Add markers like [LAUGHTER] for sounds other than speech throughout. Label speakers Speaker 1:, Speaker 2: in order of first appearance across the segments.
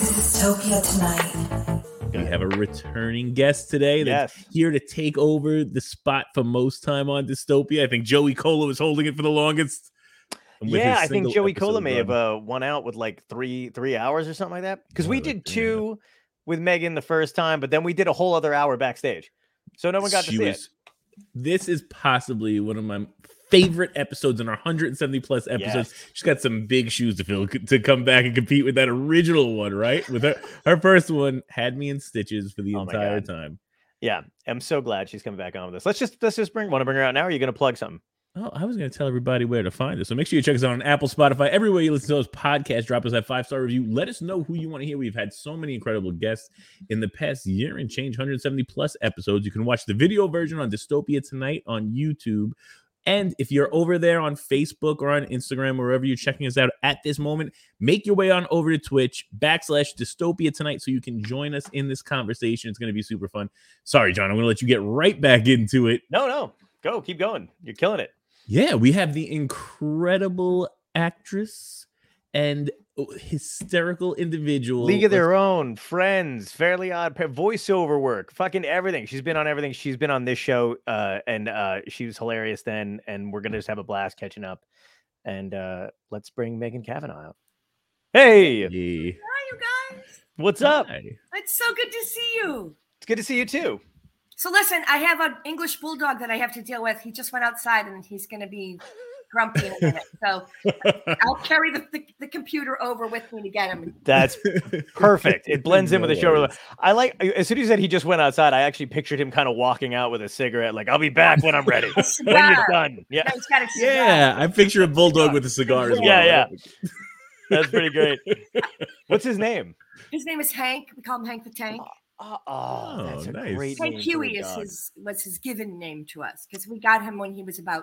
Speaker 1: Utopia tonight.
Speaker 2: We have a returning guest today that's
Speaker 3: Yes.
Speaker 2: here to take over the spot for most time on Dystopia. I think Joey Cola was holding it for the longest. and with
Speaker 3: Yeah,
Speaker 2: his
Speaker 3: I think
Speaker 2: single
Speaker 3: Joey
Speaker 2: episode
Speaker 3: Cola may have
Speaker 2: run-
Speaker 3: uh, won out with like three three hours or something like that. Because we
Speaker 2: Something like
Speaker 3: did
Speaker 2: that, yeah.
Speaker 3: two with Megan the first time, but then we did a whole other hour backstage. So no one got to
Speaker 2: she
Speaker 3: see it.
Speaker 2: was- This is possibly one of my favorite episodes in our 170 plus episodes. She's got some big shoes to fill c- to come back and compete with that original one, right? With her her first one had me in stitches for the
Speaker 3: Oh my
Speaker 2: entire
Speaker 3: God.
Speaker 2: time.
Speaker 3: Yeah. I'm so glad she's coming back on with us. Let's just let's just bring want to bring her out now. Or are you gonna plug something?
Speaker 2: Oh, I was going to tell everybody where to find us. So make sure you check us out on Apple, Spotify, everywhere you listen to us podcast. Drop us that five star review. Let us know who you want to hear. We've had so many incredible guests in the past year and change 170 plus episodes. You can watch the video version on Dystopia Tonight on YouTube. And if you're over there on Facebook or on Instagram, wherever you're checking us out at this moment, make your way on over to Twitch backslash dystopia tonight so you can join us in this conversation. It's going to be super fun. Sorry, John, I'm going to let you get right back into it.
Speaker 3: No, no. Go, keep going. You're killing it.
Speaker 2: Yeah, we have the incredible actress and oh, hysterical individual.
Speaker 3: League of
Speaker 2: Let's-
Speaker 3: Their Own, Friends, Fairly Odd, Pa- voiceover work, fucking everything. She's been on everything. She's been on this show, uh, and uh, she was hilarious then. And we're gonna just have a blast catching up. And uh, let's bring Megan Kavanaugh out. Hey,
Speaker 2: Yeah.
Speaker 1: Hi, you guys.
Speaker 3: what's up?
Speaker 2: Hi.
Speaker 1: It's so good to see you.
Speaker 3: It's good to see you too.
Speaker 1: So listen, I have an English bulldog that I have to deal with. He just went outside and he's going to be grumpy in a minute. So I'll carry the, the, the computer over with me to get him.
Speaker 3: [LAUGHS] That's perfect. It blends in with the
Speaker 2: No
Speaker 3: show. really-
Speaker 2: worries.
Speaker 3: I like. As soon as he said he just went outside, I actually pictured him kind of walking out with a cigarette, like "I'll be back when I'm [LAUGHS] ready." when you're
Speaker 1: Cigar.
Speaker 3: done, yeah.
Speaker 1: No, he's got a cigar.
Speaker 2: Yeah, I picture a bulldog with a cigar as well.
Speaker 3: Yeah, yeah. That's pretty [LAUGHS] great. What's his name?
Speaker 1: His name is Hank. We call him Hank the Tank.
Speaker 3: Oh,
Speaker 2: Oh,
Speaker 3: that's a
Speaker 2: nice.
Speaker 3: great
Speaker 1: Hank
Speaker 3: name for a
Speaker 1: Huey is
Speaker 3: dog.
Speaker 1: his was his given name to us because we got him when he was about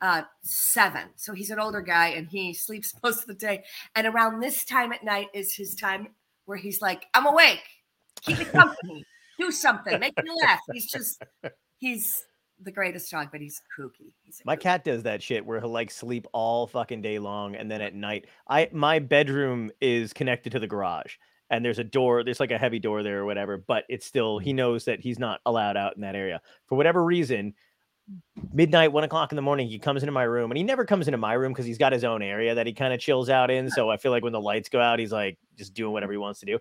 Speaker 1: uh seven. So he's an older guy and he sleeps [LAUGHS] most of the day. And around this time at night is his time where he's like, I'm awake, keep me company, do something, make me laugh. He's just he's the greatest dog, but he's kooky. He's a
Speaker 3: My
Speaker 1: kook.
Speaker 3: cat does that shit where he'll like sleep all fucking day long and then at night I my bedroom is connected to the garage and there's a door, there's like a heavy door there or whatever, but it's still he knows that he's not allowed out in that area. For whatever reason, midnight, one o'clock in the morning, he comes into my room and he never comes into my room because he's got his own area that he kind of chills out in. So I feel like when the lights go out, he's like just doing whatever he wants to do.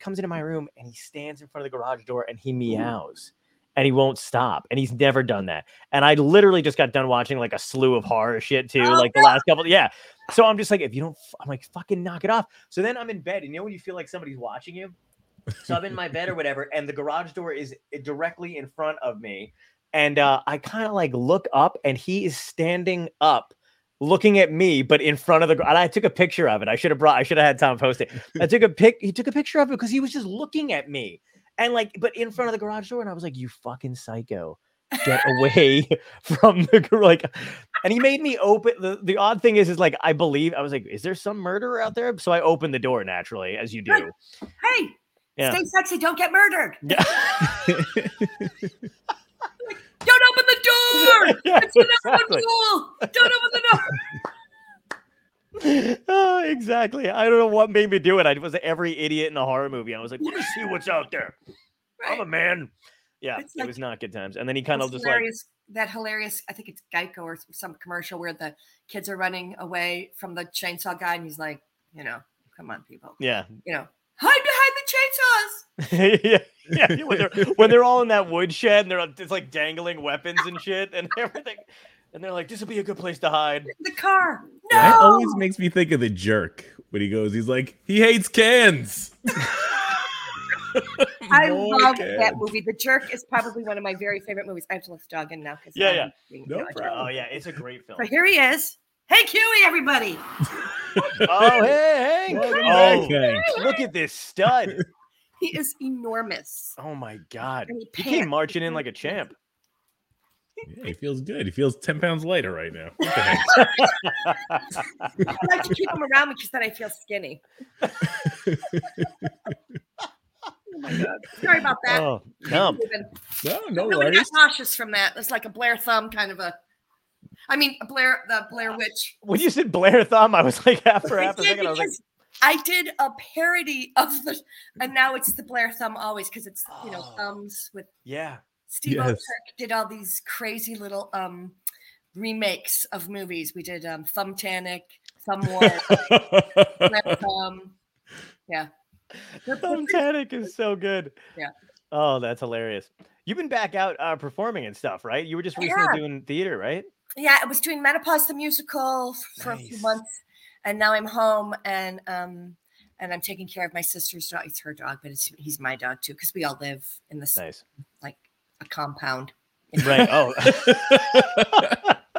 Speaker 3: Comes into my room and he stands in front of the garage door and he meows and he won't stop. And he's never done that. And I literally just got done watching like a slew of horror shit too,
Speaker 1: Oh,
Speaker 3: like the last couple. Yeah. So I'm just like, if you don't, f- I'm like, fucking knock it off. So then I'm in bed, and you know when you feel like somebody's watching you. So I'm in my bed or whatever, and the garage door is eh, directly in front of me, and uh, I kind of like look up, and he is standing up, looking at me, but in front of the. gar- And I took a picture of it. I should have brought. I should have had Tom post it. I took a pic. He took a picture of it because he was just looking at me, and like, but in front of the garage door, and I was like, "You fucking psycho." Get away [LAUGHS] from the gar- like and he made me open the, the odd thing is is like i believe i was like is there some murderer out there so i opened the door naturally as you
Speaker 1: Right.
Speaker 3: do
Speaker 1: Hey,
Speaker 3: Yeah.
Speaker 1: stay sexy, don't get murdered.
Speaker 3: Yeah.
Speaker 1: Don't open the door.
Speaker 3: Yeah,
Speaker 1: It's an open
Speaker 3: [LAUGHS] exactly.
Speaker 1: rule. Don't open the
Speaker 3: [LAUGHS]
Speaker 1: door.
Speaker 3: oh, exactly i don't know what made me do it i was every idiot in a horror movie i was like let me see what's out there i'm a
Speaker 1: Right.
Speaker 3: man yeah
Speaker 1: It's
Speaker 3: it
Speaker 1: like-
Speaker 3: was not good times and then he kind
Speaker 1: It's
Speaker 3: of just like
Speaker 1: hilarious, that hilarious. I think it's Geico or some commercial where the kids are running away from the chainsaw guy, and he's like, you know, come on, people,
Speaker 3: yeah
Speaker 2: Mm.
Speaker 1: you know, hide behind the
Speaker 3: yeah, [LAUGHS] yeah. When they're, when they're all in that woodshed and they're it's like dangling weapons and shit and [LAUGHS] everything, and they're like, "This would be a good place to hide."
Speaker 1: chainsaws, the car. No,
Speaker 2: That always makes me think of the jerk when he goes, he's like, he hates cans.
Speaker 1: I
Speaker 2: More
Speaker 1: love
Speaker 2: cans.
Speaker 1: that movie. The Jerk is probably one of my very favorite movies. I have to let the dog in now because
Speaker 3: Yeah, yeah.
Speaker 2: No problem.
Speaker 3: Oh yeah, it's a great film.
Speaker 1: So here he is. Hey, Huey, everybody.
Speaker 3: [LAUGHS] Oh hey, Hank!
Speaker 2: Welcome
Speaker 3: Oh,
Speaker 2: back, Hank.
Speaker 3: [LAUGHS] Look at this
Speaker 1: [LAUGHS]
Speaker 3: stud.
Speaker 1: He is enormous.
Speaker 3: Oh my god.
Speaker 1: And he
Speaker 3: He came
Speaker 1: pants.
Speaker 3: marching in like a champ.
Speaker 2: Yeah, he feels good. He feels 10 pounds lighter right now. What the heck?
Speaker 1: I like to keep him around because then I feel
Speaker 3: [LAUGHS]
Speaker 1: skinny. oh my god! Sorry about that.
Speaker 3: Oh no.
Speaker 1: Ruben.
Speaker 2: no, no
Speaker 1: I really got
Speaker 2: worries.
Speaker 1: nauseous from that. It's like a Blair thumb kind of a. I mean, a Blair, the Blair Witch.
Speaker 3: When you said Blair Thumb, I was like [LAUGHS] half for half a
Speaker 1: I did
Speaker 3: second. I was like,
Speaker 1: because I did a parody of the, and now it's the Blair thumb always because it's you know
Speaker 3: Oh.
Speaker 1: thumbs with
Speaker 3: Yeah.
Speaker 1: Steve
Speaker 2: Yes.
Speaker 1: Oakirk did all these crazy little um remakes of movies. We did um Thumbtanic, Thumb War, Blair Thumb.
Speaker 3: Oh, Thumbtanic is so good.
Speaker 1: Yeah.
Speaker 3: Oh, that's hilarious. You've been back out uh, performing and stuff, right? You were just recently
Speaker 1: Yeah.
Speaker 3: doing theater, right?
Speaker 1: Yeah, I was doing Menopause the musical f- for a few
Speaker 3: Nice.
Speaker 1: months, and now I'm home and um and I'm taking care of my sister's dog. It's her dog, but it's, he's my dog too because we all live in this
Speaker 3: Nice.
Speaker 1: like a compound.
Speaker 3: [LAUGHS] Right. Oh,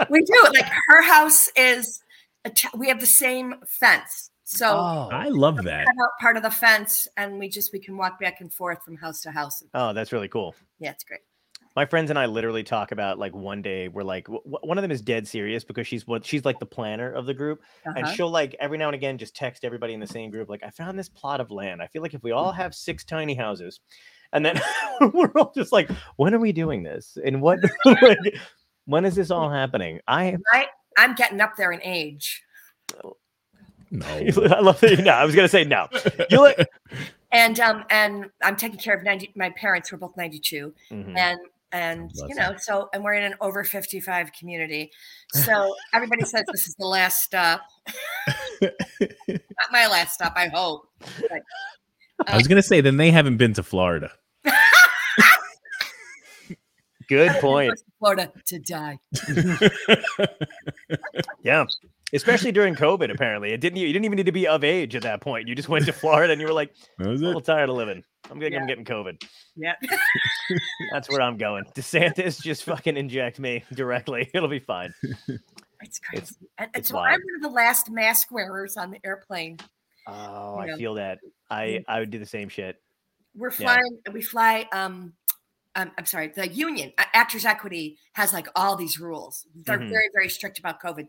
Speaker 1: we do like her house is atta- we have the same fence, so.
Speaker 3: oh.
Speaker 2: [LAUGHS] I love that.
Speaker 1: cut out part of the fence and we just we can walk back and forth from house to house
Speaker 3: Oh, that's really cool.
Speaker 1: yeah it's great
Speaker 3: My friends and I literally talk about like one day we're like w- w- one of them is dead serious because she's what she's like the planner of the group and
Speaker 1: Uh-huh.
Speaker 3: she'll like every now and again just text everybody in the same group like I found this plot of land. I feel like if we
Speaker 1: Mm-hmm.
Speaker 3: all have six tiny houses and then [LAUGHS] we're all just like when are we doing this? And what [LAUGHS] like when is this all happening? I [LAUGHS]
Speaker 1: i'm getting up there in age
Speaker 3: [LAUGHS]
Speaker 2: No.
Speaker 3: I love that you know. I was going to say no. You
Speaker 1: [LAUGHS]
Speaker 3: look
Speaker 1: and um and i'm taking care of 90 my parents were both 92
Speaker 3: Mhm.
Speaker 1: and and
Speaker 2: bless
Speaker 1: you know so and we're in an over 55
Speaker 3: [LAUGHS]
Speaker 1: community so everybody says this is the last stop not my last stop i hope
Speaker 2: I was gonna say then they haven't been to Florida.
Speaker 3: good
Speaker 1: Everybody
Speaker 3: point.
Speaker 1: goes to florida to die
Speaker 3: Yeah. Especially
Speaker 1: [LAUGHS]
Speaker 3: during COVID, apparently. It didn't you didn't even need to be of age at that point. You just went to Florida and you were like,
Speaker 2: That was
Speaker 3: a
Speaker 2: it.
Speaker 1: [LAUGHS]
Speaker 3: little tired of living. I'm good.
Speaker 1: Yeah.
Speaker 3: I'm getting COVID.
Speaker 1: yeah
Speaker 3: [LAUGHS] That's where I'm
Speaker 1: [LAUGHS]
Speaker 3: going. DeSantis, just fucking inject me directly. [LAUGHS] It'll be fine.
Speaker 1: it's crazy and, and
Speaker 3: it's
Speaker 1: so i'm
Speaker 3: wild.
Speaker 1: one of the last mask wearers on the airplane
Speaker 3: Oh,
Speaker 1: Yeah.
Speaker 3: I feel that. I I would do the same shit.
Speaker 1: we're
Speaker 3: Yeah.
Speaker 1: flying we fly um um, I'm sorry. The union, A- Actors Equity, has like all these rules. They're
Speaker 3: Mhm.
Speaker 1: very, very strict about COVID.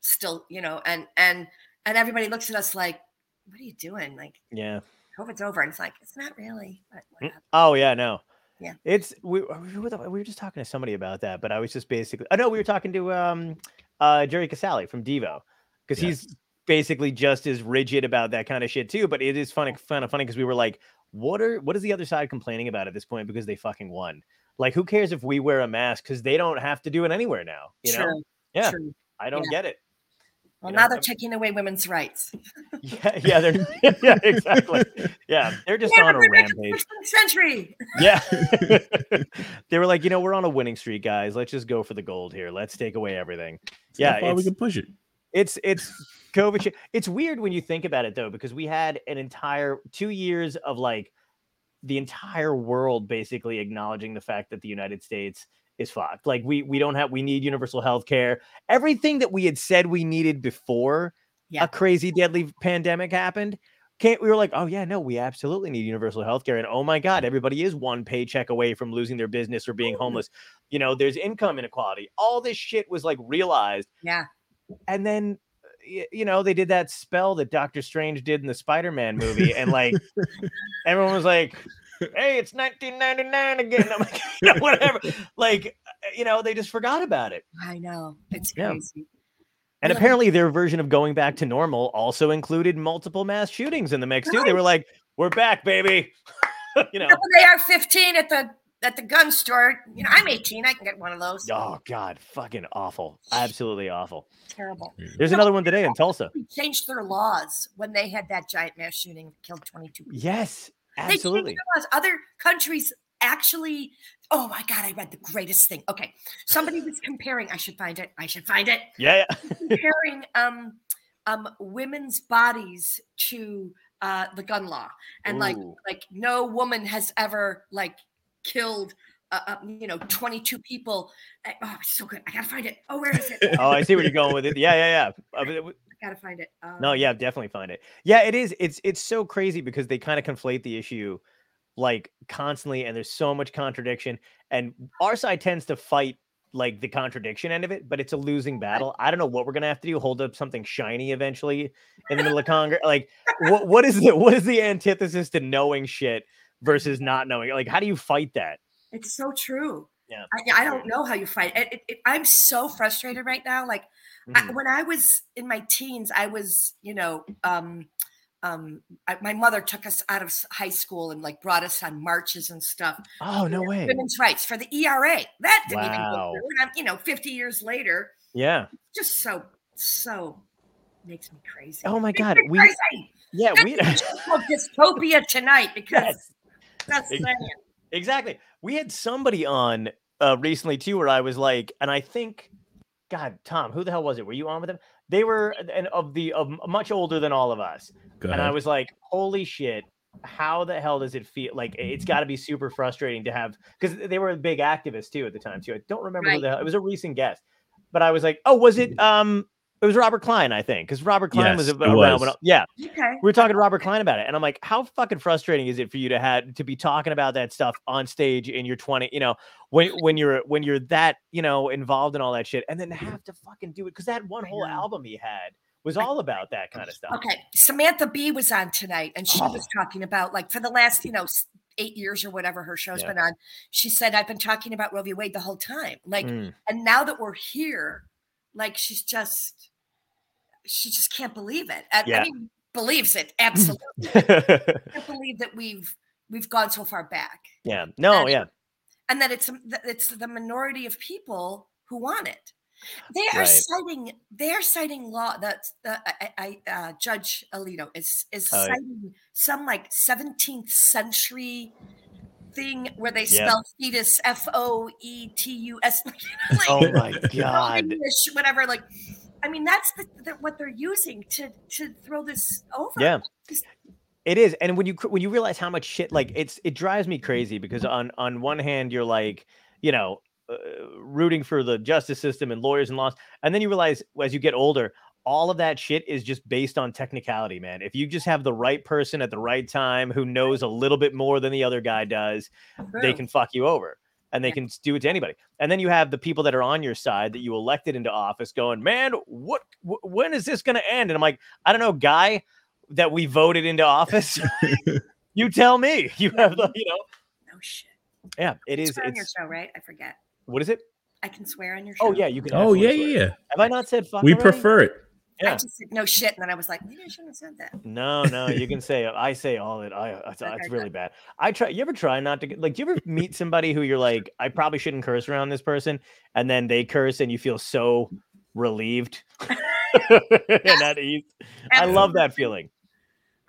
Speaker 1: Still, you know, and and and everybody looks at us like, "What are you doing? Like,
Speaker 3: Yeah.
Speaker 1: COVID's over." And it's like, it's not really. But
Speaker 3: Mm.
Speaker 1: whatever.
Speaker 3: Oh yeah. No.
Speaker 1: Yeah.
Speaker 3: It's we uh, we were, we were just talking to somebody about that, but I was just basically. I know we were talking to um uh Jerry Casale from Devo because
Speaker 2: Yes.
Speaker 3: he's basically just as rigid about that kind of shit too. But it is funny, kind of funny because we were like, what are what is the other side complaining about at this point because they fucking won. Like, who cares if we wear a mask because they don't have to do it anywhere now? You know.
Speaker 1: True,
Speaker 3: Yeah.
Speaker 1: true.
Speaker 3: I don't get it. [LAUGHS]
Speaker 1: Well,
Speaker 3: You
Speaker 1: now
Speaker 3: know, um
Speaker 1: they're
Speaker 3: I'm-
Speaker 1: taking away women's rights.
Speaker 3: Yeah, yeah, they're [LAUGHS] yeah, exactly. Yeah, they're just
Speaker 1: Yeah,
Speaker 3: on a
Speaker 1: we're back in the
Speaker 3: rampage.
Speaker 1: 21st century.
Speaker 3: Yeah. [LAUGHS] they were like, you know, we're on a winning streak, guys. Let's just go for the gold here. Let's take away everything.
Speaker 2: It's
Speaker 3: Yeah,
Speaker 2: how far we
Speaker 3: it's-
Speaker 2: can push it.
Speaker 3: It's it's COVID. shit. It's weird when you think about it though, because we had an entire two years of like the entire world basically acknowledging the fact that the United States is fucked. Like we we don't have we need universal health care. Everything that we had said we needed before
Speaker 1: Yeah.
Speaker 3: a crazy deadly pandemic happened. Can't we were like, oh yeah, no, we absolutely need universal health care. And oh my God, everybody is one paycheck away from losing their business or being homeless. You know, there's income inequality. All this shit was like realized
Speaker 1: Yeah,
Speaker 3: and then y- you know they did that spell that Doctor Strange did in the Spider-Man movie, and like everyone was like, "Hey, it's 1999 again." [LAUGHS] I'm like, you know, whatever. Like uh, you know, they just forgot about it.
Speaker 1: I know. It's
Speaker 3: Yeah.
Speaker 1: crazy.
Speaker 3: And
Speaker 1: Yeah.
Speaker 3: apparently, their version of going back to normal also included multiple mass shootings in the mix too. They were like, "We're back, baby." [LAUGHS] you know.
Speaker 1: They are 15 at the at the gun store. You know, I'm 18. I can get one of those.
Speaker 3: Oh God, fucking awful! Absolutely awful.
Speaker 1: Terrible.
Speaker 3: There's another one today in Tulsa.
Speaker 1: They changed their laws when they had that giant mass shooting that killed 22 people.
Speaker 3: Yes,
Speaker 1: They changed
Speaker 3: absolutely.
Speaker 1: their laws. Other countries actually, oh my God, I read the greatest thing. Okay. Somebody was comparing, I should find it, I should find
Speaker 3: [LAUGHS]
Speaker 1: it,
Speaker 3: Yeah, yeah.
Speaker 1: comparing um, um, women's bodies to uh, the gun law. And like,
Speaker 3: Ooh.
Speaker 1: like no woman has ever like killed, uh, uh, you know, 22 people. Uh, Oh, it's so good. I gotta find it. Oh, where is
Speaker 3: [LAUGHS]
Speaker 1: it? I
Speaker 3: Oh, I see where you're going with it. Yeah, yeah, yeah. Uh, but it-
Speaker 1: gotta find it. Um,
Speaker 3: No, yeah, definitely find it. Yeah, it is. It's it's so crazy because they kind of conflate the issue like constantly, and there's so much contradiction. And our side tends to fight like the contradiction end of it, but it's a losing battle. I don't know what we're gonna have to do. Hold up something shiny eventually in the middle of Congress. Like, what what is the what is the antithesis to knowing shit versus not knowing? Like, how do you fight that?
Speaker 1: It's so true.
Speaker 3: Yeah,
Speaker 1: I, I
Speaker 3: true.
Speaker 1: don't know how you fight. It, it, it- I'm so frustrated right now. Like I,
Speaker 3: Mhm.
Speaker 1: when I was in my teens, I was, you know, um, um I, my mother took us out of s- high school and like brought us on marches and stuff
Speaker 3: Oh no way.
Speaker 1: women's rights for the era that didn't even
Speaker 3: Wow.
Speaker 1: go through and I'm, you know 50 years later
Speaker 3: Yeah.
Speaker 1: just so so makes me crazy
Speaker 3: Oh my
Speaker 1: Makes
Speaker 3: God.
Speaker 1: me
Speaker 3: We
Speaker 1: crazy.
Speaker 3: yeah
Speaker 1: That's
Speaker 3: we
Speaker 1: the
Speaker 3: [LAUGHS]
Speaker 1: joke of dystopia tonight because
Speaker 3: Yes.
Speaker 1: that's
Speaker 3: Ex-
Speaker 1: saying.
Speaker 3: exactly. We had somebody on uh recently too where I was like, and I think, God, Tom, who the hell was it? Were you on with them? They were uh, and of the of much older than all of us.
Speaker 2: Go ahead.
Speaker 3: and I was like, "Holy shit! How the hell does it feel? Like it's got to be super frustrating to have because they were a big activist too at the time too. I don't remember who
Speaker 1: Right.
Speaker 3: the hell it was a recent guest, but I was like, "Oh, was it? Um, it was Robert Klein, I think, because Robert Klein was
Speaker 2: Yes,
Speaker 3: ab-
Speaker 2: it
Speaker 3: around. When
Speaker 2: was.
Speaker 3: I, yeah,
Speaker 1: okay
Speaker 3: we were talking to Robert Klein about it, and I'm like, "How fucking frustrating is it for you to have to be talking about that stuff on stage in your 20? You know, when when you're when you're that you know involved in all that shit, and then to have to fucking do it because that one
Speaker 1: I
Speaker 3: whole
Speaker 1: know.
Speaker 3: album he had was
Speaker 1: I-
Speaker 3: all about that kind of stuff.
Speaker 1: Okay. Samantha Bee was on tonight and she was
Speaker 3: Oh.
Speaker 1: talking about like for the last, you know, s- eight years or whatever her show's
Speaker 3: Yeah.
Speaker 1: been on. She said, I've been talking about Roe v. Wade the whole time. Like,
Speaker 3: Mm.
Speaker 1: and now that we're here, like she's just she just can't believe it. And,
Speaker 3: Yeah.
Speaker 1: I mean,
Speaker 3: [LAUGHS]
Speaker 1: believes it absolutely. [LAUGHS]
Speaker 3: yeah.
Speaker 1: can't believe that we've we've gone so far back.
Speaker 3: No, [LAUGHS]
Speaker 1: And-
Speaker 3: yeah.
Speaker 1: and that it's that it's the minority of people who want it. They are
Speaker 3: Right.
Speaker 1: citing they are citing law that the I, I, uh, Judge Alito is is
Speaker 3: Oh, yeah.
Speaker 1: citing some like 17th century thing where they
Speaker 3: Yeah.
Speaker 1: spell fetus F O E T U S. [LAUGHS] like, you know, like,
Speaker 3: Oh
Speaker 1: [LAUGHS]
Speaker 3: my
Speaker 1: you know,
Speaker 3: god.
Speaker 1: English, whatever. Like, I mean, that's the, the, what they're using to to throw this over.
Speaker 3: Yeah. It is. And when you cr- when you realize how much shit like it's it drives me crazy because on on one hand you're like, you know, uh, rooting for the justice system and lawyers and laws, and then you realize as you get older all of that shit is just based on technicality, man. If you just have the right person at the right time who knows a little bit more than the other guy does, they
Speaker 1: Boom.
Speaker 3: can fuck you over and they
Speaker 1: Yeah.
Speaker 3: can s- do it to anybody. And then you have the people that are on your side that you elected into office going, man, what, wh- when is this going to end? And I'm like, I don't know, guy that we voted into
Speaker 2: [LAUGHS]
Speaker 3: office. [LAUGHS] you tell me. [LAUGHS] You have, the, you know,
Speaker 1: No shit.
Speaker 3: yeah, it is.
Speaker 1: Swear Mm-hmm. on your
Speaker 3: It's,
Speaker 1: show, right? I forget.
Speaker 3: what is it?
Speaker 1: I can swear on your show.
Speaker 3: Oh, yeah, you can.
Speaker 2: oh yeah,
Speaker 3: absolutely
Speaker 2: yeah, yeah.
Speaker 3: swear. Have I not said fuck?
Speaker 2: We
Speaker 3: already?
Speaker 2: prefer it.
Speaker 1: I
Speaker 3: Yeah.
Speaker 1: just said no shit, and then I was like, maybe I shouldn't have said that.
Speaker 3: No, no, you can say I say all that. I it's,
Speaker 1: Okay,
Speaker 3: it's
Speaker 1: good.
Speaker 3: really bad. I try. You ever try not to get like? Do you ever meet somebody who you're like, I probably shouldn't curse around this person, and then they curse, and you feel so relieved [LAUGHS] and at ease. I love that feeling.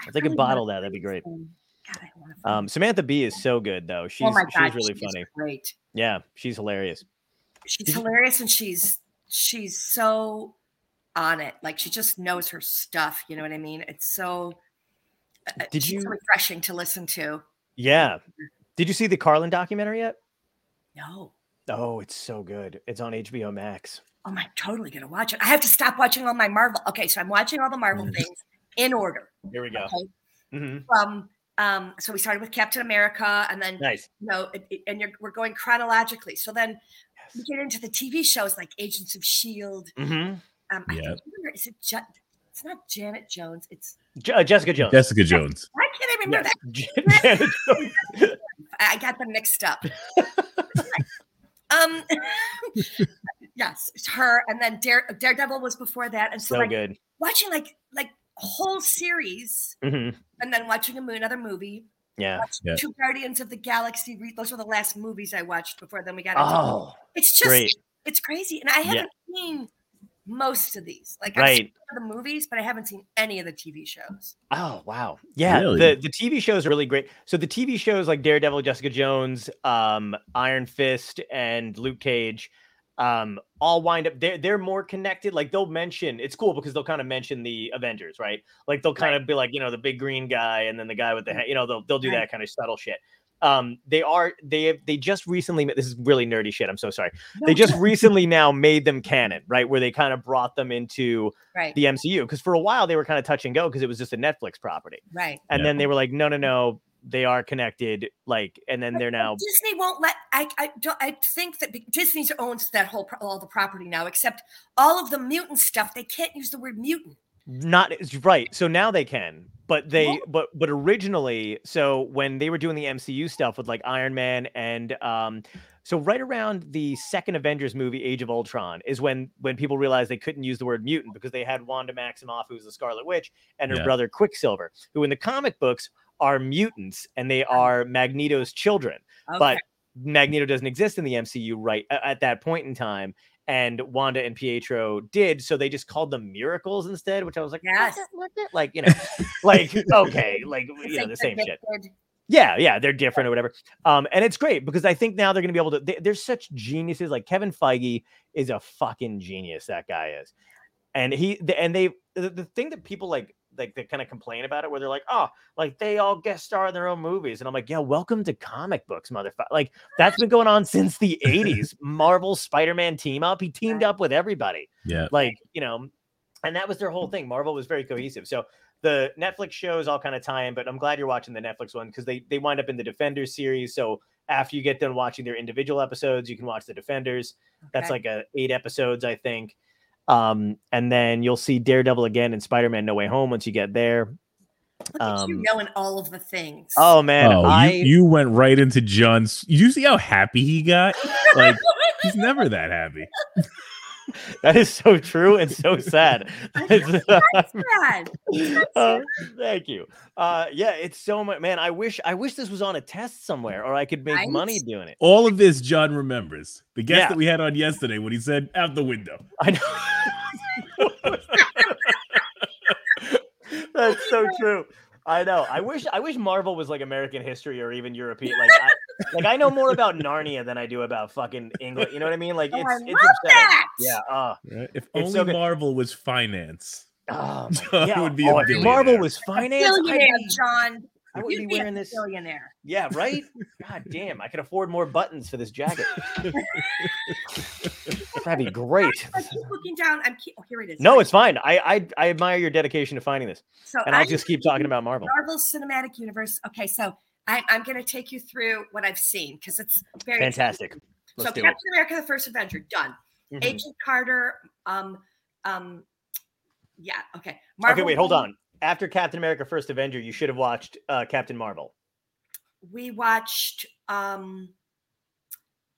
Speaker 3: If they could
Speaker 1: really
Speaker 3: bottle that,
Speaker 1: wanna
Speaker 3: that'd be
Speaker 1: find
Speaker 3: great.
Speaker 1: someone. God, I want to.
Speaker 3: Um, Samantha Bee is so good though. She's
Speaker 1: oh my God,
Speaker 3: she's really
Speaker 1: she is
Speaker 3: funny.
Speaker 1: Great.
Speaker 3: Yeah, she's hilarious.
Speaker 1: She's
Speaker 3: Did you-
Speaker 1: hilarious, and she's she's so on it. Like she just knows her stuff. You know what I mean? It's so. uh, uh,
Speaker 3: Did
Speaker 1: she's
Speaker 3: you-
Speaker 1: so refreshing to listen to?
Speaker 3: Yeah. Did you see the Carlin documentary yet?
Speaker 1: No.
Speaker 3: Oh, it's so good. It's on HBO Max.
Speaker 1: Oh my, totally gonna watch it. I have to stop watching all my Marvel. Okay, so I'm watching all the
Speaker 3: [LAUGHS]
Speaker 1: Marvel
Speaker 2: Mhm.
Speaker 1: things in order.
Speaker 3: Here we go.
Speaker 1: Okay,
Speaker 3: Mhm.
Speaker 1: from um, so we started with Captain America, and then
Speaker 3: Nice.
Speaker 1: No, it- it- and you're, we're going chronologically. So then we
Speaker 3: Yes.
Speaker 1: get into the TV shows like Agents of Shield.
Speaker 3: hmm
Speaker 1: E Um, I
Speaker 2: Yeah.
Speaker 1: can't remember. Is it? Ja- it's not Janet Jones. It's
Speaker 3: uh, Jessica Jones.
Speaker 2: Jessica Jones.
Speaker 1: why can't I remember
Speaker 3: Yes.
Speaker 1: [LAUGHS] that?
Speaker 3: Janet Jones.
Speaker 1: I I got them
Speaker 3: [LAUGHS]
Speaker 1: mixed up. um, [LAUGHS] yes, it's her. And then Dare, Daredevil was before that, and so,
Speaker 3: so
Speaker 1: like
Speaker 3: good.
Speaker 1: watching like like whole series,
Speaker 3: hmm
Speaker 1: and then watching a mo- another movie.
Speaker 3: Yeah.
Speaker 2: Yeah.
Speaker 1: Two Guardians of the Galaxy. Re- those were the last movies I watched before then we got. into-
Speaker 3: Oh,
Speaker 1: it's just
Speaker 3: great.
Speaker 1: it's crazy. And I
Speaker 3: Yeah.
Speaker 1: haven't seen most of these. Like I've seen
Speaker 3: Right.
Speaker 1: the movies, but I haven't seen any of the TV shows.
Speaker 3: Oh, wow. Yeah.
Speaker 2: Really?
Speaker 3: The the TV shows are really great. So the TV shows like Daredevil, Jessica Jones, um, Iron Fist, and Luke Cage, um, all wind up they're they're more connected. Like they'll mention it's cool because they'll kind of mention the Avengers, right? Like they'll kind of be like, you know, the big green guy and then the guy with the ha- you know, they'll they'll do
Speaker 1: Mm-hmm. Right.
Speaker 3: that kind of subtle shit. Um, they are they have they just recently ma- this is really nerdy shit. I'm so sorry. They
Speaker 1: No,
Speaker 3: just recently now made them canon, right? Where they kind of brought them into
Speaker 1: [LAUGHS] right,
Speaker 3: the MCU because for a while they were kind of touch and go because it was just a Netflix property,
Speaker 1: right.
Speaker 3: and
Speaker 2: Yeah.
Speaker 3: then they were like, no, no, no, they are connected, like, and then
Speaker 1: But-
Speaker 3: they're
Speaker 1: but
Speaker 3: now
Speaker 1: Disney won't let. I I don't. I think that be- Disney owns that whole pro- all the property now, except all of the mutant stuff. They can't use the word mutant.
Speaker 3: not it's right. So now they can, but they,
Speaker 1: Well-
Speaker 3: but but originally, so when they were doing the MCU stuff with like Iron Man and um, So right around the second Avengers movie, Age of Ultron, is when when people realized they couldn't use the word mutant because they had Wanda Maximoff, who's the Scarlet Witch, and her
Speaker 2: Yeah.
Speaker 3: brother Quicksilver, who in the comic books are mutants and they are Magneto's children.
Speaker 1: Okay.
Speaker 3: But Magneto doesn't exist in the MCU right a- at that point in time, and Wanda and Pietro did, so they just called them miracles instead, which I was like, "What
Speaker 1: Yes.
Speaker 3: the- what the-" like you know,
Speaker 1: [LAUGHS]
Speaker 3: like okay, like
Speaker 1: It's
Speaker 3: you know,
Speaker 1: like
Speaker 3: the same shit.
Speaker 1: predicted.
Speaker 3: Yeah, yeah, they're different or whatever. Um, and it's great because I think now they're going to be able to. They, they're such geniuses. Like Kevin Feige is a fucking genius. That guy is, and he th- and they. The, the thing that people like like they kind of complain about it, where they're like, oh, like they all guest star in their own movies, and I'm like, yeah, welcome to comic books, motherfucker. Like that's been going on since the '80s. Marvel Spider-Man team up. He teamed
Speaker 1: Right.
Speaker 3: up with everybody
Speaker 2: Yeah.
Speaker 3: like you know and that was their whole thing marvel was very cohesive so the netflix shows all kind of tie in but i'm glad you're watching the netflix one because they they wind up in the defenders series so after you get done watching their individual episodes you can watch the defenders that's
Speaker 1: Okay.
Speaker 3: like a eight episodes i think um and then you'll see daredevil again and spider-man no way home once you get there
Speaker 1: Look at you
Speaker 3: um,
Speaker 1: knowing all of the things.
Speaker 3: [LAUGHS] oh man
Speaker 2: oh,
Speaker 3: i
Speaker 2: you, you went right into John's. You see how happy he got?
Speaker 1: [LAUGHS]
Speaker 2: Like he's never that happy.
Speaker 3: [LAUGHS] that is so true and so sad
Speaker 1: I
Speaker 3: It's- [LAUGHS]
Speaker 1: God.
Speaker 3: Uh, thank you. Uh, yeah, it's so much, man. I wish, I wish this was on a test somewhere, or I could make
Speaker 1: Right?
Speaker 3: money doing it.
Speaker 2: All of this John remembers. The guest
Speaker 3: Yeah.
Speaker 2: that we had on yesterday when he said out the window.
Speaker 3: I know. [LAUGHS] That's so true. I know. I wish, I wish Marvel was like American history or even European. Like, I, like I know more about Narnia than I do about fucking England. You know what I mean? Like,
Speaker 1: Oh,
Speaker 3: it's,
Speaker 1: I
Speaker 3: it's
Speaker 1: love
Speaker 3: upsetting.
Speaker 1: that!
Speaker 3: Yeah. Uh,
Speaker 2: Right? If
Speaker 3: It's
Speaker 2: only
Speaker 3: so good.
Speaker 2: Marvel was finance. [LAUGHS]
Speaker 3: oh, my-
Speaker 2: I
Speaker 3: yeah.
Speaker 2: would be a
Speaker 3: oh, if Marvel
Speaker 2: billionaire.
Speaker 3: was finance. I'd
Speaker 1: Billionaire,
Speaker 3: be-
Speaker 1: John.
Speaker 3: I would
Speaker 1: You'd
Speaker 3: be
Speaker 1: be a
Speaker 3: wearing this.
Speaker 1: Billionaire.
Speaker 3: Yeah, right? God damn, I could afford more buttons for this jacket. That'd be great.
Speaker 1: I keep looking down. I'm keep, oh, here it is.
Speaker 3: No,
Speaker 1: Right.
Speaker 3: it's fine. I, I I admire your dedication to finding this.
Speaker 1: so
Speaker 3: And I'll
Speaker 1: I'm
Speaker 3: just keep talking about Marvel.
Speaker 1: Marvel Cinematic Universe. Okay, so I, I'm going to take you through what I've seen because it's very
Speaker 3: Fantastic.
Speaker 1: So
Speaker 3: Let's do
Speaker 1: Captain
Speaker 3: it.
Speaker 1: America: The First Avenger, done.
Speaker 3: Mhm.
Speaker 1: Agent Carter. Um, um, yeah. Okay.
Speaker 3: Okay, wait, hold on. After Captain America First Avenger, you should have watched uh, Captain Marvel.
Speaker 1: We watched. um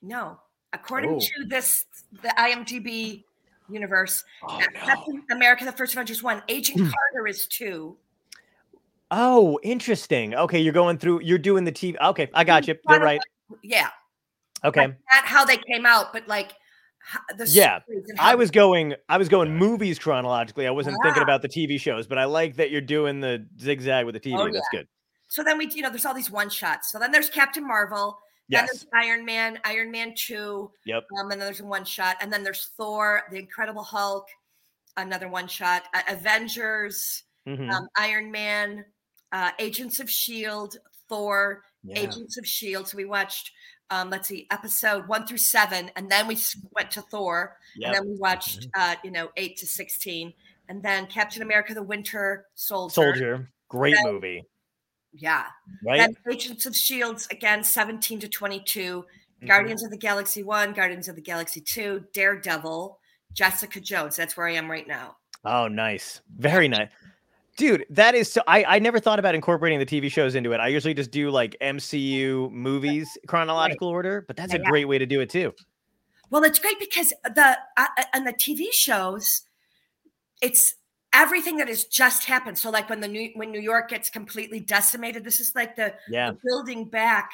Speaker 1: No, according
Speaker 3: Oh.
Speaker 1: to this, the IMDb universe,
Speaker 3: Oh, Hmm.
Speaker 1: Captain America: The First Avenger is one. Agent Carter is two.
Speaker 3: oh, interesting. Okay, you're going through, you're doing the TV. Okay, I got you. You're right.
Speaker 1: Yeah,
Speaker 3: Okay.
Speaker 1: not how they came out, but like ho- the
Speaker 3: Yeah,
Speaker 1: stories and
Speaker 3: I
Speaker 1: [LAUGHS] how-
Speaker 3: was going, I was going
Speaker 2: Yeah.
Speaker 3: movies chronologically. I wasn't thinking
Speaker 1: Yeah.
Speaker 3: about the TV shows, but I like that you're doing the zigzag with the TV.
Speaker 1: Oh,
Speaker 3: That's good.
Speaker 1: So then we, you know, there's all these one shots. So then there's Captain Marvel. Then
Speaker 3: Yes.
Speaker 1: there's Iron Man, Iron Man 2.
Speaker 3: Yep.
Speaker 1: Um, and then there's a one shot. And then there's Thor, The Incredible Hulk, another one shot. Uh, Avengers,
Speaker 3: Mhm.
Speaker 1: um, Iron Man, uh, Agents of S.H.I.E.L.D., Thor,
Speaker 3: Yeah.
Speaker 1: Agents of S.H.I.E.L.D. E So we watched, um, let's see, episode one through seven. And then we s- went to Thor.
Speaker 3: Yep. Mm-hmm.
Speaker 1: And then we watched, uh, you know, eight to 16. And then Captain America, The Winter Soldier.
Speaker 3: Soldier, great
Speaker 1: Then-
Speaker 3: movie,
Speaker 1: Yeah.
Speaker 3: right?
Speaker 1: And Agents of Shields again, 17 to 22.
Speaker 3: Mhm.
Speaker 1: Guardians of the Galaxy 1, Guardians of the Galaxy 2, Daredevil, Jessica Jones. That's where I am right now.
Speaker 3: Oh, nice, very nice, dude. That is so. I I never thought about incorporating the TV shows into it. I usually just do like MCU movies chronological order, but that's a
Speaker 1: Yeah.
Speaker 3: great way to do it too.
Speaker 1: Well, it's great because the uh, and the TV shows, it's everything that has just happened. So like when the new when New York gets completely decimated, this is like the
Speaker 3: Yeah,
Speaker 1: building back.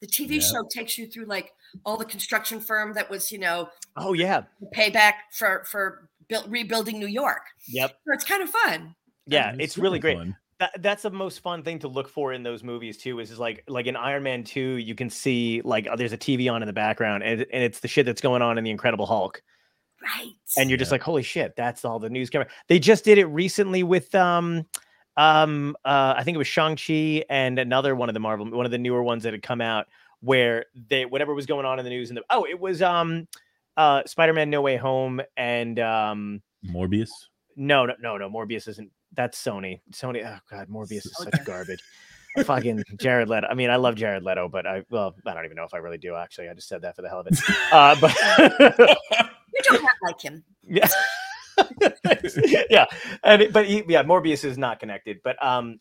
Speaker 1: The TV
Speaker 2: Yeah.
Speaker 1: show takes you through like all the construction firm that was, you know,
Speaker 3: oh, yeah,
Speaker 1: the payback for for built rebuilding New York.
Speaker 3: yep,
Speaker 1: So it's kind of fun.
Speaker 3: yeah, it's really
Speaker 2: super
Speaker 3: great.
Speaker 2: fun.
Speaker 3: that, that's the most fun thing to look for in those movies too is, is like like in iron man 2 you can see like oh, there's a tv on in the background and, and it's the shit that's going on in the incredible hulk
Speaker 1: Right.
Speaker 3: and you're just
Speaker 2: Yeah.
Speaker 3: like holy shit that's all the news camera they just did it recently with um um uh i think it was shang-chi and another one of the marvel one of the newer ones that had come out where they whatever was going on in the news and the oh it was um uh spider-man no way home and um
Speaker 2: Morbius.
Speaker 3: no, no, no, no. Morbius isn't. That's Sony. Sony. Oh God, Morbius is
Speaker 1: Oh,
Speaker 3: such
Speaker 1: yeah.
Speaker 3: garbage. Fucking Jared Leto. I mean, I love Jared Leto, but I well, I don't even know if I really do. Actually, I just said that for the hell of it. Uh, but
Speaker 1: You don't not like him.
Speaker 3: yeah, [LAUGHS] yeah, and it- but he, yeah, Morbius is not connected. But um,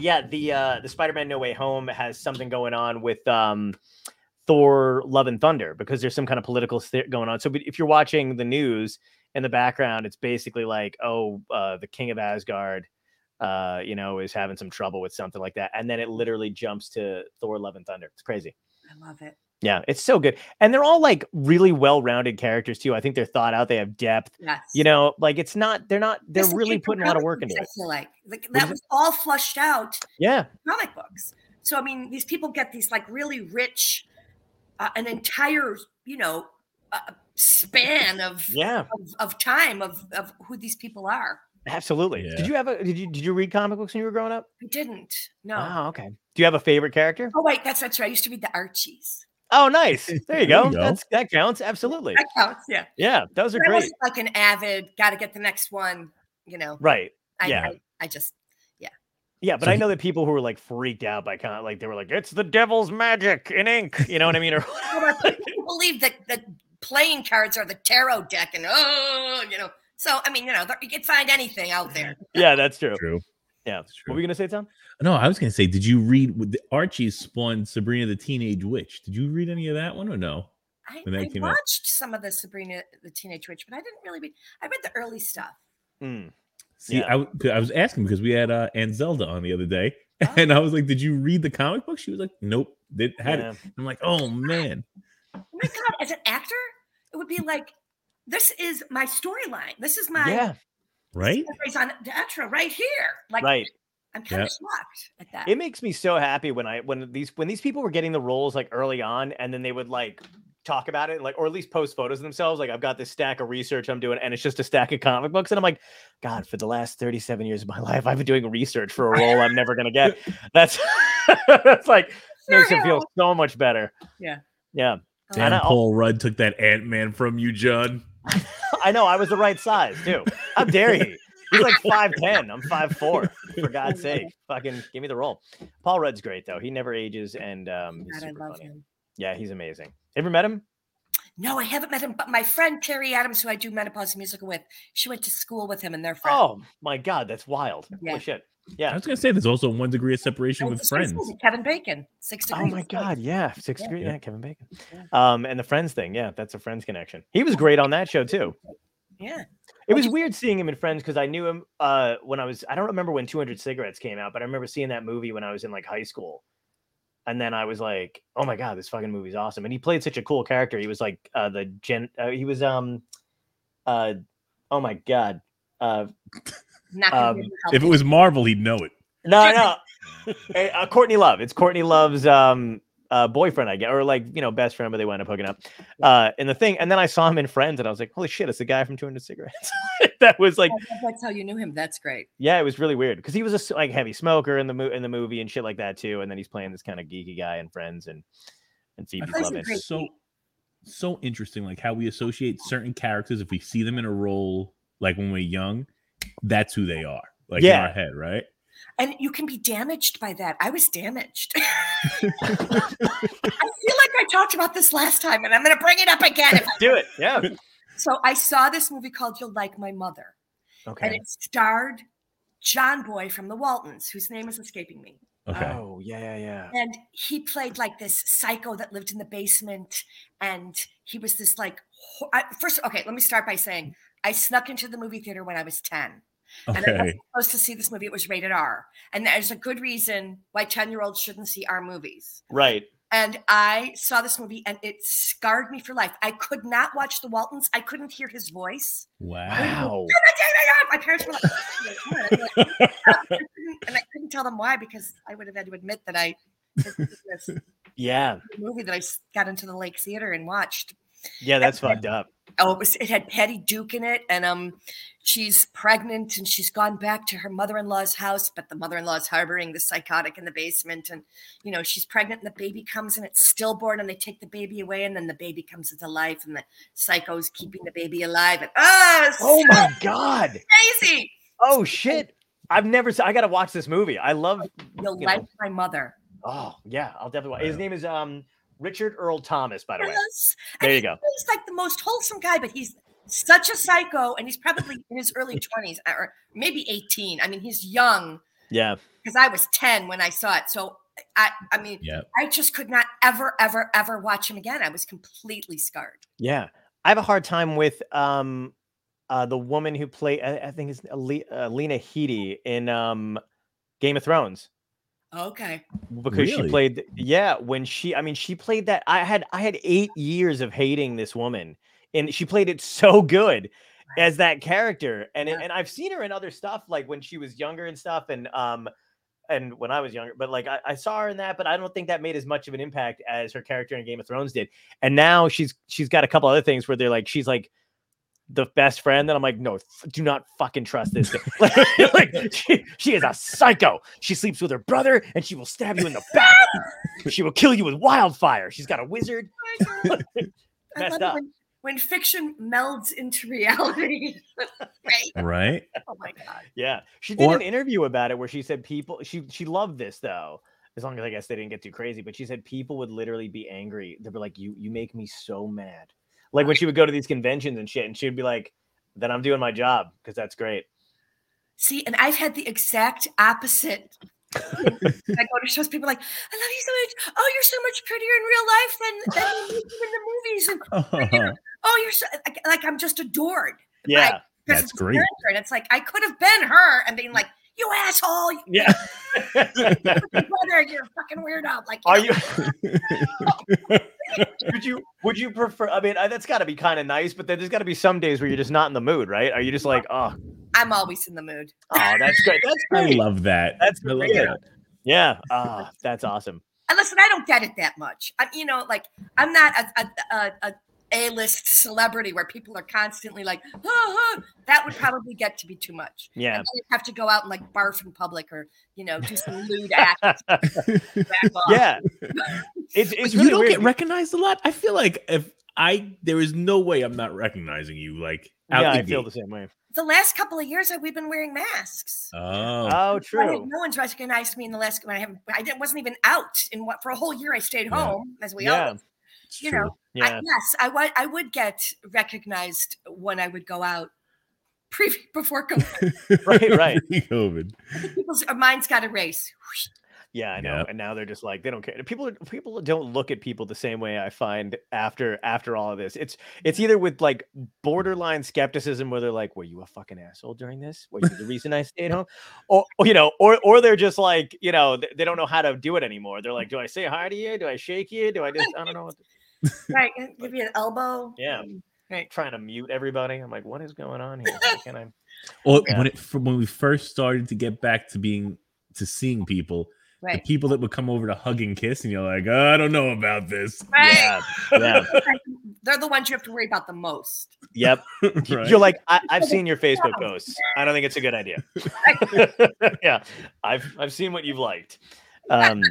Speaker 3: yeah, the uh, the Spider-Man No Way Home has something going on with um, Thor: Love and Thunder because there's some kind of political st- going on. So but if you're watching the news in the background, it's basically like, oh, uh, the King of Asgard, uh, you know, is having some trouble with something like that, and then it literally jumps to Thor: Love and Thunder. It's crazy.
Speaker 1: I love it.
Speaker 3: Yeah, it's so good, and they're all like really well-rounded characters too. I think they're thought out. They have depth.
Speaker 1: Yes.
Speaker 3: You know, like it's not. They're not. They're
Speaker 1: This is
Speaker 3: really putting a lot of work into
Speaker 1: I
Speaker 3: it.
Speaker 1: feel like, like
Speaker 3: is
Speaker 1: that
Speaker 3: it?
Speaker 1: was all flushed out
Speaker 3: Yeah.
Speaker 1: in comic books. So I mean, these people get these like really rich, uh, an entire you know uh, span of,
Speaker 3: Yeah.
Speaker 1: of of time of of who these people are.
Speaker 3: Absolutely.
Speaker 2: Yeah.
Speaker 3: Did you have a did you did you read comic books when you were growing up?
Speaker 1: I didn't. No.
Speaker 3: Wow, okay. Do you have a favorite character?
Speaker 1: Oh wait, that's that's right. I used to read the Archies.
Speaker 3: Oh, [LAUGHS] nice. There you
Speaker 2: There you
Speaker 3: go.
Speaker 2: go.
Speaker 3: That's that counts. Absolutely.
Speaker 1: That counts. Yeah.
Speaker 3: Yeah, those are
Speaker 1: I
Speaker 3: great.
Speaker 1: wasn't like an avid. Got to get the next one. You know.
Speaker 3: Right.
Speaker 1: I,
Speaker 3: Yeah.
Speaker 1: I, I just
Speaker 3: Yeah, but
Speaker 2: So
Speaker 3: I
Speaker 2: he-
Speaker 3: know that people who were like freaked out by con like they were like, it's the devil's magic in ink. You know what I mean? Or
Speaker 1: Well, I couldn't believe that the playing cards are the tarot deck, and oh, you know. So I mean, you know, there- you could find anything out there.
Speaker 3: [LAUGHS] yeah, that's true.
Speaker 2: True.
Speaker 3: Yeah.
Speaker 2: It's
Speaker 3: What
Speaker 2: true.
Speaker 3: were you gonna say, Tom?
Speaker 2: no, I was gonna say, did you read with the Archie spawned Sabrina the Teenage Witch? Did you read any of that one or no?
Speaker 1: I,
Speaker 2: When that
Speaker 1: I
Speaker 2: came
Speaker 3: oh
Speaker 2: out.
Speaker 1: watched some of the Sabrina the Teenage Witch, but I didn't really read. I read the early stuff.
Speaker 3: Mm.
Speaker 2: See,
Speaker 3: Yeah.
Speaker 2: I w- 'cause I was asking because we had uh, Aunt Zelda on the other day,
Speaker 1: Oh.
Speaker 2: and I was like, "Did you read the comic book?" She was like, "Nope, did had
Speaker 3: Yeah.
Speaker 2: it." I'm like, "Oh man,
Speaker 1: Oh my god! As an actor, it would be like, this is my storyline. This is my
Speaker 3: Yeah,
Speaker 2: right?
Speaker 1: on Deatra right here. Like,
Speaker 3: right.
Speaker 1: I'm kind
Speaker 2: Yeah.
Speaker 1: of shocked at that.
Speaker 3: It makes me so happy when I when these when these people were getting the roles like early on, and then they would like talk about it, like or at least post photos of themselves. Like I've got this stack of research I'm doing, and it's just a stack of comic books, and I'm like, God, for the last 37 years of my [LAUGHS] life, I've been doing research for a role I'm never gonna
Speaker 1: [LAUGHS]
Speaker 3: get. That's [LAUGHS] that's like makes it feel so much better.
Speaker 1: Yeah.
Speaker 3: Yeah,
Speaker 1: Oh,
Speaker 2: Damn,
Speaker 3: [LAUGHS] I-
Speaker 2: Paul Rudd took that Ant Man from you, John.
Speaker 3: I know. I was the right size too. How dare he? He's like five ten. I'm five four.
Speaker 1: [LAUGHS]
Speaker 3: For God's
Speaker 1: Oh, Yeah.
Speaker 3: sake, fucking give me the role. Paul Rudd's great though. He never ages, and um, he's
Speaker 1: God, I
Speaker 3: super
Speaker 1: love
Speaker 3: funny.
Speaker 1: him.
Speaker 3: Yeah, he's amazing. Ever met him?
Speaker 1: No, I haven't met him, but my friend Carrie Adams, who I do Menopause Musical with, she went to school with him and their friend.
Speaker 3: Oh my god, that's wild.
Speaker 1: Yeah.
Speaker 3: Holy shit.
Speaker 2: I
Speaker 3: Yeah.
Speaker 2: was gonna say there's also one degree of
Speaker 1: I
Speaker 2: separation
Speaker 1: was
Speaker 2: with
Speaker 1: just gonna say
Speaker 2: friends.
Speaker 1: that Kevin Bacon, six
Speaker 3: Oh
Speaker 1: degrees.
Speaker 3: my
Speaker 1: of
Speaker 3: god, yeah. Six
Speaker 1: Yeah.
Speaker 3: degree,
Speaker 2: Yeah.
Speaker 3: yeah, Kevin Bacon.
Speaker 1: Yeah.
Speaker 3: Um, and the Friends thing, yeah, that's a Friends connection. He was great on that show too.
Speaker 1: Grace. Yeah.
Speaker 3: It
Speaker 1: Well,
Speaker 3: was
Speaker 1: you-
Speaker 3: weird seeing him in Friends because I knew him uh when I was I don't remember when 200 cigarettes came out, but I remember seeing that movie when I was in like high school. And then I was like, "Oh my god, this fucking movie's awesome!" And he played such a cool character. He was like uh, the gen. Uh, he was um, uh, oh my god, uh,
Speaker 1: Not gonna
Speaker 3: Um,
Speaker 1: be able to help
Speaker 2: If it
Speaker 1: you.
Speaker 2: was Marvel, he'd know it.
Speaker 3: No,
Speaker 1: Jimmy.
Speaker 3: no. [LAUGHS] Hey, uh, Courtney Love. It's Courtney Love's um uh boyfriend, I guess, or like you know, best friend, but they wound up hooking up. Uh in the thing. And then I saw him in Friends and I was like, holy shit, it's the guy from 200 cigarettes. [LAUGHS] that was like,
Speaker 1: If that's how you knew him. That's great.
Speaker 3: yeah, it was really weird because he was a s- like heavy smoker in the mo- in the movie and shit like that too. And then he's playing this kind of geeky guy in Friends and and
Speaker 2: I
Speaker 3: Phoebe's
Speaker 1: Those are
Speaker 2: find
Speaker 3: loving.
Speaker 2: it
Speaker 1: great
Speaker 2: so
Speaker 1: people.
Speaker 2: so interesting, like how we associate certain characters if we see them in a role, like when we're young, that's who they are, like in our
Speaker 3: Yeah.
Speaker 2: head, right?
Speaker 1: And you can be damaged by that. I was damaged. [LAUGHS] I feel like I talked about this last time, and I'm going to bring it up [LAUGHS] again. if-
Speaker 3: Do it. [LAUGHS] Yeah.
Speaker 1: so I saw this movie called "You'll Like My Mother," and
Speaker 3: Okay.
Speaker 1: it starred John Boy from the Waltons, whose name is escaping me.
Speaker 2: Okay,
Speaker 3: Oh, yeah, yeah, yeah.
Speaker 1: and he played like this psycho that lived in the basement and he was this like ho- I, first okay let me start by saying i snuck into the movie theater when i was 10 and i
Speaker 2: okay,
Speaker 1: wasn't supposed to see this movie it was rated r and there's a good reason why 10 year olds shouldn't see r movies
Speaker 3: Right.
Speaker 1: and i saw this movie and it scarred me for life i could not watch the waltons i couldn't hear his voice
Speaker 2: wow. [LAUGHS]
Speaker 3: Wow.
Speaker 1: my parents were like, "Oh [LAUGHS] my God." I couldn't- and i couldn't tell them why because i would have had to admit that i had seen this
Speaker 3: Yeah.
Speaker 1: movie that I s- got into the Lake Theater and watched.
Speaker 3: Yeah, that's fucked up.
Speaker 1: Oh, it was it had Patty Duke in it, and um, she's pregnant and she's gone back to her mother-in-law's house, but the mother-in-law's harboring the psychotic in the basement, and you know she's pregnant and the baby comes and it's stillborn, and they take the baby away, and then the baby comes into life, and the psycho's keeping the baby alive, and oh, it's
Speaker 3: Oh
Speaker 1: so
Speaker 3: my god.
Speaker 1: crazy!
Speaker 3: Oh shit. I've never se- I gotta watch this movie. I love
Speaker 1: You'll
Speaker 3: you know,
Speaker 1: like my mother.
Speaker 3: Oh yeah, I'll definitely. Watch. His
Speaker 2: Wow.
Speaker 3: name is um Richard Earl Thomas, by the way.
Speaker 1: Yes.
Speaker 3: There you go.
Speaker 1: He's like the most wholesome guy, but he's such a psycho, and he's probably in his
Speaker 3: [LAUGHS]
Speaker 1: early twenties or maybe eighteen. I mean, he's young.
Speaker 3: Yeah,
Speaker 1: because I was 10 when I saw it. So I, I mean,
Speaker 2: Yeah.
Speaker 1: I just could not ever, ever, ever watch him again. I was completely scarred.
Speaker 3: Yeah, I have a hard time with um, uh, the woman who played. I, I think it's Ali- uh, Lena Headey in um, Game of Thrones
Speaker 1: Okay.
Speaker 3: because she
Speaker 2: Really?
Speaker 3: played. Yeah, when she, I mean, she played that. I had I had eight years of hating this woman, and she played it so good as that character. And it- and I've seen her in other stuff, like when she was younger and stuff, and um. And when I was younger, but like I, I saw her in that, but I don't think that made as much of an impact as her character in Game of Thrones did and now she's she's got a couple other things where they're like she's like the best friend and i'm like no f- do not fucking trust this girl. [LAUGHS] like, like, she, she is a psycho she sleeps with her brother and she will stab you in the back she will kill you with wildfire she's got a wizard [LAUGHS]
Speaker 1: I love
Speaker 3: Messed
Speaker 1: it
Speaker 3: up.
Speaker 1: when, when fiction melds into reality. [LAUGHS] right?
Speaker 2: Right?
Speaker 1: Oh my God.
Speaker 3: yeah she did
Speaker 2: Or-
Speaker 3: an interview about it where she said people she she loved this though as long as i guess they didn't get too crazy but she said people would literally be angry they'd be like you you make me so mad like when she would go to these conventions and shit and she'd be like then i'm doing my job because that's great
Speaker 1: See, and I've had the exact opposite. I go to shows, people are like, I love you so much. Oh, you're so much prettier in real life than, than you look in the movies. And oh, you're so like, like I'm just adored.
Speaker 3: yeah
Speaker 1: because
Speaker 2: That's
Speaker 1: it's
Speaker 2: great.
Speaker 1: character, And it's like I could have been her and being like, you
Speaker 2: [LAUGHS]
Speaker 1: asshole, you
Speaker 3: Yeah.
Speaker 1: brother, you're a fucking weirdo. Like,
Speaker 3: Are
Speaker 1: know,
Speaker 2: [LAUGHS]
Speaker 3: you? would you? Would you prefer? I mean, I- that's got to be kind of nice, but then there's got to be some days where you're just not in the mood, right? Are you just like, oh,
Speaker 1: I'm always in the mood.
Speaker 3: oh, that's great, that's
Speaker 2: I
Speaker 3: great,
Speaker 2: love that.
Speaker 3: That's
Speaker 2: I love
Speaker 3: great.
Speaker 2: that.
Speaker 3: yeah, ah, that's awesome.
Speaker 1: And listen, I don't get it that much. I'm, you know, like I'm not a a, a, a a-list celebrity where people are constantly like, "Huh, huh." that would probably get to be too much.
Speaker 2: [LAUGHS]
Speaker 3: Yeah,
Speaker 1: I'd have to go out and like barf in public or you know do some
Speaker 3: [LAUGHS]
Speaker 1: lewd act. back off.
Speaker 3: yeah. It's
Speaker 2: But
Speaker 3: it's
Speaker 2: you
Speaker 3: really
Speaker 2: don't
Speaker 3: weird
Speaker 2: get
Speaker 3: be-
Speaker 2: recognized a lot. I feel like if I there is no way I'm not recognizing you. Like out
Speaker 3: Yeah,
Speaker 2: the
Speaker 3: I feel the
Speaker 2: gate.
Speaker 3: same way.
Speaker 1: The last couple of years, uh, we've been wearing masks.
Speaker 2: [LAUGHS] Oh,
Speaker 3: Oh,
Speaker 1: So I had,
Speaker 3: true.
Speaker 1: no one's recognized me in the last. When I haven't, I didn't, wasn't even out in what for a whole year. I stayed
Speaker 2: Yeah.
Speaker 1: home, as we
Speaker 3: Yeah,
Speaker 1: all.
Speaker 2: it's
Speaker 1: you
Speaker 2: true.
Speaker 1: know, I,
Speaker 3: yeah.
Speaker 1: yes, I would. I would get recognized when I would go out. Pre [LAUGHS]
Speaker 3: [LAUGHS]
Speaker 1: before COVID,
Speaker 2: [LAUGHS]
Speaker 3: Right, right.
Speaker 2: Pre-COVID.
Speaker 1: people's our minds got erased.
Speaker 3: Yeah, I know.
Speaker 2: Yeah.
Speaker 3: And now they're just like they don't care. People are- people don't look at people the same way I find after after all of this. It's it's either with like borderline skepticism where they're like, "Were you a fucking asshole during this? Were you the reason I stayed home?" Or or, you know, or or they're just like, you know, th- they don't know how to do it anymore. They're like, "Do I say hi to you? Do I shake you? Do I just I don't know." what to-"
Speaker 1: Right, give you an elbow. Mm,
Speaker 3: Yeah.
Speaker 1: right.
Speaker 3: Trying to mute everybody. I'm like, "What is going on here? How can I?"
Speaker 2: Or
Speaker 3: Yeah.
Speaker 2: when it fir- when we first started to get back to being to seeing people, the
Speaker 1: Right.
Speaker 2: people that would come over to hug and kiss, and you're like, "Oh, I don't know about this.
Speaker 1: Right.
Speaker 3: Yeah. Yeah.
Speaker 1: They're the ones you have to worry about the most.
Speaker 3: Yep.
Speaker 2: Right?
Speaker 3: You're like, I- I've seen your Facebook posts. I don't think it's a good idea. [LAUGHS] yeah, I've I've seen what you've liked. Um,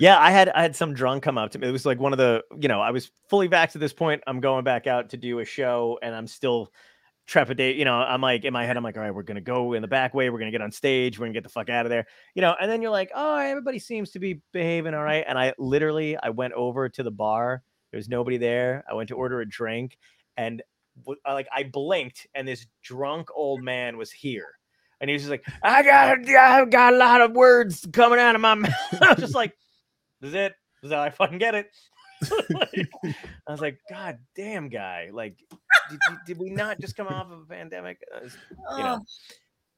Speaker 3: yeah, I had I had some drunk come up to me. It was like one of the you know I was fully vaxxed at this point. I'm going back out to do a show, and I'm still trepidate. You know, I'm like in my head, I'm like, all right, we're gonna go in the back way. We're gonna get on stage. We're gonna get the fuck out of there. You know, and then you're like, oh, everybody seems to be behaving all right. And I literally I went over to the bar. There was nobody there. I went to order a drink, and w- I, like I blinked, and this drunk old man was here, and he was just like, "I got, I got a lot of words coming out of my [LAUGHS] mouth." I was just like, "This is it? This is how I fucking get it." Like, I was like, "God damn, guy! Like, did, you- did we not just come off of a pandemic? Uh, It's,
Speaker 1: Oh,
Speaker 3: You know.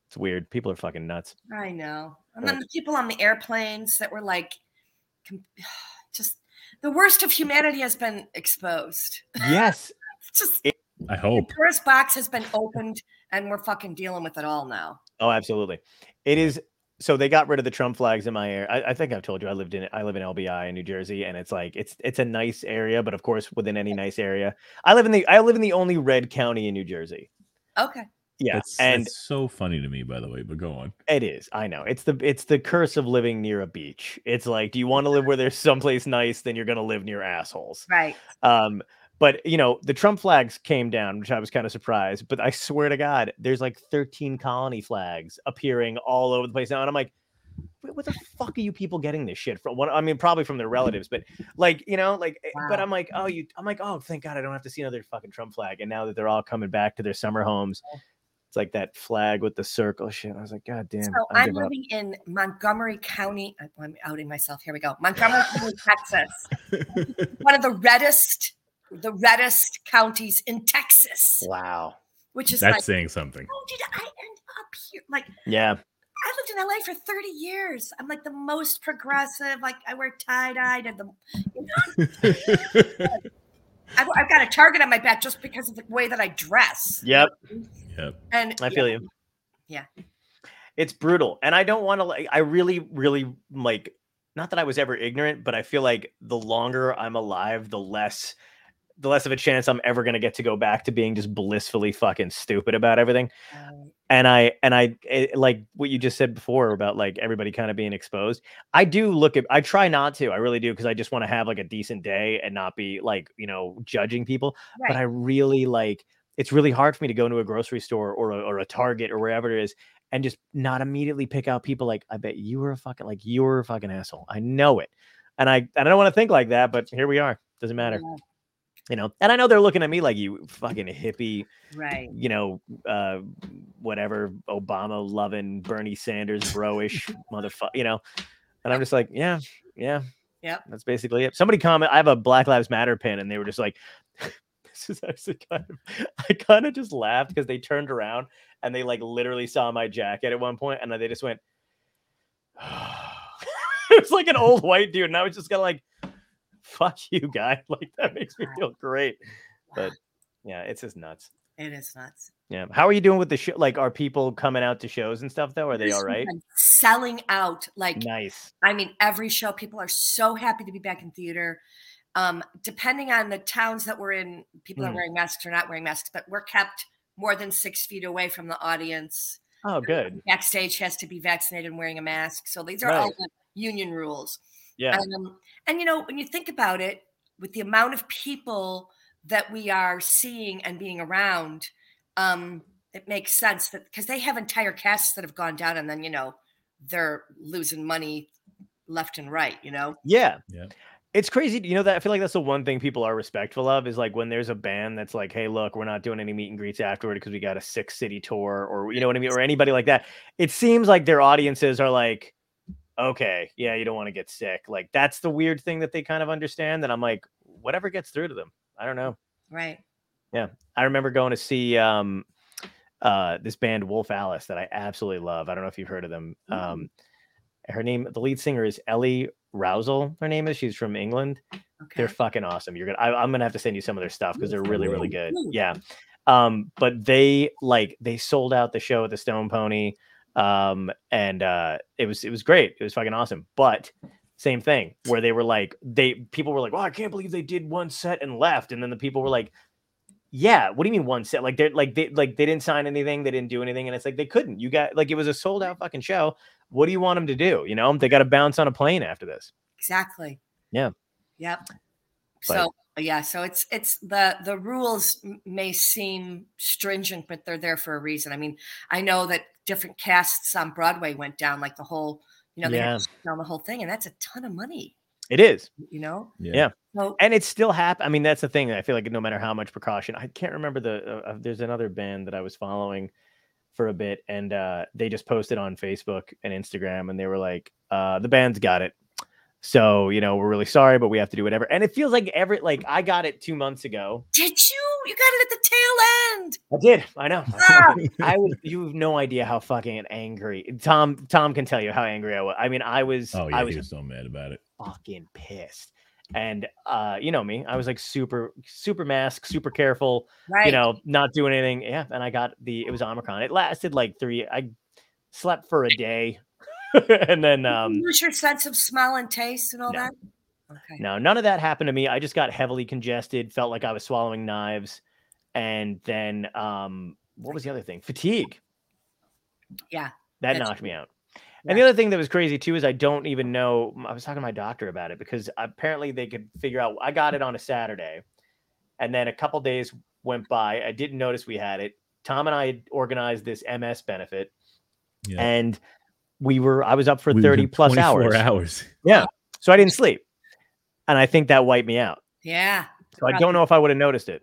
Speaker 3: it's weird. People are fucking nuts."
Speaker 1: I know. And
Speaker 3: Right.
Speaker 1: then the people on the airplanes that were like, com- [SIGHS] just the worst of humanity has been exposed.
Speaker 3: Yes,
Speaker 1: It's just
Speaker 2: [LAUGHS] I hope.
Speaker 1: Tourist box has been opened and we're fucking dealing with it all now.
Speaker 3: Oh, absolutely. It is. So they got rid of the Trump flags in my area. I, I think I've told you I lived in I live in LBI in New Jersey, and it's like it's it's a nice area, but of course within any nice area, I live in the I live in the only red county in New Jersey.
Speaker 1: Okay.
Speaker 3: Yeah,
Speaker 2: That's,
Speaker 3: and
Speaker 2: that's so funny to me, by the way. But go on.
Speaker 3: it is. I know it's the it's the curse of living near a beach. It's like, do you want to live where there's someplace nice? Then you're gonna live near assholes.
Speaker 1: Right.
Speaker 3: Um, but you know, the Trump flags came down, which I was kind of surprised. But I swear to God, there's like 13 colony flags appearing all over the place now, and I'm like, where, where the fuck are you people getting this shit from? One, I mean, probably from their relatives, but like, you know, like, eh, but
Speaker 1: Wow.
Speaker 3: I'm like, oh, you, I'm like, oh, thank God, I don't have to see another fucking Trump flag. And now that they're all coming back to their summer homes, It's like that flag with the circle shit. I was like, God damn.
Speaker 1: So
Speaker 3: I
Speaker 1: I'm
Speaker 3: give up.
Speaker 1: living in Montgomery County. I- I'm outing myself. Here we go. Montgomery
Speaker 3: [LAUGHS]
Speaker 1: County, Texas. One of the reddest, the reddest counties in Texas,
Speaker 3: Wow.
Speaker 1: which is
Speaker 2: That's
Speaker 1: like,
Speaker 2: saying
Speaker 3: [LAUGHS]
Speaker 2: something. [LAUGHS]
Speaker 1: how did I end up here? Like,
Speaker 3: Yeah.
Speaker 1: I lived in LA for 30 years. I'm like the most progressive. Like, I wear tie dye. Did the
Speaker 2: yep.
Speaker 1: I've, I've got a target on my back just because of the way that I dress.
Speaker 3: Yep.
Speaker 1: And
Speaker 3: I feel you.
Speaker 1: Yeah.
Speaker 3: It's brutal. And I don't want to like I really, really like not that I was ever ignorant, but I feel like the longer I'm alive, the less the less of a chance I'm ever gonna get to go back to being just blissfully fucking stupid about everything.
Speaker 1: Um,
Speaker 3: And I and I it, like what you just said before about like everybody kind of being exposed. I do look at I try not to, I really do, because I just want to have like a decent day and not be like, you know, judging people but I
Speaker 1: right.
Speaker 3: really like it's really hard for me to go into a grocery store or a, or a Target or wherever it is and just not immediately pick out people like I bet you were a fucking like you were a fucking asshole. I know it. And I and I don't want to think like that, but here we are. Doesn't matter,
Speaker 1: Yeah,
Speaker 3: you know. And I know they're looking at me like you fucking hippie,
Speaker 1: right.
Speaker 3: you know, uh whatever Obama loving Bernie Sanders
Speaker 1: [LAUGHS]
Speaker 3: broish motherfucker, you know. And I'm just like, yeah, yeah.
Speaker 1: Yep.
Speaker 3: That's basically it. Somebody comment I have a Black Lives Matter pin and they were just like [LAUGHS] this is actually kind of I kind of just laughed because they turned around and they like literally saw my jacket at one point and then they just went [SIGHS] [LAUGHS] It was like an old white dude and I was just kind of like fuck you guy [LAUGHS] like that makes me feel great. But yeah, it's just nuts.
Speaker 1: It is nuts.
Speaker 3: Yeah. How are you doing with the show? Like, are people coming out to shows and stuff though? Are they
Speaker 1: This
Speaker 3: all right?
Speaker 1: weekend, Selling out. Like,
Speaker 3: Nice.
Speaker 1: I mean, every show, people are so happy to be back in theater. Um, depending on the towns that we're in, people are
Speaker 3: Mhm.
Speaker 1: wearing masks or not wearing masks, but we're kept more than six feet away from the audience.
Speaker 3: Oh, good.
Speaker 1: Backstage has to be vaccinated and wearing a mask. So these are all
Speaker 3: Right.
Speaker 1: the union rules.
Speaker 3: Yeah.
Speaker 1: Um, and you know, when you think about it, with the amount of people that we are seeing and being around, um, it makes sense that because they have entire casts that have gone down, and then you know they're losing money left and right. You know,
Speaker 3: Yeah.
Speaker 2: Yeah.
Speaker 3: It's crazy. You know that I feel like that's the one thing people are respectful of is like when there's a band that's like, hey, look, we're not doing any meet and greets afterward because we got a six city tour or you know what I mean? Or anybody like that. It seems like their audiences are like, okay, yeah, you don't want to get sick. Like that's the weird thing that they kind of understand. And I'm like, whatever gets through to them. I don't know.
Speaker 1: right?
Speaker 3: I remember going to see um uh this band Wolf Alice that I absolutely love. I don't know if you've heard of them.
Speaker 1: Mm.
Speaker 3: Um her name the lead singer is Ellie Rousel, her name is. She's from England.
Speaker 1: Okay.
Speaker 3: They're fucking awesome. You're gonna I, am gonna have to send you some of their stuff because they're really, really good.
Speaker 1: Ooh.
Speaker 3: Yeah. Um, but they like they sold out the show at the Stone Pony. Um, and uh it was it was great, it was fucking awesome. But same thing where they were like they people were like, Well, I can't believe they did one set and left, and then the people were like yeah what do you mean one set like they're like they like they didn't sign anything they didn't do anything and it's like they couldn't you got like it was a sold out fucking show what do you want them to do you know they got to bounce on a plane after this
Speaker 1: Exactly.
Speaker 3: Yeah.
Speaker 1: Yep.
Speaker 3: But-
Speaker 1: So yeah, so it's it's the the rules m- may seem stringent, but they're there for a reason. I mean, I know that different casts on Broadway went down, like the whole, you know, they
Speaker 3: Yeah.
Speaker 1: had to shut down the whole thing, and that's a ton of money,
Speaker 3: it is
Speaker 1: you know.
Speaker 3: Yeah.
Speaker 2: [LAUGHS]
Speaker 1: So
Speaker 3: and it's still happening. I mean, that's the thing. that I feel like no matter how much precaution, I can't remember the. Uh, uh, there's another band that I was following for a bit, and uh, they just posted on Facebook and Instagram, and they were like, uh, "The band's got it." So you know, we're really sorry, but we have to do whatever. And it feels like every like I got it two months ago.
Speaker 1: did you? You got it at the tail end.
Speaker 3: I did.
Speaker 2: [LAUGHS]
Speaker 3: I know.
Speaker 1: Ah!
Speaker 3: I was. You have no idea how fucking angry Tom. Tom can tell you how angry I was. I mean, I was.
Speaker 2: Oh yeah,
Speaker 3: I
Speaker 2: he
Speaker 3: was
Speaker 2: was so mad about it.
Speaker 3: fucking pissed. And uh, you know me, I was like super, super mask, super careful.
Speaker 1: Right.
Speaker 3: you know, not doing anything. Yeah. And I got the, it was Omicron. It lasted like three, I slept for a day. [LAUGHS] and then,
Speaker 1: Did you
Speaker 3: um,
Speaker 1: lose your sense of smell and taste and all
Speaker 3: no.
Speaker 1: that. Okay.
Speaker 3: no, none of that happened to me. I just got heavily congested, felt like I was swallowing knives. And then, um, what was the other thing? Fatigue.
Speaker 1: Yeah,
Speaker 3: That
Speaker 1: that's
Speaker 3: knocked me
Speaker 1: true.
Speaker 3: out. And the other thing that was crazy too is I don't even know. I was talking to my doctor about it because apparently they could figure out I got it on a Saturday. And then a couple days went by. I didn't notice we had it. Tom and I had organized this MS benefit
Speaker 2: Yeah.
Speaker 3: and we were I was up for
Speaker 2: We were
Speaker 3: 30 plus
Speaker 2: 24
Speaker 3: hours.
Speaker 2: hours.
Speaker 3: So I didn't sleep. And I think that wiped me out.
Speaker 1: Yeah.
Speaker 3: So I
Speaker 1: Right.
Speaker 3: don't know if I would have noticed it.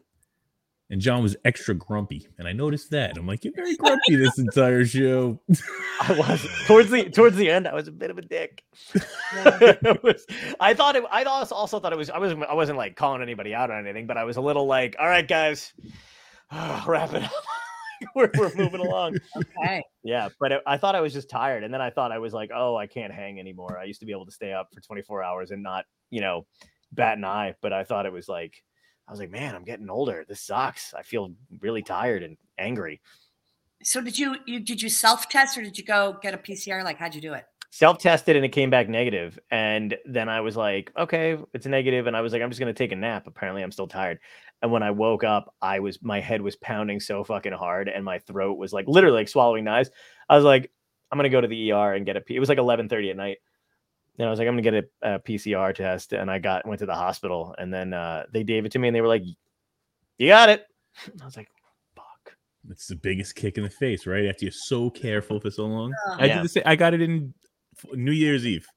Speaker 2: and John was extra grumpy. And I noticed that. I'm like, you're very grumpy this entire show. [LAUGHS]
Speaker 3: I was towards the towards the end. I was a bit of a dick. [LAUGHS] It was- I thought it, I also also thought it was. I wasn't. I wasn't like calling anybody out or anything, but I was a little like, all right, guys, [SIGHS] wrap it up. [LAUGHS] we're, we're moving along.
Speaker 1: Okay.
Speaker 3: Yeah, but it, I thought I was just tired, and then I thought I was like, oh, I can't hang anymore. I used to be able to stay up for 24 hours and not, you know, bat an eye. But I thought it was like, I was like, man, I'm getting older. This sucks. I feel really tired and angry.
Speaker 1: So did you, you did you self test or did you go get a PCR? Like how'd you do it?
Speaker 3: Self tested and it came back negative, and then I was like, okay, it's negative, and I was like, I'm just gonna take a nap. Apparently, I'm still tired. And when I woke up, I was my head was pounding so fucking hard, and my throat was like literally like swallowing knives. I was like, I'm gonna go to the ER and get a. P-. It was like 11:30 at night, and I was like, I'm gonna get a, a PCR test, and I got went to the hospital, and then uh, they gave it to me, and they were like, you got it. [LAUGHS] I was like, fuck.
Speaker 2: It's the biggest kick in the face, right? After you're so careful for so long.
Speaker 1: Ugh.
Speaker 2: I
Speaker 3: Yeah.
Speaker 2: did the same. I got it in f- New Year's Eve,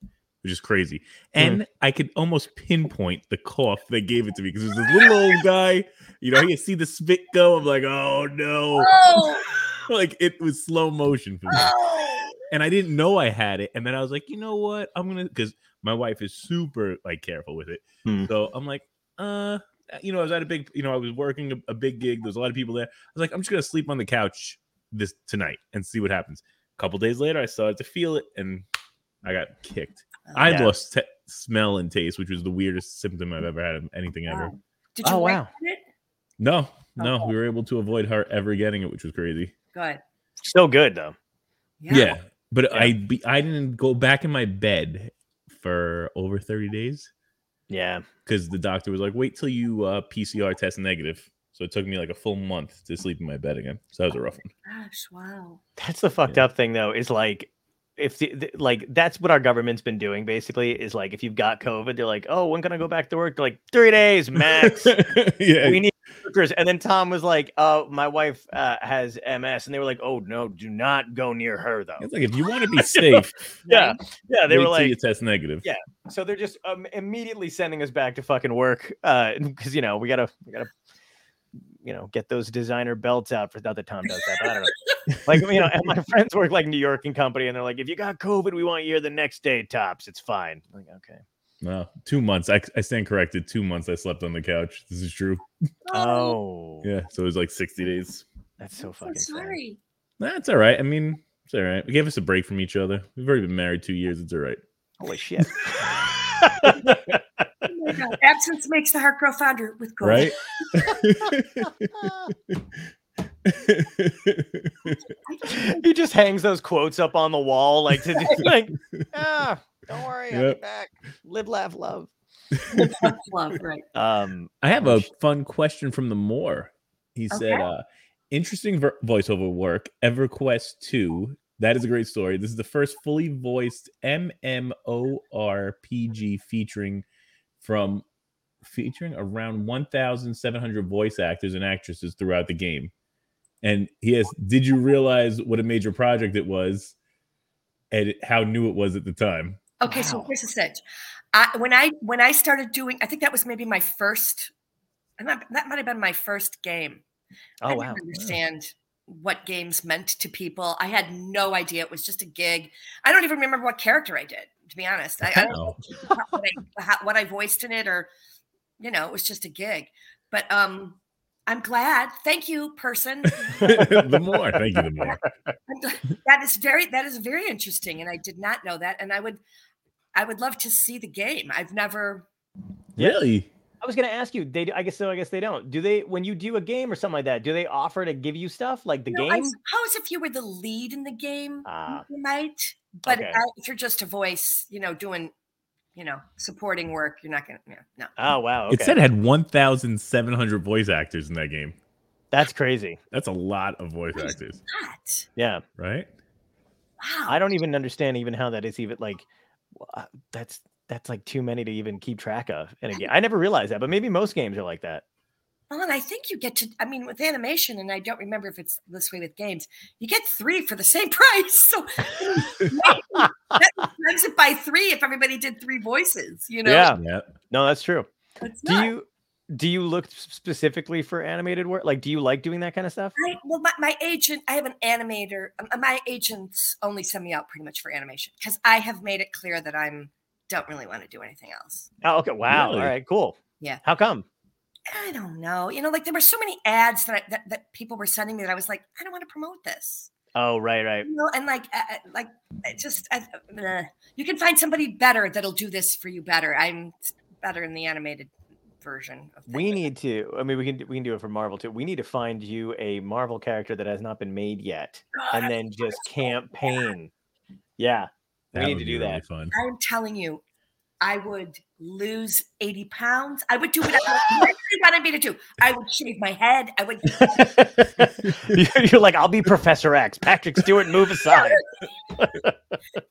Speaker 2: which is crazy.
Speaker 3: Mm.
Speaker 2: And I could almost pinpoint the cough that gave it to me because it was this little old guy. You know, he could see the spit go. I'm like, oh
Speaker 1: [LAUGHS]
Speaker 2: no.
Speaker 1: Oh,
Speaker 2: like it was slow motion for me.
Speaker 1: oh.
Speaker 2: and I didn't know I had it. And then I was like, you know what? I'm gonna because my wife is super like careful with it.
Speaker 3: Hmm.
Speaker 2: So I'm like, uh, you know, I was at a big, you know, I was working a, a big gig. There's a lot of people there. I was like, I'm just gonna sleep on the couch this tonight and see what happens. A couple days later, I started to feel it, and I got kicked.
Speaker 1: Uh,
Speaker 2: I
Speaker 3: Yeah.
Speaker 2: lost t- smell and taste, which was the weirdest symptom I've ever had of anything ever.
Speaker 1: Mm. Wow. Did you
Speaker 3: Oh,
Speaker 1: write
Speaker 3: wow.
Speaker 1: it?
Speaker 2: No, no,
Speaker 1: Okay.
Speaker 2: we were able to avoid her ever getting it, which was crazy.
Speaker 1: Good.
Speaker 3: So good though.
Speaker 2: Yeah. But
Speaker 3: Yeah.
Speaker 2: I be, I didn't go back in my bed for over 30 days
Speaker 3: Yeah.
Speaker 2: because the doctor was like, wait till you uh, PCR test negative. So it took me like a full month to sleep in my bed again. So that was a rough one.
Speaker 1: Gosh, wow.
Speaker 3: That's the fucked
Speaker 2: Yeah.
Speaker 3: up thing, though. Is like if the, the- like that's what our government's been doing basically. Is like if you've got COVID, they're like, oh, when can I go back to work? They're like three
Speaker 2: [LAUGHS]
Speaker 3: days max.
Speaker 2: yeah.
Speaker 3: we need workers. And then Tom was like, oh, my wife uh, has MS, and they were like, oh no, do not go near her though.
Speaker 2: It's like if you want to be safe,
Speaker 3: [LAUGHS] Yeah, yeah. They
Speaker 2: wait
Speaker 3: were
Speaker 2: till
Speaker 3: like,
Speaker 2: you test negative.
Speaker 3: Yeah. so they're just um, immediately sending us back to fucking work [LAUGHS] because you know we gotta we gotta you know get those designer belts out for not that Tom does that but I don't know like you know and my friends work like New York and company and they're like if you got COVID we want you here the next day tops it's fine I'm like okay
Speaker 2: No, two months. I, I stand corrected. Two months I slept on the couch. This is true.
Speaker 3: oh
Speaker 2: Yeah. So it was like 60 days.
Speaker 3: that's so
Speaker 1: I'm
Speaker 3: fucking
Speaker 1: so
Speaker 3: sad.
Speaker 1: sorry.
Speaker 2: That's all right. I mean, it's all right. We gave us a break from each other. We've already been married two years. It's all right.
Speaker 3: holy shit
Speaker 1: Oh my God. Absence makes the heart grow fonder with growth.
Speaker 2: [LAUGHS] Right?
Speaker 1: I don't
Speaker 3: he just hangs those quotes up on the wall like to just like ah don't worry I'll
Speaker 2: Yep.
Speaker 3: be back live laugh love
Speaker 1: think that's love, right?
Speaker 3: um
Speaker 2: I have
Speaker 3: Oh,
Speaker 2: a
Speaker 3: sh-
Speaker 2: fun question from the Moore. He said,
Speaker 1: Okay.
Speaker 2: uh, interesting ver- voiceover work, EverQuest 2. That is a great story. This is the first fully voiced MMORPG featuring from featuring around 1,700 voice actors and actresses throughout the game. And he has, did you realize what a major project it was and how new it was at the time?
Speaker 1: Okay, so
Speaker 3: Wow.
Speaker 1: here's the sitch. I, when I when I started doing, I think that was maybe my first. I might- That might have been my first game. I
Speaker 3: oh
Speaker 1: didn't
Speaker 3: wow
Speaker 1: understand what games meant to people. I had no idea. It was just a gig. I don't even remember what character I did. To be honest, I, I don't [LAUGHS]
Speaker 2: Oh,
Speaker 1: know what I, [LAUGHS] how, what I voiced in it, or you know, it was just a gig. But um, I'm glad. Thank you,
Speaker 3: [LAUGHS]
Speaker 1: person.
Speaker 2: [LAUGHS] the Moore. Thank you, the Moore.
Speaker 1: I'm gl- that is very that is very interesting, and I did not know that. And I would, I would love to see the game. I've never.
Speaker 2: Really?
Speaker 3: I was gonna ask you. They, I guess so. I guess they don't. Do they? When you do a game or something like that, do they offer to give you stuff like the
Speaker 1: No, I
Speaker 3: game?
Speaker 1: suppose if you were the lead in the game,
Speaker 3: Ah.
Speaker 1: you might. But
Speaker 3: Okay.
Speaker 1: I- if you're just a voice, you know, doing, you know, supporting work, you're not gonna. Yeah, no.
Speaker 3: Oh wow, okay.
Speaker 2: It said it had 1,700 voice actors in that game.
Speaker 3: that's crazy.
Speaker 2: That's a lot of voice
Speaker 1: Nice.
Speaker 2: actors,
Speaker 1: What?
Speaker 3: Yeah,
Speaker 2: right?
Speaker 1: Wow.
Speaker 3: I don't even understand even how that is even like. wha- uh, That's that's like too many to even keep track of in a game. I never realized that, but maybe most games are like that.
Speaker 1: Well, and I think you get to. I mean, with animation, and I don't remember if it's this way with games. You get three for the same [LAUGHS] price, so times it by three if everybody did three voices. You know.
Speaker 3: Yeah,
Speaker 2: Yeah.
Speaker 3: no, that's true.
Speaker 1: It's
Speaker 3: Do
Speaker 1: not.
Speaker 3: you do you look s- specifically for animated work? Like, do you like doing that kind of stuff?
Speaker 1: I, well, my, my agent, I have an animator. um, My agents only send me out pretty much for animation because I have made it clear that I'm don't really want to do anything else.
Speaker 3: Oh, okay. Wow.
Speaker 2: Really?
Speaker 3: All right. Cool.
Speaker 1: Yeah.
Speaker 3: How come?
Speaker 1: I don't know. You know, like there were so many ads that I, that, that people were sending me that I was like, I don't want to promote this.
Speaker 3: Oh, right, right.
Speaker 1: You know, and like, uh, uh, like, I just I, uh, you can find somebody better that'll do this for you better. I'm s- better in the animated version. Of
Speaker 3: We
Speaker 1: things.
Speaker 3: need to. I mean, we can we can do it for Marvel too. We need to find you a Marvel character that has not been made yet,
Speaker 1: God,
Speaker 2: Oh,
Speaker 3: and then just campaign. Yeah, we need
Speaker 2: would
Speaker 3: to
Speaker 2: be
Speaker 3: do
Speaker 2: really
Speaker 3: that. [LAUGHS]
Speaker 2: Fun.
Speaker 1: I'm telling you, I would lose 80 pounds. I would do what I really wanted me to do. I would shave my head. I would
Speaker 3: [LAUGHS] You're- You're like, I'll be Professor X. Patrick
Speaker 2: [LAUGHS]
Speaker 3: Stewart, move aside.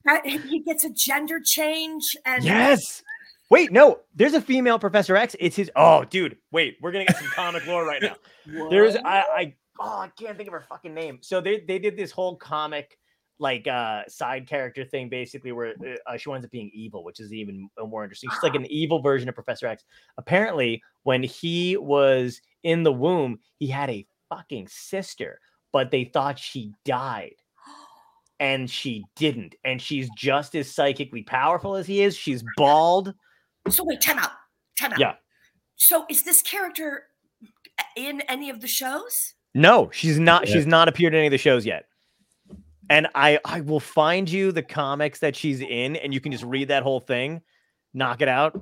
Speaker 1: I- he gets a gender change and
Speaker 3: Yes. Wait, no. There's a female Professor X. It's his. Oh, dude. Wait, we're gonna get some comic lore right now. There's I, I oh I can't think of her fucking name. So they they did this whole comic like uh side character thing basically where uh, uh, she winds up being evil, which is even m- more interesting. She's like an evil version of Professor X. Apparently, when he was in the womb, he had a fucking sister, but they thought she died. And she didn't, and she's just as psychically powerful as he is. She's bald.
Speaker 1: [GASPS] so wait, time out. Time out.
Speaker 3: Yeah.
Speaker 1: So is this character eh, in any of the shows?
Speaker 3: No, she's not.
Speaker 2: Yeah.
Speaker 3: She's not appeared in any of the shows yet. And I, I will find you the comics that she's in, and you can just read that whole thing, knock it out.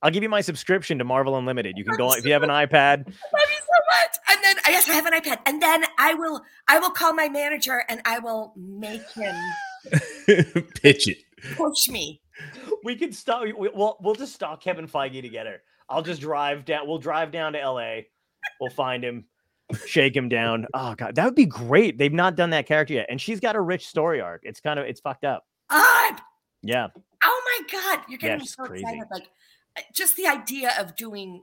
Speaker 3: I'll give you my subscription to Marvel Unlimited. You can go if you have an iPad.
Speaker 1: Love you so much. And then I guess I have an iPad. And then I will I will call my manager and I will make him
Speaker 2: Pitch it.
Speaker 1: push me.
Speaker 3: We can stop. We, we'll we'll just stalk Kevin Feige together. I'll just drive down. We'll drive down to LA. We'll find him, shake him down. Oh god, that would be great. They've not done that character yet, and she's got a rich story arc. It's kind of it's fucked up.
Speaker 1: Oh,
Speaker 3: Yeah.
Speaker 1: oh my god, you're
Speaker 3: Yeah,
Speaker 1: getting me
Speaker 3: she's
Speaker 1: so
Speaker 3: crazy.
Speaker 1: excited. Like uh, just the idea of doing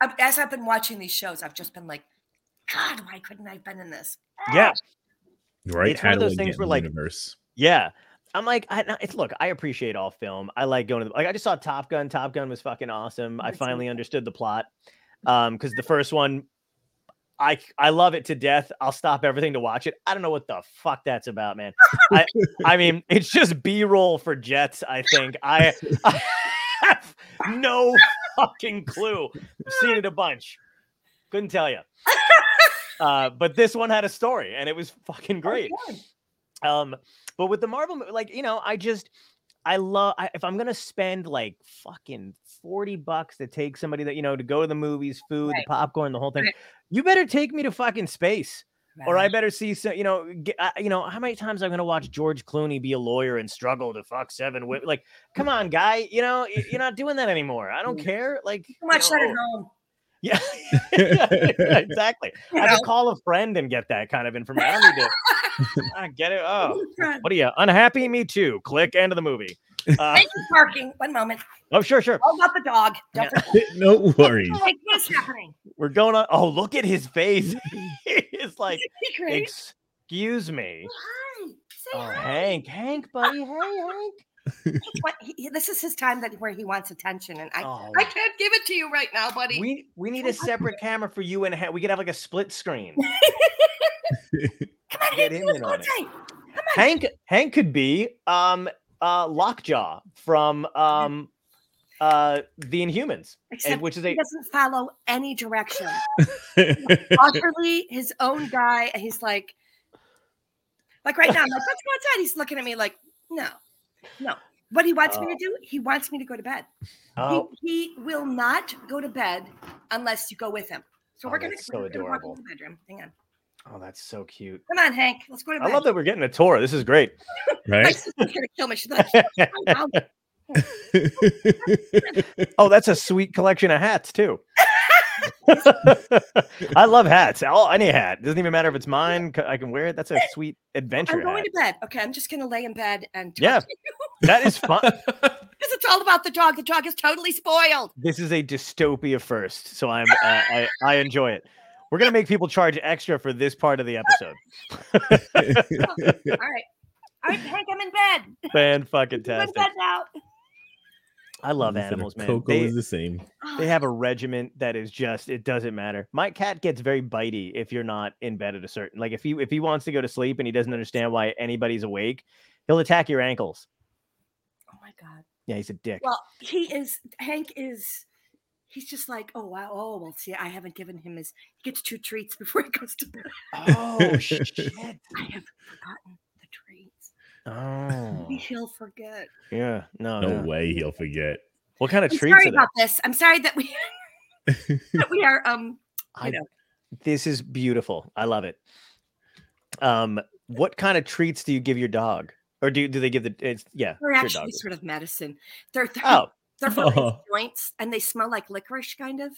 Speaker 1: I- as I've been watching these shows, I've just been like, God, why couldn't I have been in this?
Speaker 3: Yeah.
Speaker 2: Right?
Speaker 3: It's one of
Speaker 2: do
Speaker 3: those
Speaker 2: I
Speaker 3: things
Speaker 2: get in
Speaker 3: where,
Speaker 2: the
Speaker 3: like,
Speaker 2: universe?
Speaker 3: [LAUGHS]
Speaker 2: [LAUGHS]
Speaker 3: Yeah. I'm like, I, no, it's, look, I appreciate all film. I like going to the, like, I just saw Top Gun. Top Gun was fucking awesome. I
Speaker 1: That's
Speaker 3: finally
Speaker 1: amazing.
Speaker 3: understood the plot. Um, cause the first one, I, I love it to death. I'll stop everything to watch it. I don't know what the fuck that's about, man. I, I mean, it's just B roll for jets. I think I, [LAUGHS] I have no fucking clue. I've seen it a bunch. Couldn't tell you. Uh, but this one had a story and it was fucking great.
Speaker 1: Okay.
Speaker 3: Um, but with the Marvel, mo- like you know, I just I love I, if I'm gonna spend like fucking forty bucks to take somebody that you know to go to the movies, food,
Speaker 1: Right.
Speaker 3: the popcorn, the whole thing.
Speaker 1: Right.
Speaker 3: You better take me to fucking space, or I
Speaker 1: Right.
Speaker 3: better see some. You know, get, uh, you know how many times I'm gonna watch George Clooney be a lawyer and struggle to fuck seven women. Like,
Speaker 1: [LAUGHS]
Speaker 3: come on, guy. You know, y- you're not doing that anymore. I don't
Speaker 1: Mm.
Speaker 3: care. Like,
Speaker 1: You can watch
Speaker 3: you know,
Speaker 1: that
Speaker 3: oh,
Speaker 1: at home. [LAUGHS]
Speaker 3: yeah, [LAUGHS] yeah, yeah, exactly.
Speaker 1: You
Speaker 3: I
Speaker 1: know?
Speaker 3: just call a friend and get that kind of information. I don't need
Speaker 1: [LAUGHS]
Speaker 3: to. I get it. Oh,
Speaker 1: Ooh, friend.
Speaker 3: what are you unhappy? Me too. Click end of the movie. Uh,
Speaker 1: Thank you, parking. One moment.
Speaker 3: oh, sure, sure.
Speaker 1: Hold up a dog. Don't
Speaker 3: Yeah.
Speaker 1: forget.
Speaker 2: no worries.
Speaker 3: [LAUGHS]
Speaker 1: Like what is happening?
Speaker 3: We're going on. Oh, look at his face. [LAUGHS]
Speaker 1: [LAUGHS]
Speaker 3: it's like,
Speaker 1: Secret.
Speaker 3: excuse me.
Speaker 1: Say hi. Say
Speaker 3: Oh,
Speaker 1: hi.
Speaker 3: Hank, Hank, buddy, hey, Hank.
Speaker 1: It's what- he- he- this is his time that where he wants attention, and I
Speaker 3: Oh,
Speaker 1: I can't give it to you right now, buddy.
Speaker 3: we we need a separate camera for you and Hank. We could have like a split screen.
Speaker 1: [LAUGHS] Come on,
Speaker 3: get
Speaker 1: Hank,
Speaker 3: him
Speaker 1: let's
Speaker 3: in
Speaker 1: go
Speaker 3: on it.
Speaker 1: outside.
Speaker 3: Hank, Hank could be um uh Lockjaw from um uh the Inhumans, and,
Speaker 1: Except
Speaker 3: which is
Speaker 1: he
Speaker 3: a
Speaker 1: doesn't follow
Speaker 3: [LAUGHS]
Speaker 1: any direction. Utterly his own guy. and He's like, like right now, I'm like, let's go outside. He's looking at me like, no, no. What he wants me to do, he wants me to go to bed.
Speaker 3: Uh. oh
Speaker 1: He, he will not go to bed unless you go with him. So
Speaker 3: Oh,
Speaker 1: we're gonna,
Speaker 3: that's so
Speaker 1: we're gonna walk
Speaker 3: adorable.
Speaker 1: into the bedroom. Hang on,
Speaker 3: oh that's so cute.
Speaker 1: come on, Hank. Let's go to bed.
Speaker 3: I love that we're getting a tour. This is great.
Speaker 1: My
Speaker 2: [LAUGHS] right?
Speaker 1: sister's gonna kill me. She's like, "Shut
Speaker 3: [LAUGHS]
Speaker 1: the fuck up."
Speaker 3: Oh, that's a sweet collection of hats too. [LAUGHS] I love hats. All any hat doesn't even matter if it's mine. c- I can wear it. That's a sweet
Speaker 1: I'm
Speaker 3: adventure
Speaker 1: going
Speaker 3: hat.
Speaker 1: to bed. Okay, I'm just gonna lay in bed and talk
Speaker 3: Yeah.
Speaker 1: to you [LAUGHS]
Speaker 3: That is fun.
Speaker 1: because it's all about the dog. The dog is totally spoiled.
Speaker 3: [LAUGHS] this is a dystopia first, so I'm uh, I, I enjoy it. We're gonna make people charge extra for this part of the
Speaker 1: [LAUGHS]
Speaker 3: episode.
Speaker 1: All right, all right, Hank, I'm in bed.
Speaker 3: Fan
Speaker 1: I'm in
Speaker 3: fucking
Speaker 1: bed now.
Speaker 3: I love
Speaker 2: Instead of
Speaker 3: animals, man.
Speaker 2: Coco
Speaker 3: They,
Speaker 2: is the same.
Speaker 1: Ah,
Speaker 3: they have a regiment that is just it doesn't matter. My cat gets very bitey if you're not in bed at a certain like if he if he wants to go to sleep and he doesn't understand why anybody's awake, he'll attack your ankles.
Speaker 1: Oh my god.
Speaker 3: Yeah, he's a dick. [LAUGHS]
Speaker 1: Well, he is. Hank is. He's just like, oh wow, oh well. See, I haven't given him his. He gets two treats before he goes to bed.
Speaker 3: oh shit.
Speaker 1: I have forgotten the treats. [LAUGHS]
Speaker 3: Oh.
Speaker 1: Maybe he'll forget.
Speaker 3: Yeah. No.
Speaker 2: No
Speaker 3: no.
Speaker 2: way he'll
Speaker 3: [LAUGHS]
Speaker 2: forget. [LAUGHS]
Speaker 3: What kind of
Speaker 1: I'm
Speaker 3: treats
Speaker 1: sorry
Speaker 3: are there?
Speaker 1: about this. I'm sorry that we [LAUGHS] that we are um
Speaker 3: I,
Speaker 1: know.
Speaker 3: This is beautiful. I love it. Um, what kind of treats do you give your dog? Or do do they give the it's yeah,
Speaker 1: we're
Speaker 3: it's your
Speaker 1: actually
Speaker 3: dog.
Speaker 1: sort of medicine. They're they're,
Speaker 3: Oh,
Speaker 1: they're for
Speaker 3: [LAUGHS]
Speaker 1: his
Speaker 2: Oh.
Speaker 1: joints and they smell like licorice, kind of.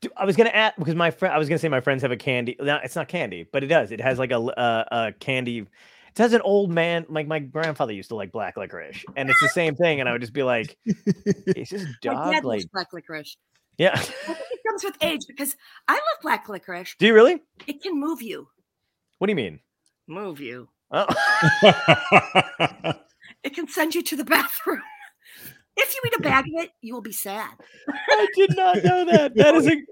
Speaker 3: do- I was gonna add because my friend I was gonna say my friends have a candy. No, it's not candy, but it does. It has like a l- uh, a candy. It has an old man like my grandfather used to like black licorice, and it's the same thing. And I would just be [LAUGHS] like, "Is this
Speaker 1: My dad
Speaker 3: dog like
Speaker 1: loves black licorice. [LAUGHS]
Speaker 3: yeah?" [LAUGHS]
Speaker 1: I think it comes with age because I love black licorice.
Speaker 3: do you really?
Speaker 1: It can move you,
Speaker 3: What do you [LAUGHS] mean?
Speaker 1: move you.
Speaker 3: Oh,
Speaker 1: It can send you to the [LAUGHS] bathroom. If you eat a bag of it, you will be sad.
Speaker 3: I did not [LAUGHS] know that. That is a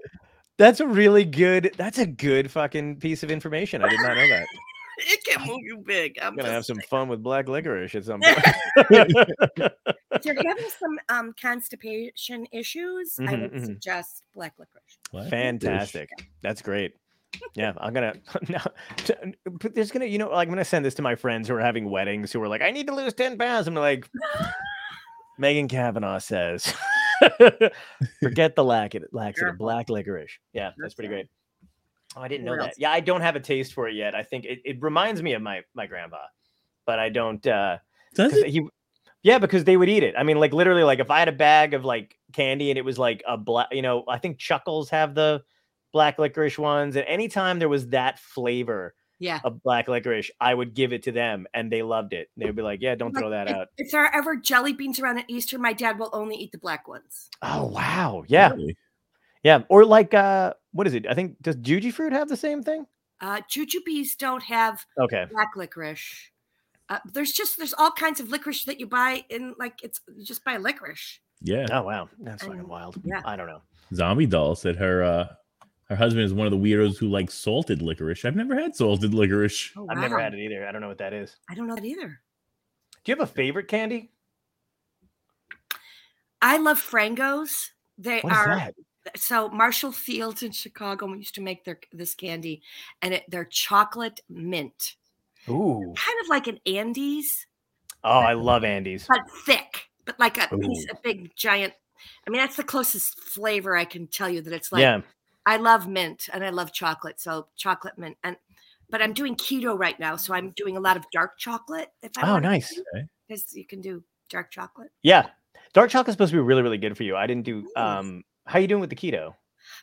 Speaker 3: that's a really good that's a good fucking piece of information. I did not know that.
Speaker 1: It can move you big. I'm
Speaker 3: I'm gonna
Speaker 1: just
Speaker 3: have some
Speaker 1: saying.
Speaker 3: fun with black licorice at some point.
Speaker 1: If you're having some um, constipation issues, I
Speaker 3: Mhm,
Speaker 1: would
Speaker 3: mhm.
Speaker 1: suggest black licorice.
Speaker 2: What?
Speaker 3: Fantastic. That's great. Yeah, I'm gonna [LAUGHS] no, t- but there's gonna you know like I'm gonna send this to my friends who are having weddings who are like I need to lose ten pounds. I'm
Speaker 1: [LAUGHS]
Speaker 3: like Megan Kavanaugh says, forget the lack it lacks of
Speaker 1: Careful.
Speaker 3: black licorice. Yeah, that's pretty
Speaker 1: right.
Speaker 3: great. Oh, I didn't know
Speaker 1: What
Speaker 3: that.
Speaker 1: else?
Speaker 3: Yeah, I don't have a taste for it yet. I think it, it reminds me of my my grandpa, but I don't. uh
Speaker 2: [LAUGHS] Does
Speaker 3: 'cause
Speaker 2: it?
Speaker 3: he yeah because they would eat it i mean like literally like if i had a bag of like candy and it was like a black you know i think chuckles have the black licorice ones and anytime there was that flavor
Speaker 1: Yeah.
Speaker 3: of black licorice i would give it to them and they loved it they would be like yeah don't
Speaker 1: Like,
Speaker 3: throw that
Speaker 1: if,
Speaker 3: out
Speaker 1: If there are ever jelly beans around at Easter, my dad will only eat the black ones.
Speaker 3: oh wow yeah
Speaker 2: Really?
Speaker 3: yeah or like uh what is it i think does juji fruit have the same thing
Speaker 1: Uh, jujubes don't have
Speaker 3: okay
Speaker 1: black licorice. Uh, there's just there's all kinds of licorice that you buy in like it's you just buy licorice.
Speaker 2: Yeah.
Speaker 3: oh wow that's fucking
Speaker 1: Um,
Speaker 3: wild
Speaker 1: yeah.
Speaker 3: i don't know
Speaker 2: Zombie doll said her uh her husband is one of the weirdos who likes salted licorice. I've never had salted licorice.
Speaker 1: Oh,
Speaker 3: i've never
Speaker 1: wow.
Speaker 3: had it either i don't know what that is
Speaker 1: I don't know that either.
Speaker 3: do you have a favorite candy
Speaker 1: I love frangos. They
Speaker 3: What is
Speaker 1: are
Speaker 3: that
Speaker 1: so Marshall Fields in Chicago used to make their this candy, and it, they're chocolate mint,
Speaker 3: ooh
Speaker 1: kind of like an Andes,
Speaker 3: oh i love andes
Speaker 1: but thick, but like a piece,
Speaker 3: Ooh.
Speaker 1: a big giant. I mean, that's the closest flavor I can tell you that it's like.
Speaker 3: yeah
Speaker 1: I love mint and I love chocolate, so chocolate mint and. But I'm doing keto right now, so I'm doing a lot of dark chocolate. If I
Speaker 3: oh
Speaker 1: wanna
Speaker 3: nice
Speaker 1: do,
Speaker 2: Okay.
Speaker 1: 'cause you can do dark chocolate.
Speaker 3: Yeah. Dark chocolate's supposed to be really, really good for you. I didn't do
Speaker 1: Nice.
Speaker 3: um how you doing with the keto?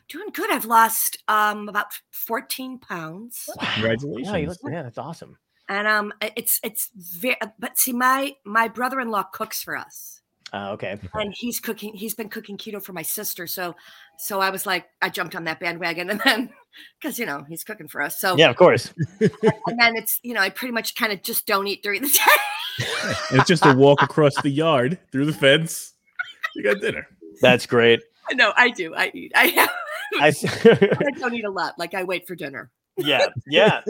Speaker 1: Doing good. I've lost um about 14 pounds.
Speaker 3: Yeah, you
Speaker 2: Congratulations.
Speaker 3: look, yeah, that's awesome.
Speaker 1: and um i- it's it's very but see my my brother-in-law cooks for us
Speaker 3: Uh, okay.
Speaker 1: and he's cooking he's been cooking keto for my sister so so i was like i jumped on that bandwagon and then [LAUGHS] because you know he's cooking for us so
Speaker 3: Yeah, of course.
Speaker 1: and then it's you know i pretty much kind of just don't eat during the [LAUGHS] day
Speaker 2: And it's just a walk across the yard through the fence. You got dinner.
Speaker 3: That's great.
Speaker 1: no i do i eat i, have,
Speaker 3: I s- [LAUGHS]
Speaker 1: [LAUGHS] I don't eat a lot like i wait for dinner
Speaker 3: yeah, yeah.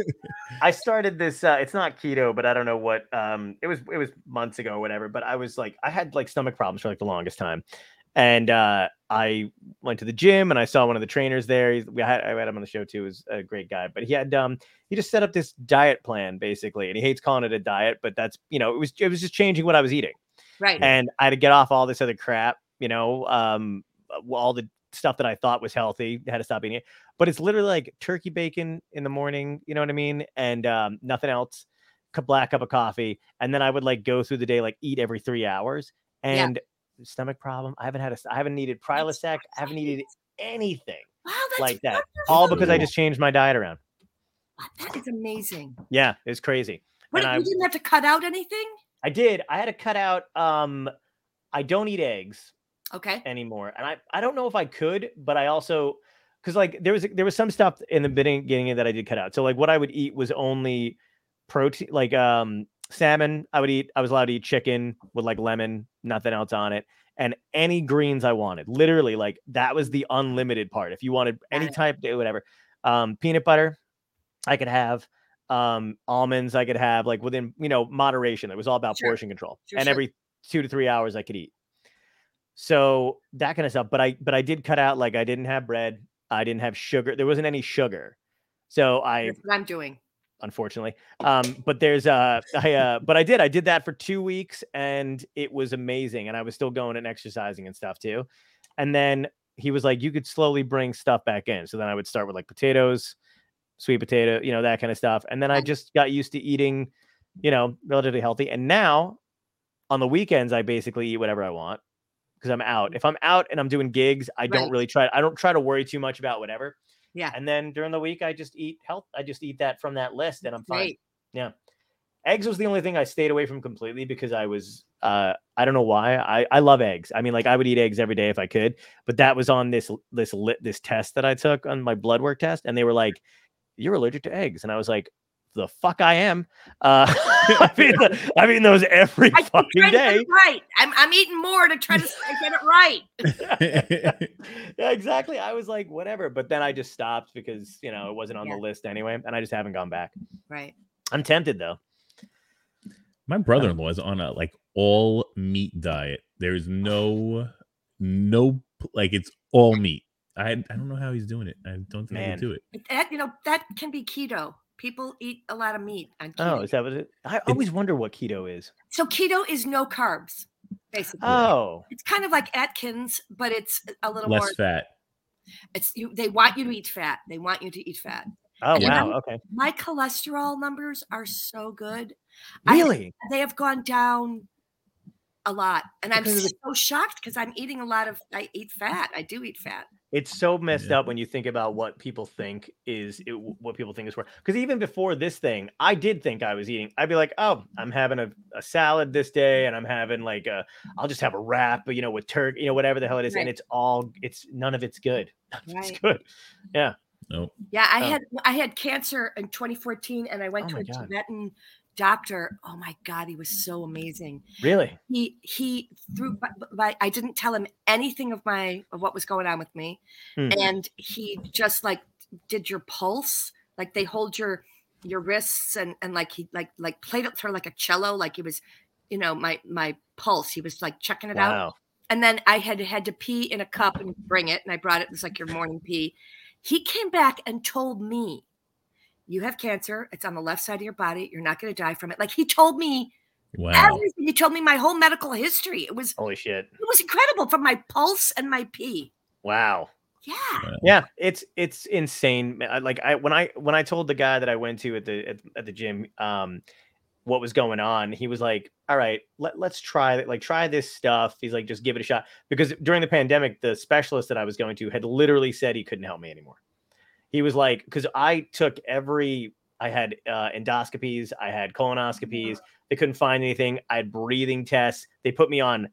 Speaker 3: I started this uh it's not keto, but I don't know what um it was it was months ago or whatever, but I was like I had like stomach problems for like the longest time. And uh I went to the gym and I saw one of the trainers there. He's- We had I had him on the show too. He's a great guy, but he had um he just set up this diet plan basically, and he hates calling it a diet, but that's you know it was it was just changing what I was eating,
Speaker 1: right
Speaker 3: and I had to get off all this other crap, you know, um uh, all the stuff that I thought was healthy, had to stop eating it. But it's literally like turkey bacon in the morning, you know what I mean, and um, nothing else, cu- black cup of coffee, and then I would like go through the day like eat every three hours and. Stomach problem. I haven't had a. s- I haven't needed Prilosec. I haven't needed anything
Speaker 1: wow that's
Speaker 3: like that. all because I
Speaker 2: Ooh.
Speaker 3: just changed my diet around.
Speaker 1: wonderful. that is amazing
Speaker 3: Yeah, it's crazy.
Speaker 1: what,
Speaker 3: And I-
Speaker 1: you didn't have to cut out anything
Speaker 3: I did. I had to cut out. Um, I don't eat eggs
Speaker 1: okay
Speaker 3: anymore, and I I don't know if I could, but I also because like there was there was some stuff in the beginning that I did cut out. So like what I would eat was only protein, like um salmon. I would eat. I was allowed to eat chicken with like lemon, nothing else on it, and any greens I wanted. Literally, like that was the unlimited part. If you wanted any
Speaker 1: Got it.
Speaker 3: type, whatever, um, peanut butter, I could have um almonds i could have like within you know moderation it was all about
Speaker 1: Sure.
Speaker 3: portion control
Speaker 1: Sure,
Speaker 3: and
Speaker 1: sure.
Speaker 3: every two to three hours i could eat so that kind of stuff but i but i did cut out like i didn't have bread i didn't have sugar there wasn't any sugar so i
Speaker 1: That's what I'm doing.
Speaker 3: unfortunately. Um, but there's uh I uh but I did I did that for two weeks and it was amazing and I was still going and exercising and stuff too. And then he was like, you could slowly bring stuff back in. So then I would start with like potatoes, sweet potato, you know, that kind of stuff. And then I
Speaker 1: Nice.
Speaker 3: just got used to eating, you know, relatively healthy. And now on the weekends, I basically eat whatever I want because I'm out. If I'm out and I'm doing gigs, I don't
Speaker 1: Mm. Right.
Speaker 3: really try. I don't try to worry too much about whatever.
Speaker 1: Yeah.
Speaker 3: And then during the week, I just eat health. I just eat that from that list, and I'm fine.
Speaker 1: Great.
Speaker 3: Eggs was the only thing I stayed away from completely because I was. Uh, I don't know why. I I love eggs. I mean, like I would eat eggs every day if I could, but that was on this l- this lit this test that I took on my blood work test, and they were like, "You're allergic to eggs," and I was like. The fuck I am. Uh, [LAUGHS] I've,
Speaker 1: [LAUGHS]
Speaker 3: eaten, th- I've eaten those every
Speaker 1: I keep
Speaker 3: fucking
Speaker 1: trying to get [LAUGHS]
Speaker 3: day.
Speaker 1: it right. I'm, I'm eating more to try to s- get it right.
Speaker 3: yeah, exactly. I was like, whatever. But then I just stopped because you know it wasn't on
Speaker 1: Yeah.
Speaker 3: the list anyway, and I just haven't gone back.
Speaker 1: Right.
Speaker 3: I'm tempted though.
Speaker 2: My brother in law is on a like all meat diet. There is no, no, like it's all meat. I I don't know how he's doing it. I don't think I
Speaker 3: Man.
Speaker 2: could do it.
Speaker 1: But That you know that can be keto. People eat a lot of meat on
Speaker 3: Oh,
Speaker 1: keto.
Speaker 3: is that what it? I always wonder what keto is.
Speaker 1: so keto is no carbs, basically.
Speaker 3: Oh,
Speaker 1: It's kind of like Atkins, but it's a little more.
Speaker 2: Less fat.
Speaker 1: It's you, they want you to eat fat. They want you to eat fat.
Speaker 3: oh
Speaker 1: Yeah.
Speaker 3: wow. Okay,
Speaker 1: My cholesterol numbers are so good. I-
Speaker 3: really?
Speaker 1: They have gone down a lot, and I'm
Speaker 3: Because of the-
Speaker 1: so shocked because I'm eating a lot of. I eat fat. I do eat
Speaker 3: [LAUGHS]
Speaker 1: fat.
Speaker 3: It's so messed
Speaker 2: Yeah.
Speaker 3: up when you think about what people think is it, what people think is worth. Because even before this thing, I did think I was eating. I'd be like, oh, I'm having a, a salad this day, and I'm having like a, I'll just have a wrap, you know, with turkey, you know, whatever the hell it is, and
Speaker 1: Right.
Speaker 3: it's all, it's none of it's good. [LAUGHS] It's
Speaker 1: Right.
Speaker 3: good.
Speaker 2: No.
Speaker 1: Yeah, I
Speaker 3: Oh.
Speaker 1: had I had cancer in 2014, and I went
Speaker 3: Oh
Speaker 1: to
Speaker 3: my
Speaker 1: a
Speaker 3: God.
Speaker 1: Tibetan doctor. Oh my God, he was so amazing.
Speaker 3: Really?
Speaker 1: He he threw by, by I didn't tell him anything of my of what was going on with me,
Speaker 3: Hmm.
Speaker 1: and he just like did your pulse, like they hold your your wrists and and like he like like played it through like a cello, like he was, you know, my my pulse. He was like checking it out.
Speaker 3: Wow.
Speaker 1: And then I had had to pee in a cup and bring it, and I brought it. It was like your morning pee. He came back and told me, "You have cancer. It's on the left side of your body. You're not going to die from it." Like he told me
Speaker 2: Wow.
Speaker 1: everything. He told me my whole medical history. It was
Speaker 3: Holy shit.
Speaker 1: it was incredible from my pulse and my pee.
Speaker 3: Wow.
Speaker 1: Yeah,
Speaker 3: Yeah, it's it's insane. man. I- Like I when I when I told the guy that I went to at the at, at the gym um what was going on, he was like, "All right, let, let's try it. Like try this stuff." He's like, "Just give it a shot." Because during the pandemic, the specialist that I was going to had literally said he couldn't help me anymore. He was like, "Cuz I took every I had uh, endoscopies, I had colonoscopies. They couldn't find anything. I had breathing tests. They put me on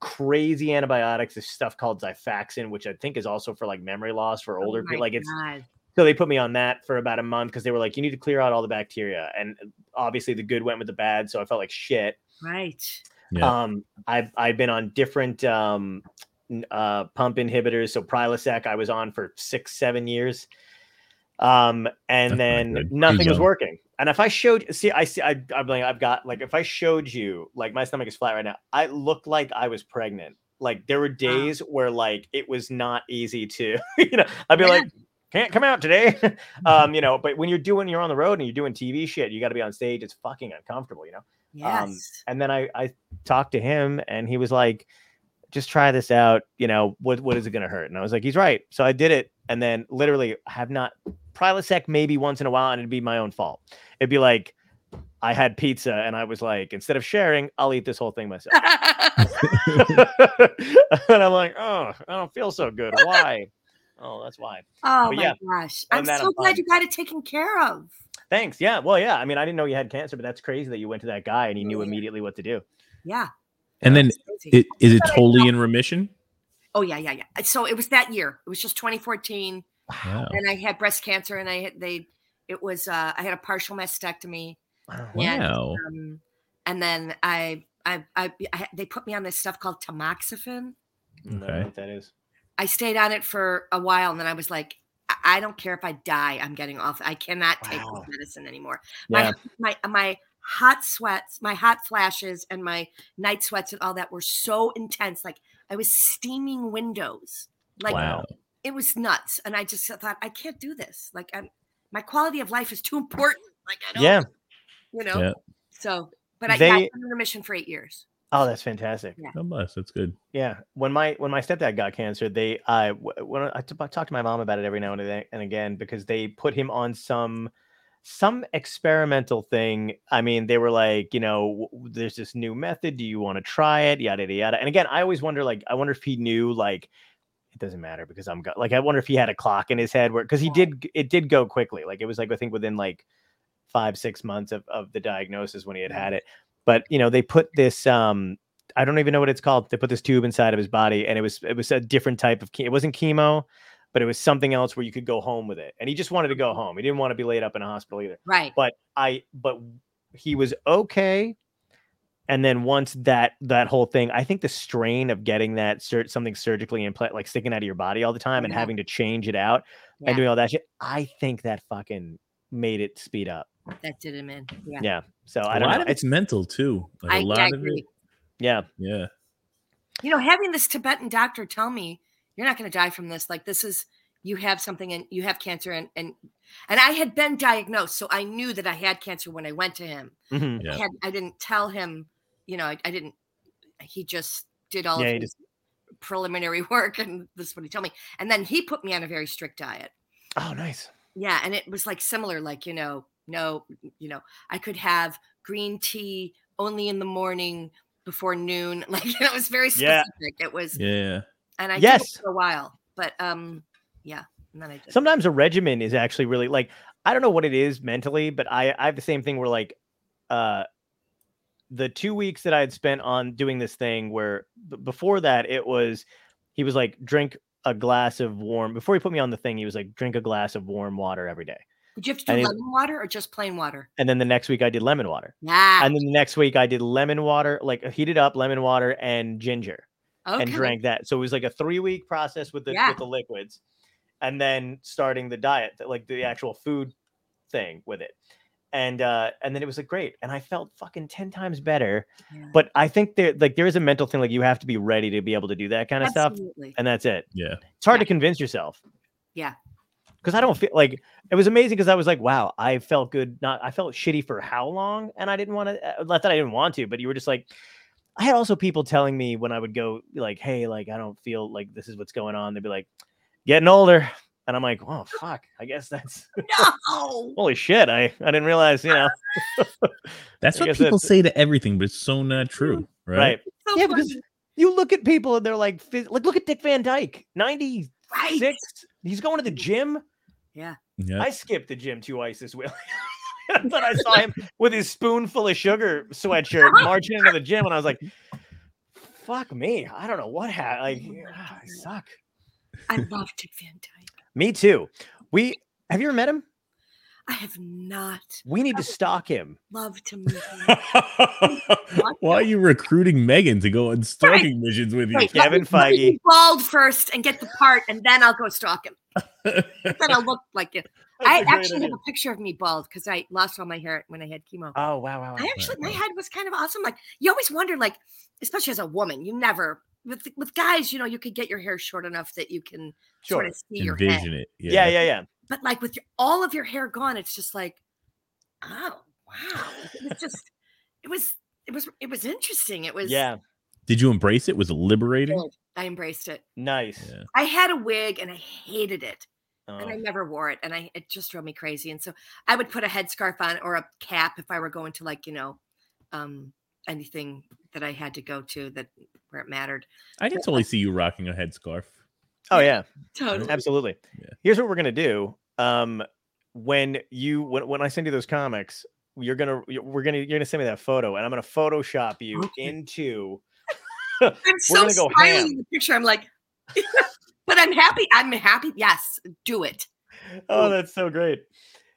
Speaker 3: crazy antibiotics, this stuff called Xifaxin, which I think is also for like memory loss for older
Speaker 1: Oh my
Speaker 3: people. Like it's
Speaker 1: God.
Speaker 3: so they put me on that for about a month because they were like, you need to clear out all the bacteria. And obviously the good went with the bad. So I felt like shit.
Speaker 1: right.
Speaker 2: Yeah.
Speaker 3: Um I've I've been on different um n- uh pump inhibitors. So Prilosec I was on for six, seven years. Um
Speaker 2: That's not
Speaker 3: and then
Speaker 2: good. Too
Speaker 3: nothing was
Speaker 2: young.
Speaker 3: working. And if I showed see, I see I I'm like I've got like if I showed you like my stomach is flat right now, I looked like I was pregnant. Like there were days where like it was not easy to, [LAUGHS] you know, I'd be
Speaker 1: Yeah.
Speaker 3: like, can't come out today. [LAUGHS] um, you know, but when you're doing you're on the road and you're doing TV shit, you gotta be on stage, it's fucking uncomfortable, you know
Speaker 1: Yes.
Speaker 3: Um,
Speaker 1: [LAUGHS]
Speaker 3: and then I I talked to him and he was like just try this out you know what what is it going to hurt and I was like he's right so I did it and then literally have not Prilosec maybe once in a while and it'd be my own fault it'd be like I had pizza and I was like instead of sharing I'll eat this whole thing
Speaker 1: [LAUGHS]
Speaker 3: myself [LAUGHS] and I'm like oh I don't feel so good why oh that's why
Speaker 1: oh
Speaker 3: But
Speaker 1: my
Speaker 3: yeah,
Speaker 1: gosh!
Speaker 3: other
Speaker 1: I'm
Speaker 3: than that,
Speaker 1: so
Speaker 3: I'm
Speaker 1: glad
Speaker 3: fine.
Speaker 1: you got it taken care of.
Speaker 3: thanks yeah well yeah I mean I didn't know you had cancer but that's crazy that you went to that guy and he knew
Speaker 1: Yeah.
Speaker 3: immediately what to do
Speaker 1: Yeah.
Speaker 2: And then
Speaker 1: it's crazy.
Speaker 2: it, is it totally in remission?
Speaker 1: oh yeah, yeah, yeah. So it was that year. It was just 2014.
Speaker 2: Wow.
Speaker 1: and I had breast cancer, and I had they, it was uh, I had a partial mastectomy,
Speaker 3: Wow.
Speaker 1: and
Speaker 2: Wow.
Speaker 1: um, and then I I, I, I they put me on this stuff called tamoxifen.
Speaker 3: No, I don't know
Speaker 2: Okay.
Speaker 3: what that is.
Speaker 1: I stayed on it for a while, and then I was like, I, I don't care if I die. I'm getting off. I cannot take
Speaker 3: Wow.
Speaker 1: this medicine anymore.
Speaker 3: Yeah.
Speaker 1: My my hot sweats, my hot flashes, and my night sweats and all that were so intense. Like I was steaming windows. Like
Speaker 2: wow.
Speaker 1: it was nuts, and I just thought I can't do this. Like I'm, my quality of life is too important. Like I don't,
Speaker 3: Yeah.
Speaker 1: you know.
Speaker 2: Yeah.
Speaker 1: So, but I, yeah, I've
Speaker 3: They-
Speaker 1: been in remission for eight years.
Speaker 3: Oh, that's fantastic.
Speaker 2: God bless. That's good.
Speaker 3: Yeah, when my when my stepdad got cancer, they I w- when I, I t- talk to my mom about it every now and then- and again because they put him on some some experimental thing. I mean, they were like, you know, w- there's this new method. Do you want to try it? Yada yada yada. And again, I always wonder, like, I wonder if he knew, like, it doesn't matter because I'm go- like, I wonder if he had a clock in his head where because he did g- it did go quickly. Like it was like I think within like five six months of of the diagnosis when he had had it. But you know, they put this um I don't even know what it's called. They put this tube inside of his body, and it was it was a different type of. Ke- it wasn't chemo, but it was something else where you could go home with it. And he just wanted to go home. He didn't want to be laid up in a hospital either.
Speaker 1: Right.
Speaker 3: But I, but he was okay. And then once that that whole thing, I think the strain of getting that sur- something surgically implant, like sticking out of your body all the time, and
Speaker 1: Yeah.
Speaker 3: having to change it out
Speaker 1: Yeah.
Speaker 3: and doing all that shit, I think that fucking made it speed up.
Speaker 1: That did him in. Yeah.
Speaker 3: Yeah. So I
Speaker 2: A
Speaker 3: don't
Speaker 2: lot
Speaker 3: know.
Speaker 2: of
Speaker 3: It's
Speaker 2: it's mental too. Like,
Speaker 1: I,
Speaker 2: a
Speaker 1: yeah,
Speaker 2: lot
Speaker 1: I
Speaker 2: of
Speaker 1: agree.
Speaker 2: it.
Speaker 3: yeah.
Speaker 2: Yeah.
Speaker 1: You know, having this Tibetan doctor tell me you're not going to die from this. Like this is you have something and you have cancer and and and I had been diagnosed, so I knew that I had cancer when I went to him.
Speaker 3: Mhm.
Speaker 1: I,
Speaker 2: Yeah.
Speaker 1: had, I didn't tell him, you know, I, I didn't. He just did all
Speaker 3: Yeah,
Speaker 1: of
Speaker 3: he
Speaker 1: his preliminary [LAUGHS] work, and this is what he told me. And then he put me on a very strict diet.
Speaker 3: Oh, nice.
Speaker 1: Yeah, and it was like similar, like you know, no, you know, I could have green tea only in the morning before noon. [LAUGHS] Like it was very
Speaker 3: Yeah.
Speaker 1: specific. It was,
Speaker 2: Yeah.
Speaker 1: and I did
Speaker 3: Yes.
Speaker 1: it for a while, but um, yeah, and then I did.
Speaker 3: sometimes a regimen is actually really like i don't know what it is mentally but i i have the same thing where like uh the two weeks that i had spent on doing this thing where b- before that it was he was like drink a glass of warm before he put me on the thing he was like drink a glass of warm water every day
Speaker 1: Did you have to do
Speaker 3: and it-
Speaker 1: lemon water or just plain water?
Speaker 3: and then the next week i did lemon water
Speaker 1: Yeah,
Speaker 3: and then the next week i did lemon water like heated up lemon water and ginger
Speaker 1: okay.
Speaker 3: and drank that. So it was like a three week process with the
Speaker 1: Yeah.
Speaker 3: with the liquids, and then starting the diet, th- like the actual food thing with it, and uh, and then it was like great, and I felt fucking ten times better.
Speaker 1: Yeah.
Speaker 3: But I think there like there is a mental thing like you have to be ready to be able to do that kind of stuff,
Speaker 1: Absolutely.
Speaker 3: and that's it.
Speaker 2: Yeah.
Speaker 3: It's hard
Speaker 1: Yeah.
Speaker 3: to convince yourself.
Speaker 1: Yeah.
Speaker 3: Because I don't feel like it was amazing. Because I was like, wow, I felt good. Not I felt shitty for how long, and I didn't want to. Not that I didn't want to, but you were just like, I had also people telling me when I would go like, hey, like I don't feel like this is what's going on. They'd be like, getting older, and I'm like, oh fuck, I guess that's [LAUGHS]
Speaker 1: No.
Speaker 3: holy shit. I I didn't realize, you
Speaker 1: [LAUGHS]
Speaker 3: know,
Speaker 2: That's
Speaker 3: I
Speaker 2: what
Speaker 3: guess
Speaker 2: people
Speaker 3: that's-
Speaker 2: say to everything, but it's so
Speaker 1: Mm,
Speaker 2: not true. Right.
Speaker 3: right?
Speaker 1: So
Speaker 3: Yeah, because
Speaker 1: funny.
Speaker 3: you look at people and they're like, phys- like look at Dick Van Dyke, ninety
Speaker 1: right.
Speaker 3: six. He's going to the gym.
Speaker 2: Yeah.
Speaker 3: I skipped the gym two ices will. [LAUGHS] I thought I saw him with his spoonful of sugar sweatshirt
Speaker 2: [LAUGHS]
Speaker 3: marching into the gym, and I was like, "Fuck me! I don't know what happened. Like, ah, I suck."
Speaker 1: I love Dick Van Dyke.
Speaker 3: Me too. We have you ever met him?
Speaker 1: I have not
Speaker 3: We need to stalk him.
Speaker 1: loved to meet
Speaker 3: [LAUGHS]
Speaker 1: him.
Speaker 2: [LAUGHS] Why are you recruiting Megan to go on stalking missions with you?
Speaker 1: Wait,
Speaker 3: Kevin
Speaker 1: let
Speaker 3: Feige.
Speaker 1: me be bald first and get the part, and then I'll go stalk him.
Speaker 2: [LAUGHS]
Speaker 1: then I'll look
Speaker 3: [LAUGHS]
Speaker 1: like it. I actually have a picture of me bald because I lost all my hair when I had chemo.
Speaker 3: Oh wow, wow,
Speaker 1: I
Speaker 3: wow.
Speaker 1: actually, my
Speaker 2: wow.
Speaker 1: head was kind of awesome. Like you always wonder, like especially as a woman, you never with with guys, you know, you could get your hair short enough that you can
Speaker 3: Sure.
Speaker 1: sort of see your head.
Speaker 2: Envision it.
Speaker 3: Yeah, yeah, yeah.
Speaker 1: But like with your, all of your hair gone, it's just like, oh wow, it was just, it was, it was, it was interesting. It was,
Speaker 3: Yeah.
Speaker 2: Did you embrace it? Was it liberating?
Speaker 1: Good. I embraced it.
Speaker 3: Nice.
Speaker 2: Yeah.
Speaker 1: I had a wig and I hated it. and I
Speaker 3: Oh.
Speaker 1: never wore it, and I it just drove me crazy. And so I would put a headscarf on or a cap if I were going to like you know, um, anything that I had to go to that where it mattered.
Speaker 2: I can totally see you rocking a headscarf.
Speaker 3: Oh yeah.
Speaker 1: [CLEARS THROAT] Totally.
Speaker 3: Absolutely.
Speaker 2: Yeah.
Speaker 3: Here's what we're gonna do. Um, when you when, when I send you those comics, you're gonna you're, we're gonna you're gonna send me that photo, and I'm gonna Photoshop you
Speaker 1: Okay.
Speaker 3: into.
Speaker 1: I'm so
Speaker 3: gonna go
Speaker 1: smiling
Speaker 3: ham.
Speaker 1: in the picture. I'm like, [LAUGHS] but I'm happy. I'm happy. Yes, do it.
Speaker 3: Oh, that's so great.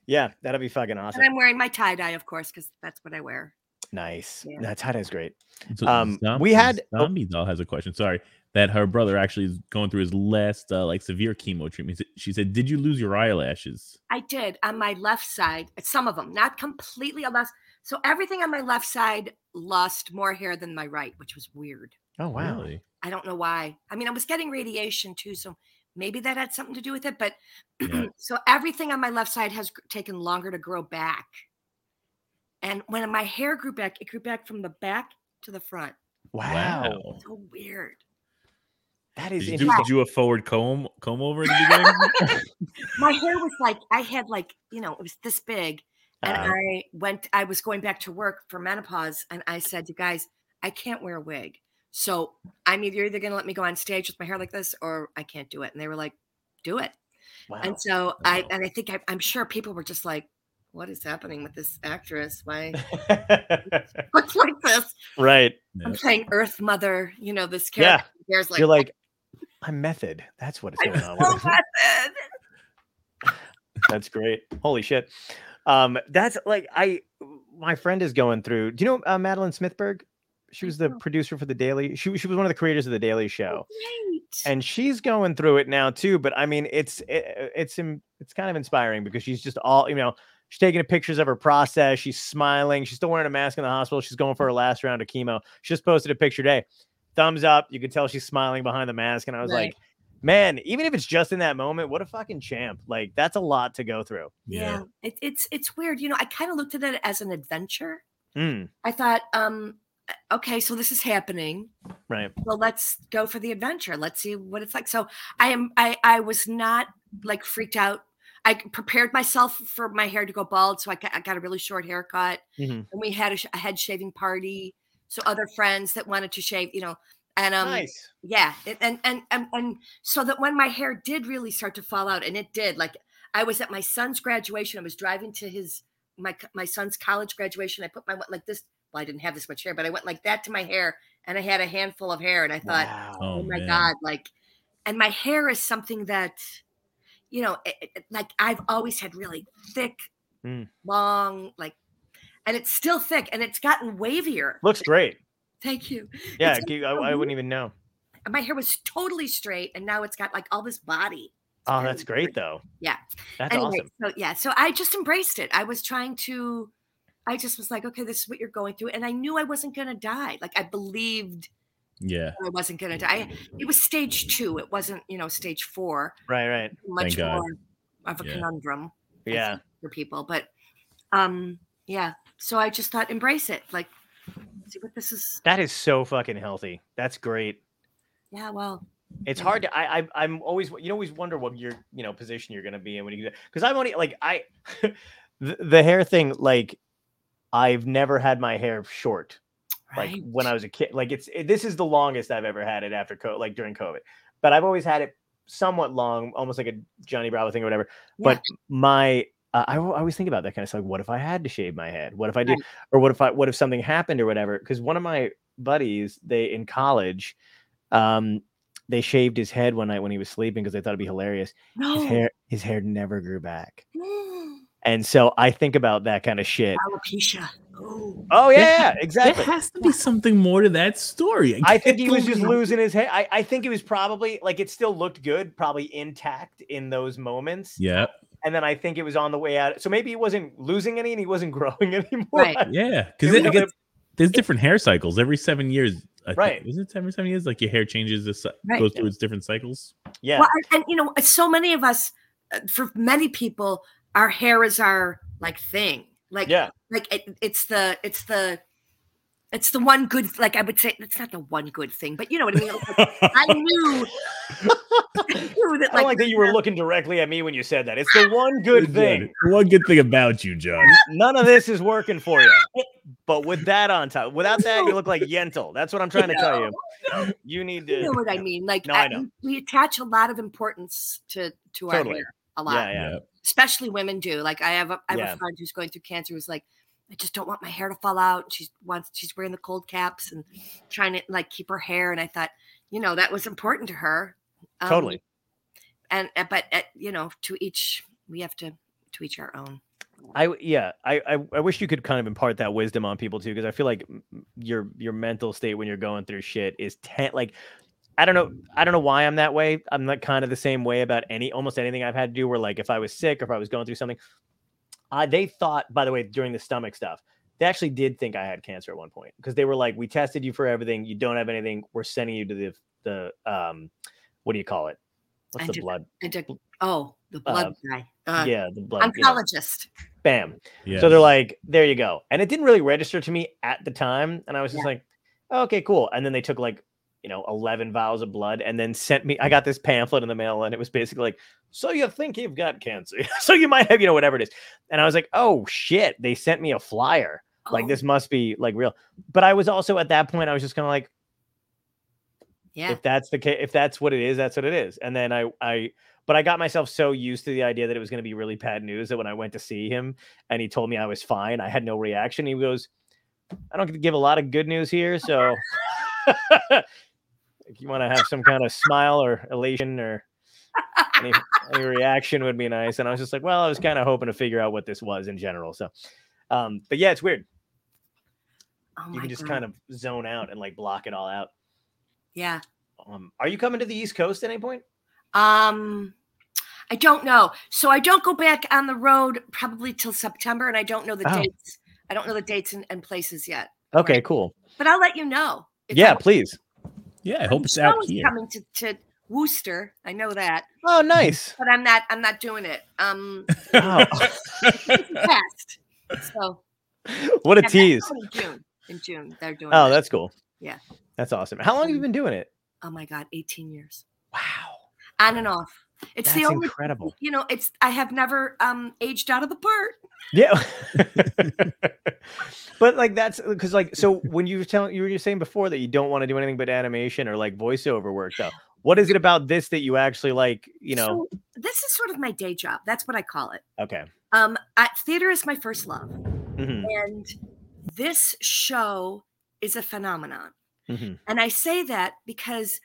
Speaker 3: Yeah, that'll be fucking awesome.
Speaker 1: And I'm wearing my tie dye, of course, because that's what I wear.
Speaker 3: Nice.
Speaker 1: Yeah.
Speaker 3: That's Tata is great.
Speaker 2: So
Speaker 3: Um,
Speaker 2: Zom-
Speaker 3: we had- oh.
Speaker 2: zombie doll has a question. Sorry, that her brother actually is going through his last uh, like severe chemo treatment. She said, "Did you lose your eyelashes?"
Speaker 1: I did on my left side, some of them, not completely unless so everything on my left side lost more hair than my right, which was weird.
Speaker 3: Oh wow.
Speaker 2: Really?
Speaker 1: I don't know why. I mean, I was getting radiation too, so maybe that had something to do with it, but
Speaker 2: Yeah.
Speaker 1: [CLEARS THROAT] so everything on my left side has gr- taken longer to grow back. And when my hair grew back, it grew back from the back to the front.
Speaker 3: Wow.
Speaker 2: Wow.
Speaker 1: So weird.
Speaker 3: That
Speaker 2: Did
Speaker 3: is
Speaker 2: you, do,
Speaker 3: interesting.
Speaker 2: did you a forward comb comb over at
Speaker 3: [LAUGHS]
Speaker 2: the beginning?
Speaker 1: My hair was like I had like, you know, it was this big And
Speaker 3: Uh,
Speaker 1: I went, I was going back to work for menopause, and I said, You guys, I can't wear a wig. So I'm either, you're either going to let me go on stage with my hair like this, or I can't do it. And they were like, Do it.
Speaker 3: wow.
Speaker 1: And so I,
Speaker 2: Wow.
Speaker 1: and I think I, I'm sure people were just like, What is happening with this actress? Why [LAUGHS] looks like this?
Speaker 3: [LAUGHS] right.
Speaker 1: I'm
Speaker 2: Yeah.
Speaker 1: playing Earth Mother, you know, this
Speaker 3: Yeah.
Speaker 1: character. There's like, "Oh."
Speaker 3: You're like, I'm method. That's what it's
Speaker 1: I'm
Speaker 3: going
Speaker 1: so [LAUGHS]
Speaker 3: on. [LAUGHS] with.
Speaker 1: method."
Speaker 3: That's great. Holy shit. Um, that's like I my friend is going through. Do you know uh, Madeline Smithberg? She
Speaker 1: I
Speaker 3: was the
Speaker 1: don't.
Speaker 3: producer for the Daily. She she was one of the creators of the Daily Show,
Speaker 1: Great.
Speaker 3: and she's going through it now too. But I mean, it's it, it's im- it's kind of inspiring because she's just all you know. She's taking pictures of her process. She's smiling. She's still wearing a mask in the hospital. She's going for her last round of chemo. She just posted a picture today. Thumbs up. You could tell she's smiling behind the mask. And I was
Speaker 1: Right.
Speaker 3: like, man, even if it's just in that moment, what a fucking champ. Like, that's a lot to go through.
Speaker 1: yeah. It, it's, it's weird. You know, I kind of looked at it as an adventure.
Speaker 3: Mm,
Speaker 1: I thought, um, uh, okay, so this is happening.
Speaker 3: right.
Speaker 1: Well, let's go for the adventure. Let's see what it's like. So I am I I was not like freaked out. I c- prepared myself for my hair to go bald, so I got, I got a really short haircut,
Speaker 3: Mhm.
Speaker 1: and we had a, sh- a head shaving party. So other friends that wanted to shave, you know, and um,
Speaker 3: nice.
Speaker 1: yeah, it, and, and and and so that when my hair did really start to fall out, and it did, like I was at my son's graduation, I was driving to his my co- my son's college graduation. I put my went like this. Well, I didn't have this much hair, but I went like that to my hair, and I had a handful of hair, and I thought,
Speaker 3: Wow.
Speaker 1: oh,
Speaker 2: Oh,
Speaker 1: my
Speaker 2: man.
Speaker 1: god, like, and my hair is something that, you know, it, it- it- like I've always had really thick,
Speaker 3: Mm.
Speaker 1: long, like, and it's still thick, and it's gotten wavier.
Speaker 3: Looks great.
Speaker 1: Thank you
Speaker 3: Yeah.
Speaker 1: It's
Speaker 3: g- I, I
Speaker 1: [LAUGHS]
Speaker 3: wouldn't even know.
Speaker 1: and my hair was totally straight and now it's got like all this body It's
Speaker 3: Oh,
Speaker 1: very
Speaker 3: that's great,
Speaker 1: weird.
Speaker 3: though.
Speaker 1: Yeah.
Speaker 3: That's
Speaker 1: anyway
Speaker 3: awesome.
Speaker 1: so yeah so i just embraced it i was trying to i just was like okay this is what you're going through and i knew i wasn't going to die like i believed
Speaker 2: yeah.
Speaker 1: i wasn't going to die it was stage two it wasn't you know stage four
Speaker 3: Right. Right.
Speaker 1: much
Speaker 2: God.
Speaker 1: more of a
Speaker 2: Yeah.
Speaker 1: conundrum I
Speaker 3: Yeah.
Speaker 1: think, for people but um yeah so i just thought embrace it like see what this is
Speaker 3: That is so fucking healthy. That's great.
Speaker 1: yeah well
Speaker 3: It's
Speaker 1: Yeah.
Speaker 3: hard to. I, I. I'm always. You always wonder what your you know position you're gonna be in when you do that. Because I'm only like I, [LAUGHS] the, the hair thing. Like, I've never had my hair short. like
Speaker 1: right
Speaker 3: when I was a kid. Like it's it, this is the longest I've ever had it after co- like during COVID, but I've always had it somewhat long, almost like a Johnny Bravo thing or whatever. But my uh, I, al- I always think about that kind of stuff. Like, what if I had to shave my head? What if I did? Or what if I what if something happened or whatever? Because one of my buddies, they in college, um, they shaved his head one night when he was sleeping because they thought it'd be hilarious. His
Speaker 1: [GASPS] no
Speaker 3: hair his hair never grew back, and so I think about that kind of shit.
Speaker 1: [GASPS] alopecia oh
Speaker 3: Oh
Speaker 2: There
Speaker 3: yeah, exactly.
Speaker 2: There has to be something more to that story. [LAUGHS]
Speaker 3: I think he was
Speaker 2: can't
Speaker 3: just
Speaker 2: believe-
Speaker 3: losing his head. I, I think it was probably like it still looked good, probably intact in those moments.
Speaker 2: Yeah.
Speaker 3: And then I think it was on the way out. So maybe he wasn't losing any and he wasn't [LAUGHS] growing anymore.
Speaker 1: Right.
Speaker 2: [LAUGHS] Yeah.
Speaker 3: It
Speaker 2: Because
Speaker 3: was-
Speaker 2: there's different hair cycles every seven years. I think-
Speaker 3: Right.
Speaker 2: Isn't it every seven years? Like your hair changes, this
Speaker 1: Right.
Speaker 2: goes through its different cycles. [LAUGHS]
Speaker 3: yeah.
Speaker 1: Well, and, and, you know, so many of us, uh, for many people, our hair is our like thing. Like,
Speaker 3: yeah.
Speaker 1: like it, it's the, it's the, it's the one good. Like I would say, it's not the one good thing, but you know what I mean. Like, I knew, [LAUGHS] I knew that
Speaker 3: I don't
Speaker 1: like,
Speaker 3: like that you were looking directly at me when you said that. It's the one good thing.
Speaker 2: One good thing about you, John.
Speaker 3: None of this is working for you. But with that on top, without that, you look like Yentl. That's what I'm
Speaker 1: [LAUGHS]
Speaker 3: trying to tell you. You need
Speaker 1: you know
Speaker 3: to.
Speaker 1: what I mean. Like,
Speaker 3: No, I
Speaker 1: uh,
Speaker 3: know.
Speaker 1: we attach a lot of importance to to our
Speaker 3: Totally.
Speaker 1: hair. A lot.
Speaker 3: Yeah, yeah.
Speaker 1: especially women do. Like I have a, I have
Speaker 3: Yeah.
Speaker 1: a friend who's going through cancer who's like, I just don't want my hair to fall out. She's wants she's wearing the cold caps and trying to like keep her hair. And I thought, you know, that was important to her. Um,
Speaker 3: Totally.
Speaker 1: And uh, but uh, you know, to each we have to to each our own.
Speaker 3: I yeah, I, I I wish you could kind of impart that wisdom on people too, because I feel like m- your your mental state when you're going through shit is ten like I don't know I don't know why I'm that way. I'm not kind of the same way about any almost anything I've had to do. Where like if I was sick or if I was going through something, uh, they thought by the way during the stomach stuff they actually did think I had cancer at one point because they were like, we tested you for everything, you don't have anything, we're sending you to the the um what do you call it? What's the
Speaker 1: Anti-
Speaker 3: blood?
Speaker 1: And to- oh, the blood guy. Uh,
Speaker 3: yeah, the blood. you know,
Speaker 1: oncologist.
Speaker 3: bam.
Speaker 2: Yeah.
Speaker 3: So they're like, there you go. And it didn't really register to me at the time. And I was just
Speaker 1: Yeah.
Speaker 3: like, okay, cool. And then they took like, you know, 11 vials of blood and then sent me, I got this pamphlet in the mail and it was basically like, so you think you've got cancer. [LAUGHS] so you might have, you know, whatever it is. And I was like, oh shit, they sent me a flyer. Like
Speaker 1: Oh,
Speaker 3: this must be like real. But I was also at that point, I was just kind of like,
Speaker 1: Yeah.
Speaker 3: if that's the case if that's what it is that's what it is and then i i but i got myself so used to the idea that it was going to be really bad news that when i went to see him and he told me i was fine i had no reaction he goes i don't get to give a lot of good news here so [LAUGHS] if you want to have some kind of smile or elation or any, any reaction would be nice and i was just like well i was kind of hoping to figure out what this was in general so um but yeah it's weird
Speaker 1: Oh
Speaker 3: you
Speaker 1: my
Speaker 3: can just
Speaker 1: God.
Speaker 3: kind of zone out and like block it all out
Speaker 1: Yeah.
Speaker 3: um are you coming to the east coast at any point
Speaker 1: Um, I don't know. So I don't go back on the road probably till September, and I don't know the
Speaker 3: Oh.
Speaker 1: dates. I don't know the dates and, and places yet.
Speaker 3: Okay,
Speaker 1: Right.
Speaker 3: cool.
Speaker 1: But I'll let you know. if
Speaker 3: yeah,
Speaker 1: I'm-
Speaker 3: please.
Speaker 2: yeah, I hope it's
Speaker 1: Snow
Speaker 2: out
Speaker 1: is
Speaker 2: here.
Speaker 1: coming to, to Worcester. I know that,
Speaker 3: [LAUGHS] Oh, nice.
Speaker 1: but I'm not. I'm not doing it. Um,
Speaker 2: [LAUGHS]
Speaker 3: Wow. [LAUGHS]
Speaker 1: fast. So
Speaker 3: what a
Speaker 1: yeah, that's
Speaker 3: tease.
Speaker 1: only in June. In June, they're doing.
Speaker 3: Oh,
Speaker 1: that.
Speaker 3: that's cool.
Speaker 1: Yeah.
Speaker 3: That's awesome. How long have you been doing it?
Speaker 1: oh my God, 18 years
Speaker 3: Wow.
Speaker 1: on and off. It's
Speaker 3: That's
Speaker 1: the only. [LAUGHS]
Speaker 3: incredible.
Speaker 1: You know, it's I have never um aged out of the part.
Speaker 3: Yeah. [LAUGHS] but like that's because like so when you were telling you were just saying before that you don't want to do anything but animation or like voiceover work though. What is it about this that you actually like, you know?
Speaker 1: So this is sort of my day job. That's what I call it.
Speaker 3: okay.
Speaker 1: Um, I, theater is my first love,
Speaker 3: Mhm,
Speaker 1: and this show is a phenomenon.
Speaker 3: mhm.
Speaker 1: And I say that because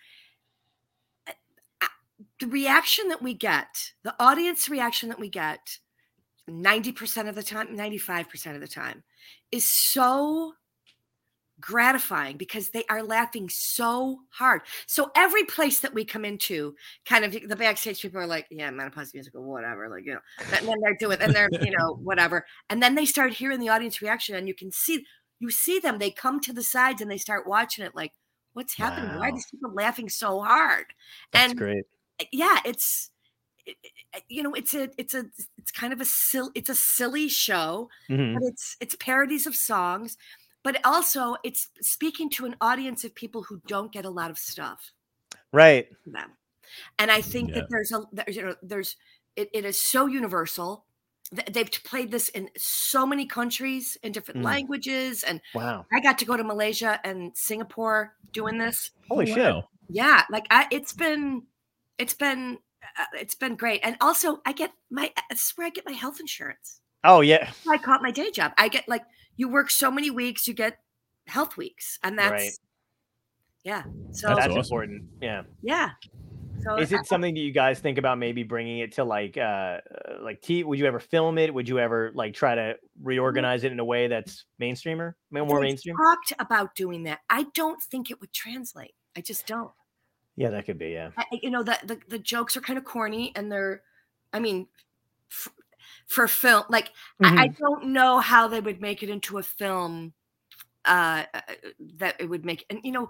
Speaker 1: I- I- the reaction that we get, the audience reaction that we get 90% of the time, 95% of the time, is so gratifying because they are laughing so hard. So every place that we come into, kind of the backstage people are like, yeah, menopause musical, whatever, like, you know, and then they're doing, and they're, you know, whatever. And then they start hearing the audience reaction and you can see, you see them, they come to the sides and they start watching it like, what's happening? Why are
Speaker 3: Wow.
Speaker 1: these people laughing so hard?
Speaker 3: That's
Speaker 1: and
Speaker 3: great.
Speaker 1: yeah it's it- it- you know it's a it's a it's kind of a silly it's a silly show
Speaker 3: Mhm.
Speaker 1: but it's it's parodies of songs but also it's speaking to an audience of people who don't get a lot of stuff
Speaker 3: Right.
Speaker 1: from them and i think
Speaker 2: Yeah.
Speaker 1: that there's a there, you know there's it, it is so universal Th- they've t- played this in so many countries in different
Speaker 3: Mm.
Speaker 1: languages and
Speaker 3: Wow.
Speaker 1: i got to go to malaysia and singapore doing this
Speaker 3: Holy
Speaker 2: Oh,
Speaker 3: shit. [LAUGHS]
Speaker 2: wow.
Speaker 1: yeah like I, it's been it's been uh, it's been great and also i get my that's where i get my health insurance
Speaker 3: Oh yeah.
Speaker 1: That's why i call it my day job i get like you work so many weeks you get health weeks and
Speaker 3: Right.
Speaker 1: that's yeah so
Speaker 2: That's
Speaker 3: That's,
Speaker 2: awesome.
Speaker 3: important. Yeah.
Speaker 1: yeah so
Speaker 3: is
Speaker 1: [LAUGHS] I-
Speaker 3: it something that you guys think about maybe bringing it to like uh uh, like t would you ever film it would you ever like try to
Speaker 1: Mm-hmm.
Speaker 3: reorganize it in a way that's mainstreamer ma- more
Speaker 1: we
Speaker 3: mainstream
Speaker 1: talked about doing that i don't think it would translate i just don't
Speaker 3: yeah that could be yeah
Speaker 1: I, I- you know the, the the jokes are kind of corny and they're i mean f- for film like I, I don't know how they would make it into a film uh uh, that it would make and you know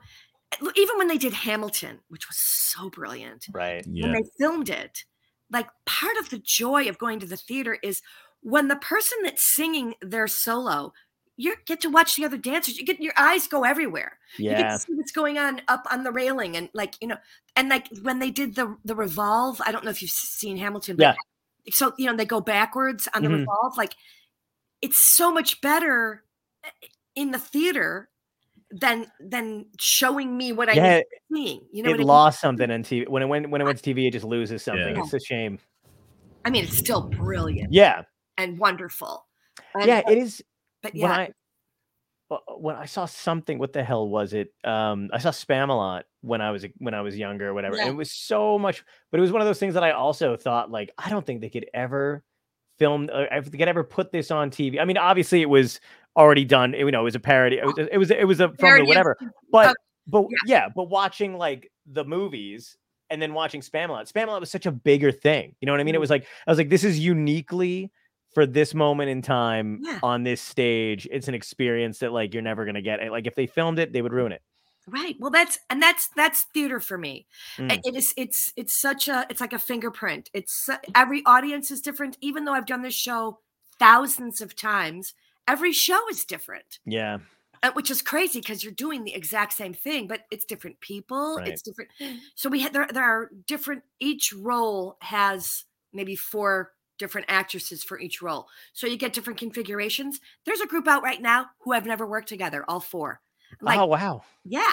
Speaker 1: look, even when they did hamilton which was so brilliant
Speaker 3: right
Speaker 2: Yeah.
Speaker 1: when they filmed it like part of the joy of going to the theater is when the person that's singing their solo you get to watch the other dancers you get your eyes go everywhere you get
Speaker 3: yeah
Speaker 1: to see what's going on up on the railing and like you know and like when they did the the revolve i don't know if you've seen hamilton but so you know they go backwards on the
Speaker 3: Mhm.
Speaker 1: revolve like it's so much better eh, in the theater than than showing me what
Speaker 3: yeah
Speaker 1: i'm seeing you know
Speaker 3: it
Speaker 1: what I mean?
Speaker 3: lost something on tv when it went when it went to tv it just loses something
Speaker 2: Yeah.
Speaker 3: it's a shame
Speaker 1: i mean it's still brilliant
Speaker 3: yeah
Speaker 1: and wonderful And-
Speaker 3: yeah it is
Speaker 1: but
Speaker 3: when
Speaker 1: yeah
Speaker 3: I wh- when I saw something, what the hell was it? Um, I saw spam a lot when I was a- when I was younger, or whatever.
Speaker 1: Yeah.
Speaker 3: And it was so much, but it was one of those things that I also thought like I don't think they could ever filmed. uh, If they could ever put this on TV, I mean, obviously it was already done. It, you know, it was a parody. It was it was, it was a from
Speaker 1: Oh. Parody
Speaker 3: the
Speaker 1: of
Speaker 3: whatever. But
Speaker 1: Oh,
Speaker 3: but yeah. but watching like the movies and then watching Spamalot. Spamalot was such a bigger thing. You know what I mean? It
Speaker 1: Mhm.
Speaker 3: was like I was like, this is uniquely for this moment in time
Speaker 1: Yeah.
Speaker 3: on this stage. It's an experience that like you're never gonna get. And, Like if they filmed it, they would ruin it.
Speaker 1: Right. Well, that's and that's that's theater for me. I-
Speaker 3: Mm.
Speaker 1: It is. It's it's such a. It's like a fingerprint. It's su- every audience is different. Even though I've done this show thousands of times, every show is different,
Speaker 3: Yeah.
Speaker 1: uh, which is crazy because you're doing the exact same thing, but it's different people.
Speaker 3: Right.
Speaker 1: It's different. So we had there. There are different. Each role has maybe four different actresses for each role. So you get different configurations. There's a group out right now who have never worked together. All four. I'm Like
Speaker 3: oh wow.
Speaker 1: yeah.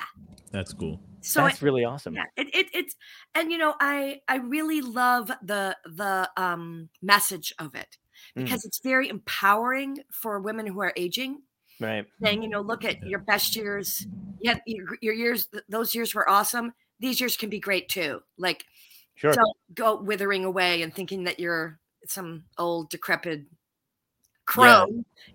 Speaker 2: That's cool.
Speaker 1: So
Speaker 3: That's really awesome.
Speaker 1: yeah it, it it's and you know i i really love the the um message of it
Speaker 3: Mm.
Speaker 1: because it's very empowering for women who are aging
Speaker 3: Right.
Speaker 1: saying you know look at your best years yeah your, your years th- those years were awesome these years can be great too like
Speaker 3: Sure.
Speaker 1: don't go withering away and thinking that you're some old decrepit crow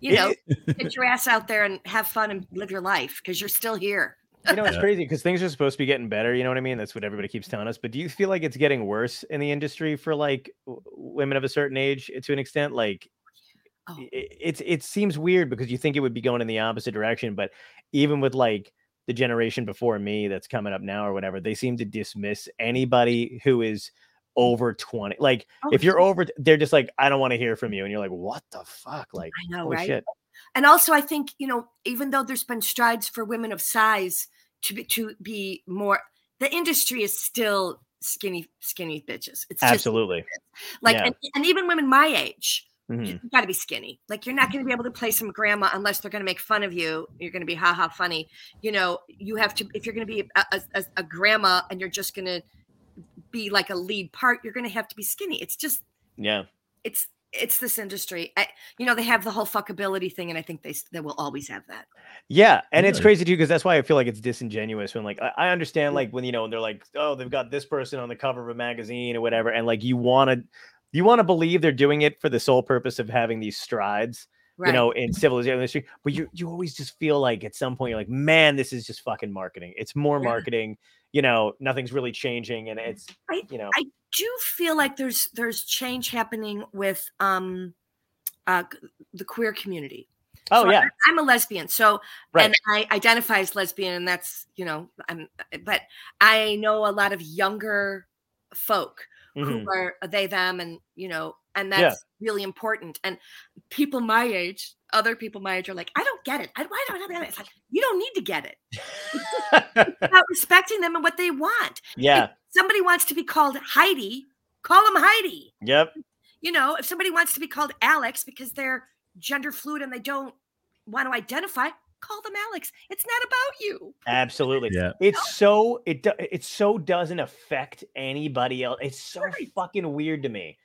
Speaker 1: you know get your ass out there and have fun and live your life because you're still here
Speaker 3: you know it's
Speaker 2: Yeah.
Speaker 3: crazy because things are supposed to be getting better you know what i mean that's what everybody keeps telling us but do you feel like it's getting worse in the industry for like w- women of a certain age to an extent like
Speaker 1: Oh.
Speaker 3: i- i- it's it seems weird because you think it would be going in the opposite direction but even with like the generation before me that's coming up now or whatever they seem to dismiss anybody who is over 20 like
Speaker 1: Oh,
Speaker 3: if you're over they're just like i don't want to hear from you and you're like what the fuck like
Speaker 1: i know
Speaker 3: holy
Speaker 1: right
Speaker 3: shit
Speaker 1: and also i think you know even though there's been strides for women of size to be to be more the industry is still skinny skinny bitches it's
Speaker 3: absolutely
Speaker 1: just like
Speaker 3: yeah.
Speaker 1: and, and even women my age
Speaker 3: Mhm.
Speaker 1: you got to be skinny like you're not going to be able to play some grandma unless they're going to make fun of you you're going to be haha funny you know you have to if you're going to be a, a- a- a grandma and you're just going to be like a lead part you're going to have to be skinny it's just
Speaker 3: Mm-hmm. yeah
Speaker 1: it's it's this industry I, you know they have the whole fuckability thing and i think they s- they will always have that
Speaker 3: Yeah, and it's
Speaker 2: Really?
Speaker 3: crazy too because that's why I feel like it's disingenuous when like I, I understand like when you know they're like oh they've got this person on the cover of a magazine or whatever and like you want to you want to believe they're doing it for the sole purpose of having these strides
Speaker 1: right
Speaker 3: you know in civilization industry but you you always just feel like at some point you're like man this is just fucking marketing it's more
Speaker 1: Yeah.
Speaker 3: marketing you know nothing's really changing and it's
Speaker 1: I-
Speaker 3: you know
Speaker 1: I do feel like there's there's change happening with um uh c- the queer community.
Speaker 3: oh
Speaker 1: So
Speaker 3: yeah
Speaker 1: I, am a lesbian, so
Speaker 3: Right.
Speaker 1: and I identify as lesbian, and that's you know I'm but I know a lot of younger folk
Speaker 3: mhm,
Speaker 1: who are they them and you know and
Speaker 3: Yeah.
Speaker 1: that's really important. And people my age, other people my age are like, I don't get it. I, why don't I get it? It's like you don't need to get it. About respecting them and what they want.
Speaker 3: mm-hmm. [LAUGHS] yeah
Speaker 1: Somebody wants to be called Heidi, call them Heidi
Speaker 3: yep
Speaker 1: you know, if somebody wants to be called Alex because they're gender fluid and they don't want to identify, call them Alex. It's not about you.
Speaker 3: Absolutely.
Speaker 2: Yeah.
Speaker 3: It's so it do- it so doesn't affect anybody else. It's so
Speaker 1: Right.
Speaker 3: fucking weird to me.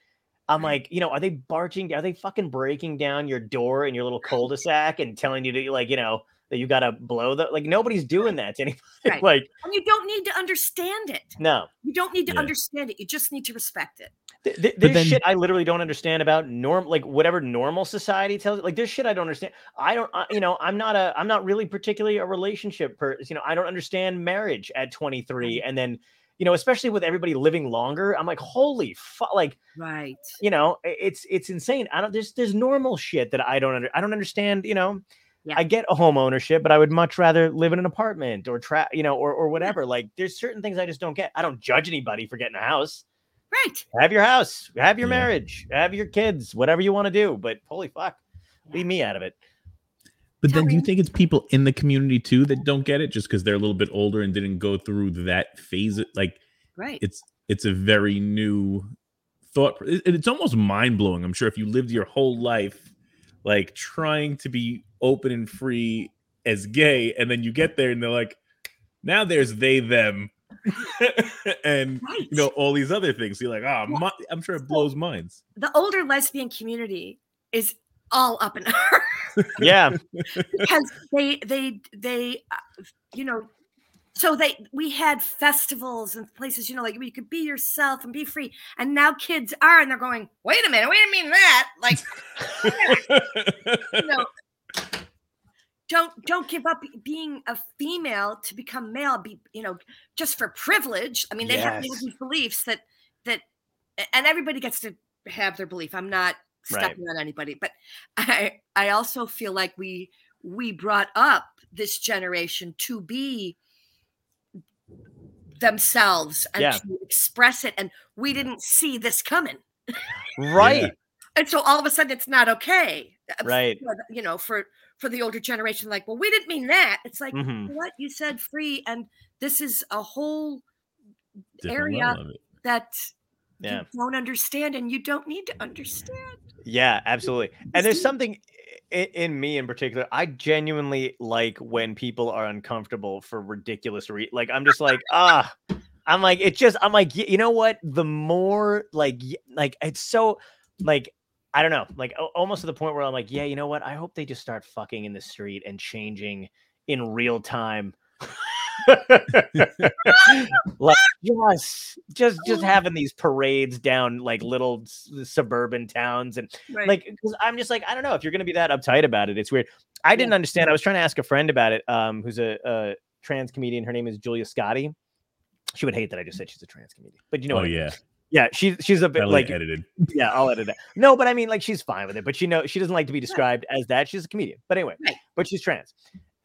Speaker 3: I'm
Speaker 1: Right.
Speaker 3: like, you know, are they barging? Are they fucking breaking down your door in your little cul-de-sac and telling you to like, you know, that you gotta blow the like? Nobody's doing that to anybody. [LAUGHS]
Speaker 1: Right.
Speaker 3: like,
Speaker 1: And you don't need to understand it.
Speaker 3: no.
Speaker 1: You don't need to
Speaker 2: Yeah.
Speaker 1: understand it. You just need to respect it.
Speaker 3: Th- th- there's
Speaker 2: then-
Speaker 3: shit I literally don't understand about norm, like whatever normal society tells. Like there's shit I don't understand. I don't, I, you know, I'm not a, I'm not really particularly a relationship person. You know, I don't understand marriage at 23, and then, you know, especially with everybody living longer, I'm like, holy fuck, like
Speaker 1: Right.
Speaker 3: you know, i- it's it's insane. I don't there's there's normal shit that I don't under, I don't understand. You know,
Speaker 1: Yeah.
Speaker 3: I get a home ownership, but I would much rather live in an apartment or trap, you know, or or whatever. Like there's certain things I just don't get. I don't judge anybody for getting a house
Speaker 1: Right.
Speaker 3: have your house, have your
Speaker 2: Yeah.
Speaker 3: marriage, have your kids, whatever you want to do. But holy fuck, leave me out of it.
Speaker 2: But then, do you
Speaker 1: Totally.
Speaker 2: think it's people in the community too that don't get it just because they're a little bit older and didn't go through that phase? Like,
Speaker 1: Right.
Speaker 2: it's it's a very new thought. it- It's almost mind blowing. I'm sure if you lived your whole life like trying to be open and free as gay, and then you get there and they're like, now there's they them, [LAUGHS] and
Speaker 1: right.
Speaker 2: you know all these other things. you're like, ah,
Speaker 1: Well,
Speaker 2: my, I'm sure it blows minds. [LAUGHS]
Speaker 1: the older lesbian community is all up in [LAUGHS] arms.
Speaker 3: Yeah,
Speaker 1: because they they they uh, you know so they we had festivals and places, you know, like where you could be yourself and be free. And now kids are, and they're going, wait a minute, wait a minute, that like you know, don't don't give up being a female to become male. Be you know, just for privilege. I mean, they have they
Speaker 3: Yes.
Speaker 1: have these beliefs that that, and everybody gets to have their belief. I'm not
Speaker 3: Right.
Speaker 1: stepping on anybody, but [LAUGHS] I I also feel like we we brought up this generation to be themselves and
Speaker 3: Yeah. Mm-hmm.
Speaker 1: to express it, and we didn't see this coming.
Speaker 3: Right.
Speaker 1: And so all of a sudden, it's not okay. Uh,
Speaker 3: Right.
Speaker 1: for the- you know for for the older generation like well we didn't mean that it's like
Speaker 3: Mhm.
Speaker 1: what you said free and this is a whole
Speaker 2: Different
Speaker 1: Area.
Speaker 2: level of it.
Speaker 1: that
Speaker 3: Yeah.
Speaker 1: you don't understand and you don't need to understand
Speaker 3: Yeah, absolutely. And there's
Speaker 1: Mhm.
Speaker 3: something in, in me in particular. I genuinely like when people are uncomfortable for ridiculous re like I'm just like, ah, I'm like it just I'm like y- you know what? The more like y- like it's so like I don't know, like a- almost to the point where I'm like, yeah, you know what? I hope they just start fucking in the street and changing in real time. like just just just having these parades down like little s- suburban towns and
Speaker 1: right
Speaker 3: like because i'm just like i don't know if you're gonna be that uptight about it it's weird i didn't understand i was trying to ask a friend about it um who's a, a trans comedian her name is julia scotti she would hate that i just said she's a trans comedian but you know
Speaker 2: oh
Speaker 3: what I mean.
Speaker 2: yeah,
Speaker 3: yeah she's she's a bit
Speaker 2: That'll get
Speaker 3: like
Speaker 2: edited.
Speaker 3: yeah i'll edit that no but i mean like she's fine with it but she know she doesn't like to be described as that she's a comedian but anyway
Speaker 1: Right.
Speaker 3: but she's trans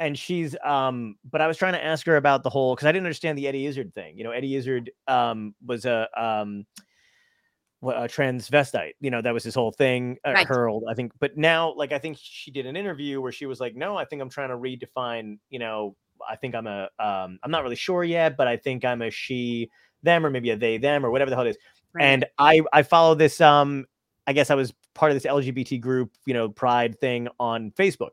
Speaker 3: and she's um but i was trying to ask her about the whole because i didn't understand the eddie izzard thing you know eddie izzard um was a um wha- a transvestite you know that was his whole thing uh,
Speaker 1: Right.
Speaker 3: her whole- i think but now like i think she did an interview where she was like no i think i'm trying to redefine you know i think i'm a um i'm not really sure yet but i think i'm a she them or maybe a they them or whatever the hell it is
Speaker 1: right.
Speaker 3: and I I follow this um I guess I was part of this LGBT group, you know, pride thing on Facebook.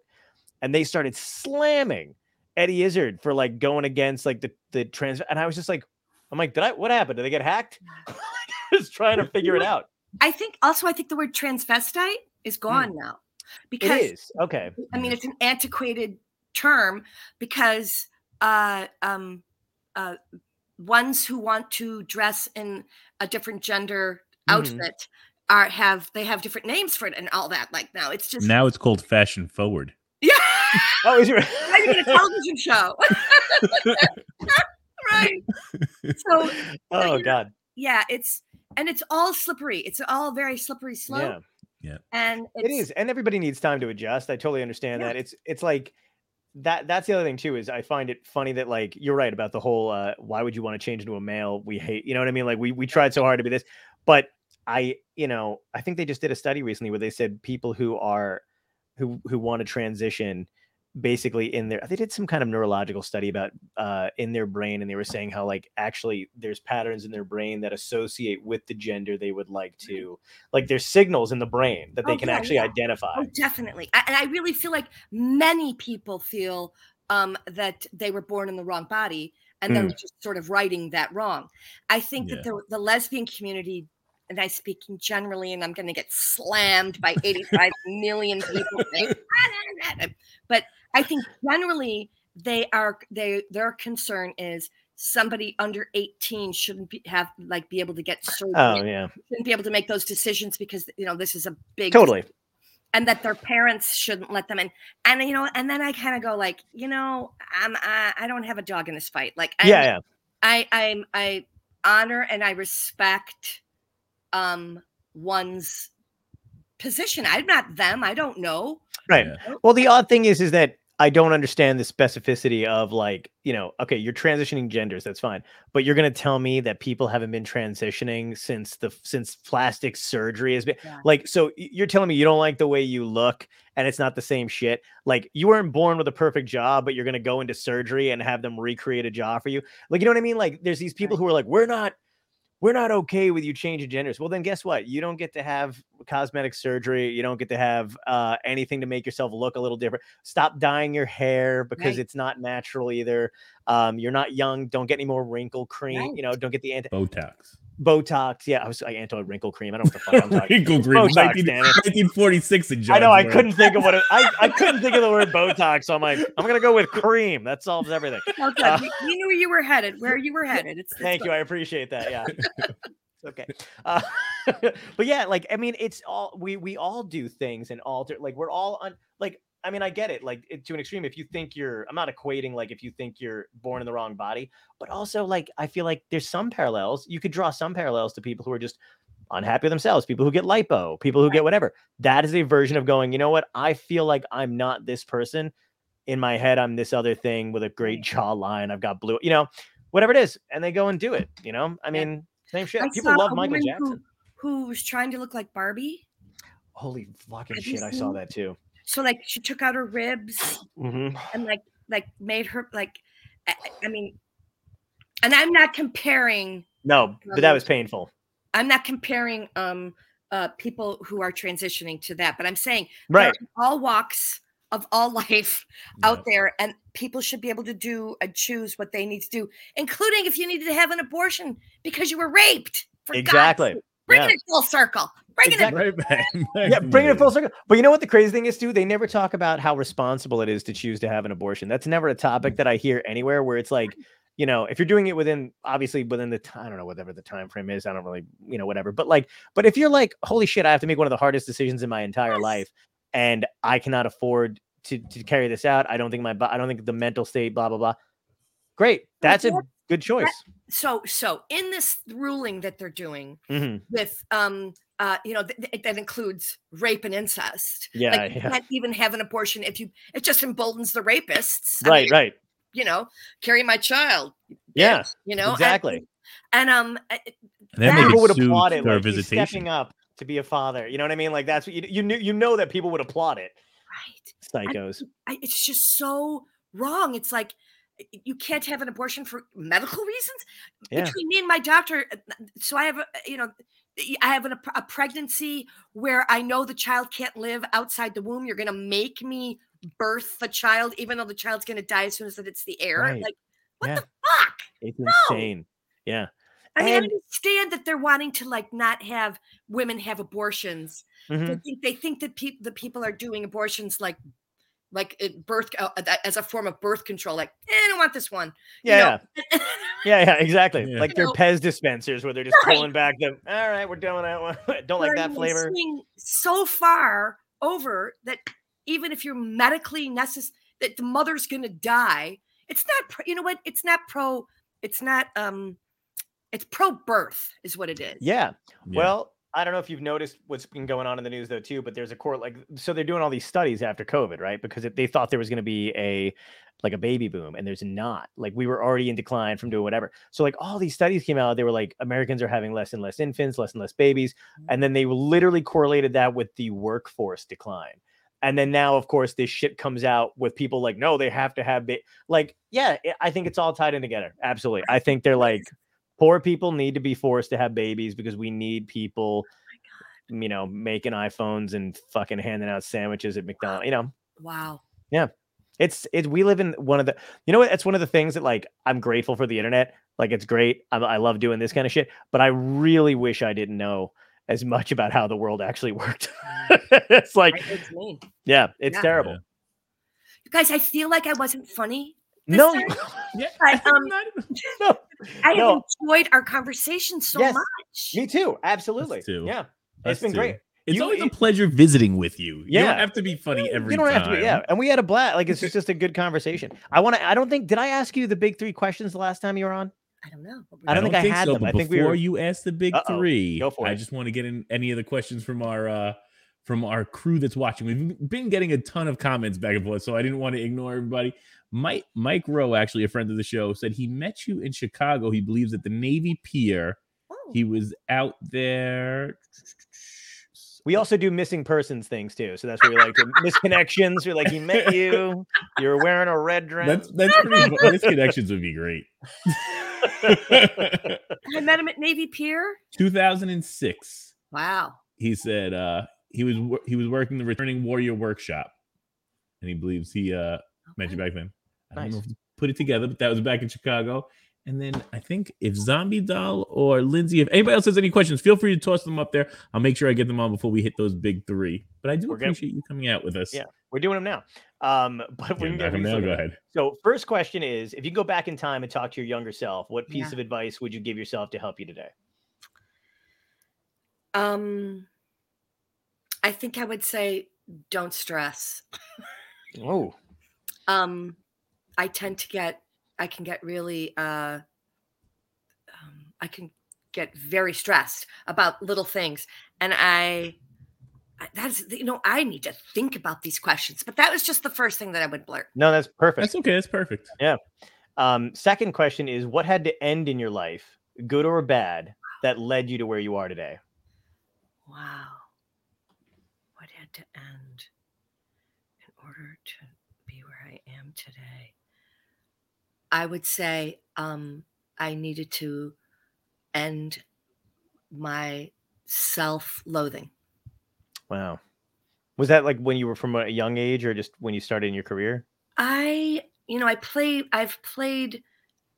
Speaker 3: And they started slamming Eddie Izzard for like going against like the the trans and I was just like I'm like did I what happened? Did they get hacked? [LAUGHS] just trying to figure it out.
Speaker 1: i think also i think the word transvestite is gone now
Speaker 3: Mm. It
Speaker 1: because
Speaker 3: is. Okay.
Speaker 1: I mean, it's an antiquated term because uh, um, uh, ones who want to dress in a different gender
Speaker 3: Mhm.
Speaker 1: outfit are have they have different names for it and all that. Like now, it's just
Speaker 2: Now it's called fashion forward.
Speaker 1: [LAUGHS] yeah,
Speaker 3: Oh, is it
Speaker 1: I even a television show, [LAUGHS] right? So [LAUGHS]
Speaker 3: Oh
Speaker 1: you know,
Speaker 3: god.
Speaker 1: yeah, it's and it's all slippery. It's all very slippery slope,
Speaker 3: Yeah.
Speaker 1: and it's,
Speaker 3: it is and everybody needs time to adjust i totally understand
Speaker 1: Yeah.
Speaker 3: that it's it's like that that's the other thing too is i find it funny that like you're right about the whole uh why would you want to change into a male we hate you know what i mean like we we tried so hard to be this but i you know i think they just did a study recently where they said people who are who who want to transition basically in their they did some kind of neurological study about uh in their brain and they were saying how like actually there's patterns in their brain that associate with the gender they would like to like there's signals in the brain that they
Speaker 1: Mm-hmm. Oh,
Speaker 3: can
Speaker 1: yeah,
Speaker 3: actually
Speaker 1: yeah.
Speaker 3: identify
Speaker 1: Oh, definitely. I, and I really feel like many people feel um, that they were born in the wrong body and they're just sort of righting that wrong. I think
Speaker 2: Yeah.
Speaker 1: that the, the lesbian community, and I speaking generally, and I'm going to get slammed by 85 million people, saying, [LAUGHS] "Ah, nah, nah," but I think generally they are they their concern is somebody under 18 shouldn't be, have like be able to get surgery
Speaker 3: oh yeah
Speaker 1: shouldn't be able to make those decisions because you know this is a big
Speaker 3: totally
Speaker 1: and that their parents shouldn't let them in. And you know, and then I kind of go like, you know, I'm I, I don't have a dog in this fight. Like, I'm,
Speaker 3: yeah yeah
Speaker 1: I I'm I honor and I respect um one's position. I'm not them. I don't know.
Speaker 3: [LAUGHS] right
Speaker 2: Yeah.
Speaker 3: well the odd thing is is that i don't understand the specificity of like you know okay you're transitioning genders that's fine but you're going to tell me that people haven't been transitioning since the since plastic surgery has been
Speaker 1: Yeah.
Speaker 3: like so y- you're telling me you don't like the way you look and it's not the same shit like you weren't born with a perfect jaw but you're going to go into surgery and have them recreate a jaw for you like you know what i mean like there's these people who are like we're not we're not okay with you changing genders. Well, then guess what? You don't get to have cosmetic surgery. You don't get to have uh, anything to make yourself look a little different. Stop dyeing your hair because
Speaker 1: Right.
Speaker 3: it's not natural either. Um, you're not young. Don't get any more wrinkle cream. You know, don't get the anti.
Speaker 2: Botox.
Speaker 3: Botox. Yeah, I was like anti wrinkle cream. I don't know what the fuck I'm
Speaker 2: [LAUGHS]
Speaker 3: talking.
Speaker 2: Wrinkle Green,
Speaker 3: Botox,
Speaker 2: 19-
Speaker 3: damn it.
Speaker 2: 1946. in
Speaker 3: I know I
Speaker 2: John's
Speaker 3: couldn't think of what it, I I couldn't think of the word Botox. So I'm like, I'm gonna go with cream. That solves everything.
Speaker 1: Oh, good.
Speaker 3: Uh,
Speaker 1: we, we knew where you
Speaker 3: [LAUGHS]
Speaker 1: were headed. Where you were headed. It's, it's
Speaker 3: Thank you. I appreciate that. Yeah. okay. Uh, [LAUGHS] but yeah, like I mean, it's all we we all do things and alter. Like we're all on. Like I mean, I get it. Like it, to an extreme, if you think you're, I'm not equating like if you think you're born in the wrong body, but also like I feel like there's some parallels. You could draw some parallels to people who are just unhappy with themselves, people who get lipo, people who get whatever. That is a version of going. You know what? I feel like I'm not this person. In my head, I'm this other thing with a great jawline. I've got blue. You know, whatever it is, and they go and do it. You know, I
Speaker 1: Yeah.
Speaker 3: mean, same shit.
Speaker 1: I
Speaker 3: People
Speaker 1: saw
Speaker 3: love
Speaker 1: a
Speaker 3: Michael
Speaker 1: woman
Speaker 3: Jackson.
Speaker 1: Who, who was trying to look like Barbie.
Speaker 3: Holy fucking
Speaker 1: Have you
Speaker 3: shit! I saw
Speaker 1: seen-
Speaker 3: that
Speaker 1: [SIGHS]
Speaker 3: too. Mm-hmm.
Speaker 1: So like she took out her ribs and like like made her like I, I mean and I'm not comparing
Speaker 3: No, but that was painful.
Speaker 1: I'm not comparing um uh people who are transitioning to that, but I'm saying there
Speaker 3: Right?
Speaker 1: are all walks of all [LAUGHS] life
Speaker 2: Yeah.
Speaker 1: out there and people should be able to do and choose what they need to do, including if you needed to have an abortion because you were raped. For God's
Speaker 3: Exactly.
Speaker 1: sake. Bringing
Speaker 3: Yeah.
Speaker 1: it full circle. Bringing
Speaker 3: Exactly.
Speaker 2: Right back. [LAUGHS]
Speaker 3: Yeah,
Speaker 1: [LAUGHS]
Speaker 3: bring it full circle. But you know what the crazy thing is, too? They never talk about how responsible it is to choose to have an abortion. That's never a
Speaker 1: Mm.
Speaker 3: topic that I hear anywhere where it's like, you know, if you're doing it within obviously within the time, I don't know, whatever the time frame is, I don't really, you know, whatever. But like, but if you're like, holy shit, I have to make one of the hardest decisions in my entire
Speaker 1: Yes.
Speaker 3: life and I cannot afford to to carry this out. I don't think my bo- I don't think the mental state, blah, blah, blah. Great. That's a
Speaker 1: that's-
Speaker 3: good choice.
Speaker 1: it. So so in this ruling that they're doing,
Speaker 3: Mhm.
Speaker 1: with um uh you know th- th- that includes rape and incest
Speaker 3: Yeah. [LAUGHS]
Speaker 1: like you
Speaker 3: yeah.
Speaker 1: can't even have an abortion if you it just emboldens the rapists I
Speaker 3: Right,
Speaker 1: mean,
Speaker 3: right.
Speaker 1: you know carry my child
Speaker 3: Yeah.
Speaker 1: you know and-
Speaker 3: Exactly.
Speaker 1: and, um uh, it-
Speaker 2: And then
Speaker 1: That-
Speaker 2: they
Speaker 3: people
Speaker 2: could
Speaker 3: would
Speaker 2: sue
Speaker 3: applaud it
Speaker 2: our
Speaker 3: like he's
Speaker 2: visitation.
Speaker 3: stepping up to be a father. You know what I mean? Like that's what you you knew you know that people would applaud it.
Speaker 1: right
Speaker 3: Psychos.
Speaker 1: I, it's just so wrong it's like y- you can't have an abortion for medical reasons
Speaker 3: Yeah.
Speaker 1: between me and my doctor uh, n- so i have a you know y- i have an, a- a pregnancy where i know the child can't live outside the womb you're going to make me birth the child even though the child's going to die as soon as it hits the air
Speaker 3: Right.
Speaker 1: like what
Speaker 3: Yeah.
Speaker 1: the fuck
Speaker 3: It's insane. Yeah.
Speaker 1: I mean, I
Speaker 3: And-
Speaker 1: understand that they're wanting to like not have women have abortions. They
Speaker 3: Mhm.
Speaker 1: think they think that people the people are doing abortions like like it birth uh, that- as a form of birth control. Like eh, I don't want this
Speaker 3: [LAUGHS]
Speaker 1: one. you
Speaker 3: Yeah,
Speaker 1: know? [LAUGHS]
Speaker 3: yeah, yeah, yeah, exactly.
Speaker 2: Yeah.
Speaker 3: Like their
Speaker 1: You know-
Speaker 3: Pez dispensers where they're just
Speaker 1: Right.
Speaker 3: pulling back the. All right, we're doing that one. [LAUGHS] Don't
Speaker 1: But
Speaker 3: like
Speaker 1: I
Speaker 3: that
Speaker 1: mean,
Speaker 3: flavor.
Speaker 1: seeing So far over that even if you're medically necessary, that the mother's going to die. It's not. Pro- you know what? It's not pro. It's not. um It's pro birth is what it is.
Speaker 3: Yeah.
Speaker 2: Yeah.
Speaker 3: Well, I don't know if you've noticed what's been going on in the news though too, but there's a court like so they're doing all these studies after COVID, right? Because it, they thought there was going to be a like a baby boom, and there's not. Like we were already in decline from doing whatever. So like all these studies came out, they were like Americans are having less and less infants, less and less babies, and then they literally correlated that with the workforce decline. And then now, of course, this shit comes out with people like, no, they have to have, ba-. like, yeah, I- I think it's all tied in together. Absolutely. I think they're like, poor people need to be forced to have babies because we need people
Speaker 1: Oh
Speaker 3: you know making iphones and fucking handing out sandwiches at mcdonald's you know [LAUGHS]
Speaker 1: Wow.
Speaker 3: it's it's we live in one of the you know what that's one of the things that like i'm grateful for the internet like it's great i, I love doing this kind of shit but i really wish i didn't know as much about how the world actually [LAUGHS] worked it's like
Speaker 1: Right? It's mean.
Speaker 3: yeah it's
Speaker 1: Yeah.
Speaker 3: terrible
Speaker 1: You guys, I feel like I wasn't funny. This
Speaker 3: no
Speaker 1: time-
Speaker 2: Yeah.
Speaker 1: But, um,
Speaker 3: no
Speaker 1: I have
Speaker 3: No.
Speaker 1: enjoyed our conversation so
Speaker 3: Yes,
Speaker 1: much.
Speaker 3: me too absolutely
Speaker 2: too.
Speaker 3: yeah
Speaker 2: Us
Speaker 3: it's been
Speaker 2: too.
Speaker 3: great
Speaker 2: It's
Speaker 3: You-
Speaker 2: always a
Speaker 3: it-
Speaker 2: pleasure visiting with you. You
Speaker 3: Yeah.
Speaker 2: don't have to be funny
Speaker 3: Yeah,
Speaker 2: every
Speaker 3: you don't
Speaker 2: time.
Speaker 3: have to be yeah and we had a blast like it's just, just a good conversation i want to i don't think did i ask you the big three questions the last time you were on
Speaker 1: I don't know. what we're
Speaker 3: I don't think I had
Speaker 2: so,
Speaker 3: them.
Speaker 2: But
Speaker 3: I think we
Speaker 2: before
Speaker 3: were-
Speaker 2: you ask the big
Speaker 3: Uh-oh.
Speaker 2: three,
Speaker 3: Go for
Speaker 2: I
Speaker 3: it.
Speaker 2: just want to get in any of the questions from our uh from our crew that's watching. We've been getting a ton of comments back and forth, so I didn't want to ignore everybody. Mike Mike Rowe, actually a friend of the show, said he met you in Chicago. He believes at the Navy Pier.
Speaker 1: doing.
Speaker 2: He was out there.
Speaker 3: we also do missing persons things too so that's where we like
Speaker 2: [LAUGHS]
Speaker 3: to misconnections we're like he met you you're wearing a red dress
Speaker 2: That's that's pretty. bu- His connections would be
Speaker 3: [LAUGHS]
Speaker 2: great. [LAUGHS]
Speaker 1: I met him at Navy Pier.
Speaker 2: 2006.
Speaker 1: Wow.
Speaker 2: he said uh he was wor- he was working the returning warrior workshop and he believes he uh met you
Speaker 1: Okay.
Speaker 2: back then i don't know if
Speaker 3: Nice.
Speaker 2: he put it together but that was back in chicago And then I think if Zombie Doll or Lindsay, if anybody else has any questions, feel free to toss them up there. I'll make sure I get them on before we hit those big three. But I do
Speaker 3: We're gonna-
Speaker 2: appreciate you coming out with us.
Speaker 3: Yeah. We're doing them now. Um, but we
Speaker 2: Yeah,
Speaker 3: can get
Speaker 2: knock 'em
Speaker 3: these
Speaker 2: down.
Speaker 3: later.
Speaker 2: Go ahead.
Speaker 3: So, first question is if you go back in time and talk to your younger self, what piece
Speaker 1: Yeah.
Speaker 3: of advice would you give yourself to help you today?
Speaker 1: Um, I think I would say don't stress.
Speaker 3: Oh,
Speaker 1: Um, I tend to get, I can get really, uh, um, I can get very stressed about little things, and I. I- That's you know I need to think about these questions, but that was just the first thing that I would blurt.
Speaker 3: no, that's perfect.
Speaker 2: That's okay. That's perfect.
Speaker 3: Um, second question is what had to end in your life, good or bad, that led you to where you are today?
Speaker 1: Wow, what had to end in order to be where I am today? I would say um, I needed to end my self-loathing.
Speaker 3: Wow. Was that like when you were from a young age or just when you started in your career?
Speaker 1: I, you know, I play, I've played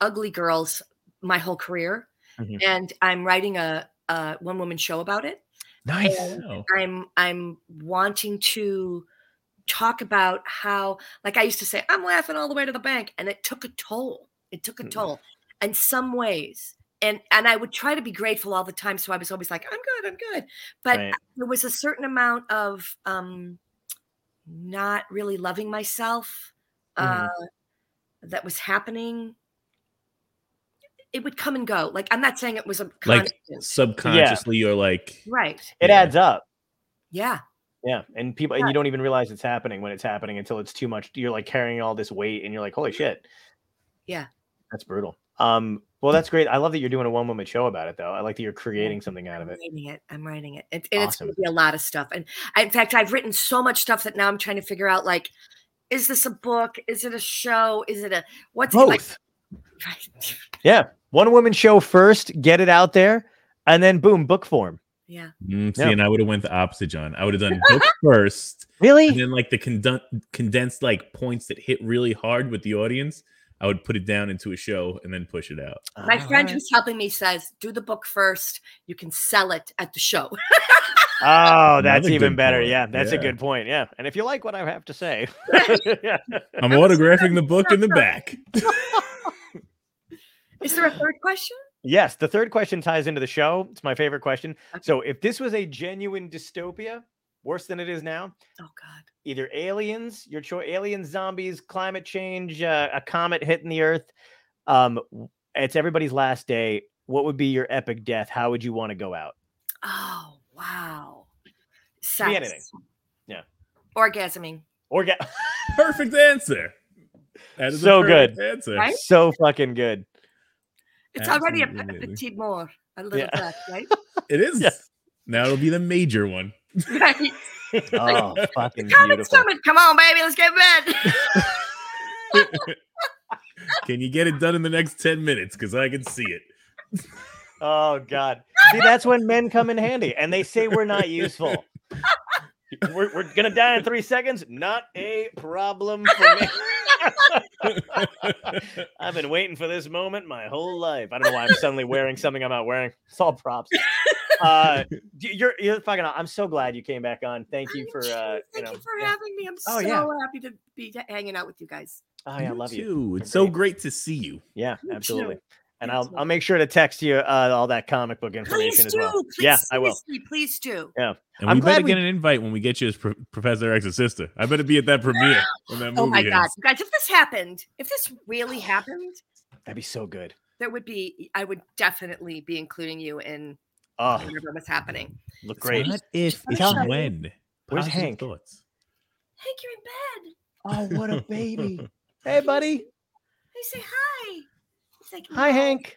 Speaker 1: ugly girls my whole career,
Speaker 3: Mhm.
Speaker 1: and I'm writing a, a one woman show about it.
Speaker 3: Nice.
Speaker 2: Wow.
Speaker 1: I'm, I'm wanting to talk about how, like I used to say, I'm laughing all the way to the bank, and it took a toll. It took a
Speaker 3: Mm.
Speaker 1: toll, and some ways, and and I would try to be grateful all the time. So I was always like, I'm good, I'm good, but
Speaker 3: Right.
Speaker 1: there was a certain amount of um not really loving myself
Speaker 3: Mhm.
Speaker 1: uh that was happening it would come and go like i'm not saying it was a
Speaker 2: Like-
Speaker 1: constant
Speaker 2: Subconsciously, you're like,
Speaker 1: right
Speaker 3: It
Speaker 2: Yeah.
Speaker 3: adds up.
Speaker 1: yeah
Speaker 3: Yeah. And people, and you don't even realize it's happening when it's happening until it's too much. You're like carrying all this weight and you're like, holy shit.
Speaker 1: Yeah.
Speaker 3: That's brutal. Um, well, that's great. I love that you're doing a one woman show about it, though. I like that you're creating something out of
Speaker 1: i'm
Speaker 3: it.
Speaker 1: writing it i'm writing it and, and it's
Speaker 3: Awesome.
Speaker 1: going to be a lot of stuff and I, in fact i've written so much stuff that now i'm trying to figure out like is this a book is it a show is it a what's it like
Speaker 3: Both.
Speaker 1: [LAUGHS] right.
Speaker 3: One woman show first, get it out there, and then boom, book form.
Speaker 1: yeah
Speaker 2: mm, see,
Speaker 3: Yeah.
Speaker 2: and I would have went the opposite, John. I would have done book [LAUGHS] first, and
Speaker 3: Really?
Speaker 2: then like the condun- condensed like points that hit really hard with the audience. I would put it down into a show and then push it out.
Speaker 1: my
Speaker 3: All
Speaker 1: friend
Speaker 3: right.
Speaker 1: who's helping me says do the book first you can sell it at the show [LAUGHS]
Speaker 3: Oh, that's
Speaker 2: Another
Speaker 3: even
Speaker 2: good
Speaker 3: better.
Speaker 2: point.
Speaker 3: Yeah, that's a
Speaker 2: Yeah.
Speaker 3: good point. Yeah. And if you like what I have to
Speaker 1: [LAUGHS]
Speaker 3: say, [LAUGHS] yeah.
Speaker 2: I'm autographing the book in the back.
Speaker 1: Is there a third question?
Speaker 3: Yes, the third question ties into the show. It's my favorite question.
Speaker 1: Okay.
Speaker 3: So, if this was a genuine dystopia, worse than it is now,
Speaker 1: Oh God.
Speaker 3: either aliens, your choice, aliens, zombies, climate change, uh, a comet hitting the Earth, um, w- it's everybody's last day. What would be your epic death? How would you want to go out?
Speaker 1: Oh wow.
Speaker 3: Could be
Speaker 1: Sex.
Speaker 3: anything. Yeah.
Speaker 1: Orgasming.
Speaker 3: Or get
Speaker 2: Perfect answer. That a
Speaker 3: So
Speaker 2: perfect Answer.
Speaker 1: Right?
Speaker 3: [LAUGHS] so fucking good.
Speaker 1: It's already a pe-
Speaker 2: Absolutely.
Speaker 1: petite more. A little
Speaker 3: Yeah.
Speaker 1: death,
Speaker 3: [LAUGHS]
Speaker 1: right?
Speaker 2: It is.
Speaker 3: Yeah.
Speaker 2: Now it'll be the major one.
Speaker 1: right.
Speaker 3: Oh, fucking
Speaker 1: Common
Speaker 3: beautiful.
Speaker 1: stomach. Come on, baby. Let's get bed.
Speaker 2: [LAUGHS] Can you get it done in the next 10 minutes? Because I can see it.
Speaker 3: Oh God! See, that's when men come in handy, and they say we're not useful. we're, we're gonna die in three seconds. Not a problem for me. Oh, I've been waiting for this moment my whole life. I don't know why I'm suddenly wearing something I'm not wearing. It's all props. Uh, y- you're you're fucking. I'm so glad you came back on. Thank you for uh,
Speaker 1: Thank
Speaker 3: you
Speaker 1: you,
Speaker 3: know.
Speaker 1: for
Speaker 3: yeah.
Speaker 1: having me. I'm
Speaker 3: Oh,
Speaker 1: so
Speaker 3: yeah.
Speaker 1: happy to be t- hanging out with you guys.
Speaker 3: Oh yeah, I love you.
Speaker 2: too. It's
Speaker 3: You're
Speaker 2: so
Speaker 3: great.
Speaker 2: great to see you.
Speaker 3: Yeah,
Speaker 1: You too.
Speaker 3: absolutely. And
Speaker 1: You
Speaker 3: I'll
Speaker 1: too.
Speaker 3: I'll make sure to text you uh, all that comic book information
Speaker 1: Please
Speaker 3: as
Speaker 1: do.
Speaker 3: well.
Speaker 1: Please,
Speaker 3: yeah, I will.
Speaker 1: seriously, Please do.
Speaker 2: And
Speaker 3: I'm
Speaker 2: we better
Speaker 3: glad we-
Speaker 2: get an invite when we get you as pro- Professor X's sister. I better be at that premiere when that movie
Speaker 1: Oh my
Speaker 2: ends.
Speaker 1: God, you guys! If this happened, if this
Speaker 3: [SIGHS]
Speaker 1: really happened,
Speaker 3: That'd be so good.
Speaker 1: there would be. I would definitely be including you in
Speaker 3: Oh,
Speaker 1: whatever was happening.
Speaker 3: look great.
Speaker 2: What if
Speaker 1: Where's
Speaker 2: it's
Speaker 1: Hank?
Speaker 2: when?
Speaker 3: Where's
Speaker 2: Positive
Speaker 3: Hank?
Speaker 2: Thoughts.
Speaker 1: Hank, you're in bed.
Speaker 3: Oh, what a baby. [LAUGHS] hey, buddy.
Speaker 1: I say hi. He's like,
Speaker 3: Hi, Hank.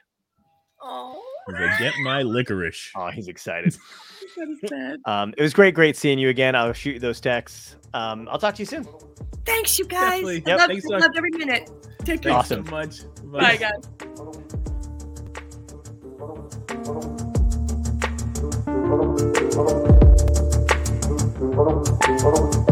Speaker 1: Oh,
Speaker 2: He's like, get my licorice.
Speaker 3: Oh, he's excited.
Speaker 1: he's in
Speaker 3: [LAUGHS]
Speaker 1: his bed.
Speaker 3: Um, it was great, great seeing you again. I'll shoot you those texts. Um, I'll talk to you soon.
Speaker 1: Thanks, you guys.
Speaker 2: Definitely.
Speaker 1: I
Speaker 2: Yep,
Speaker 1: loved,
Speaker 2: thanks,
Speaker 1: I
Speaker 2: Doc.
Speaker 1: loved every minute. Take care.
Speaker 2: Thanks so
Speaker 3: Awesome.
Speaker 2: much.
Speaker 1: Bye, guys.
Speaker 4: Thank you.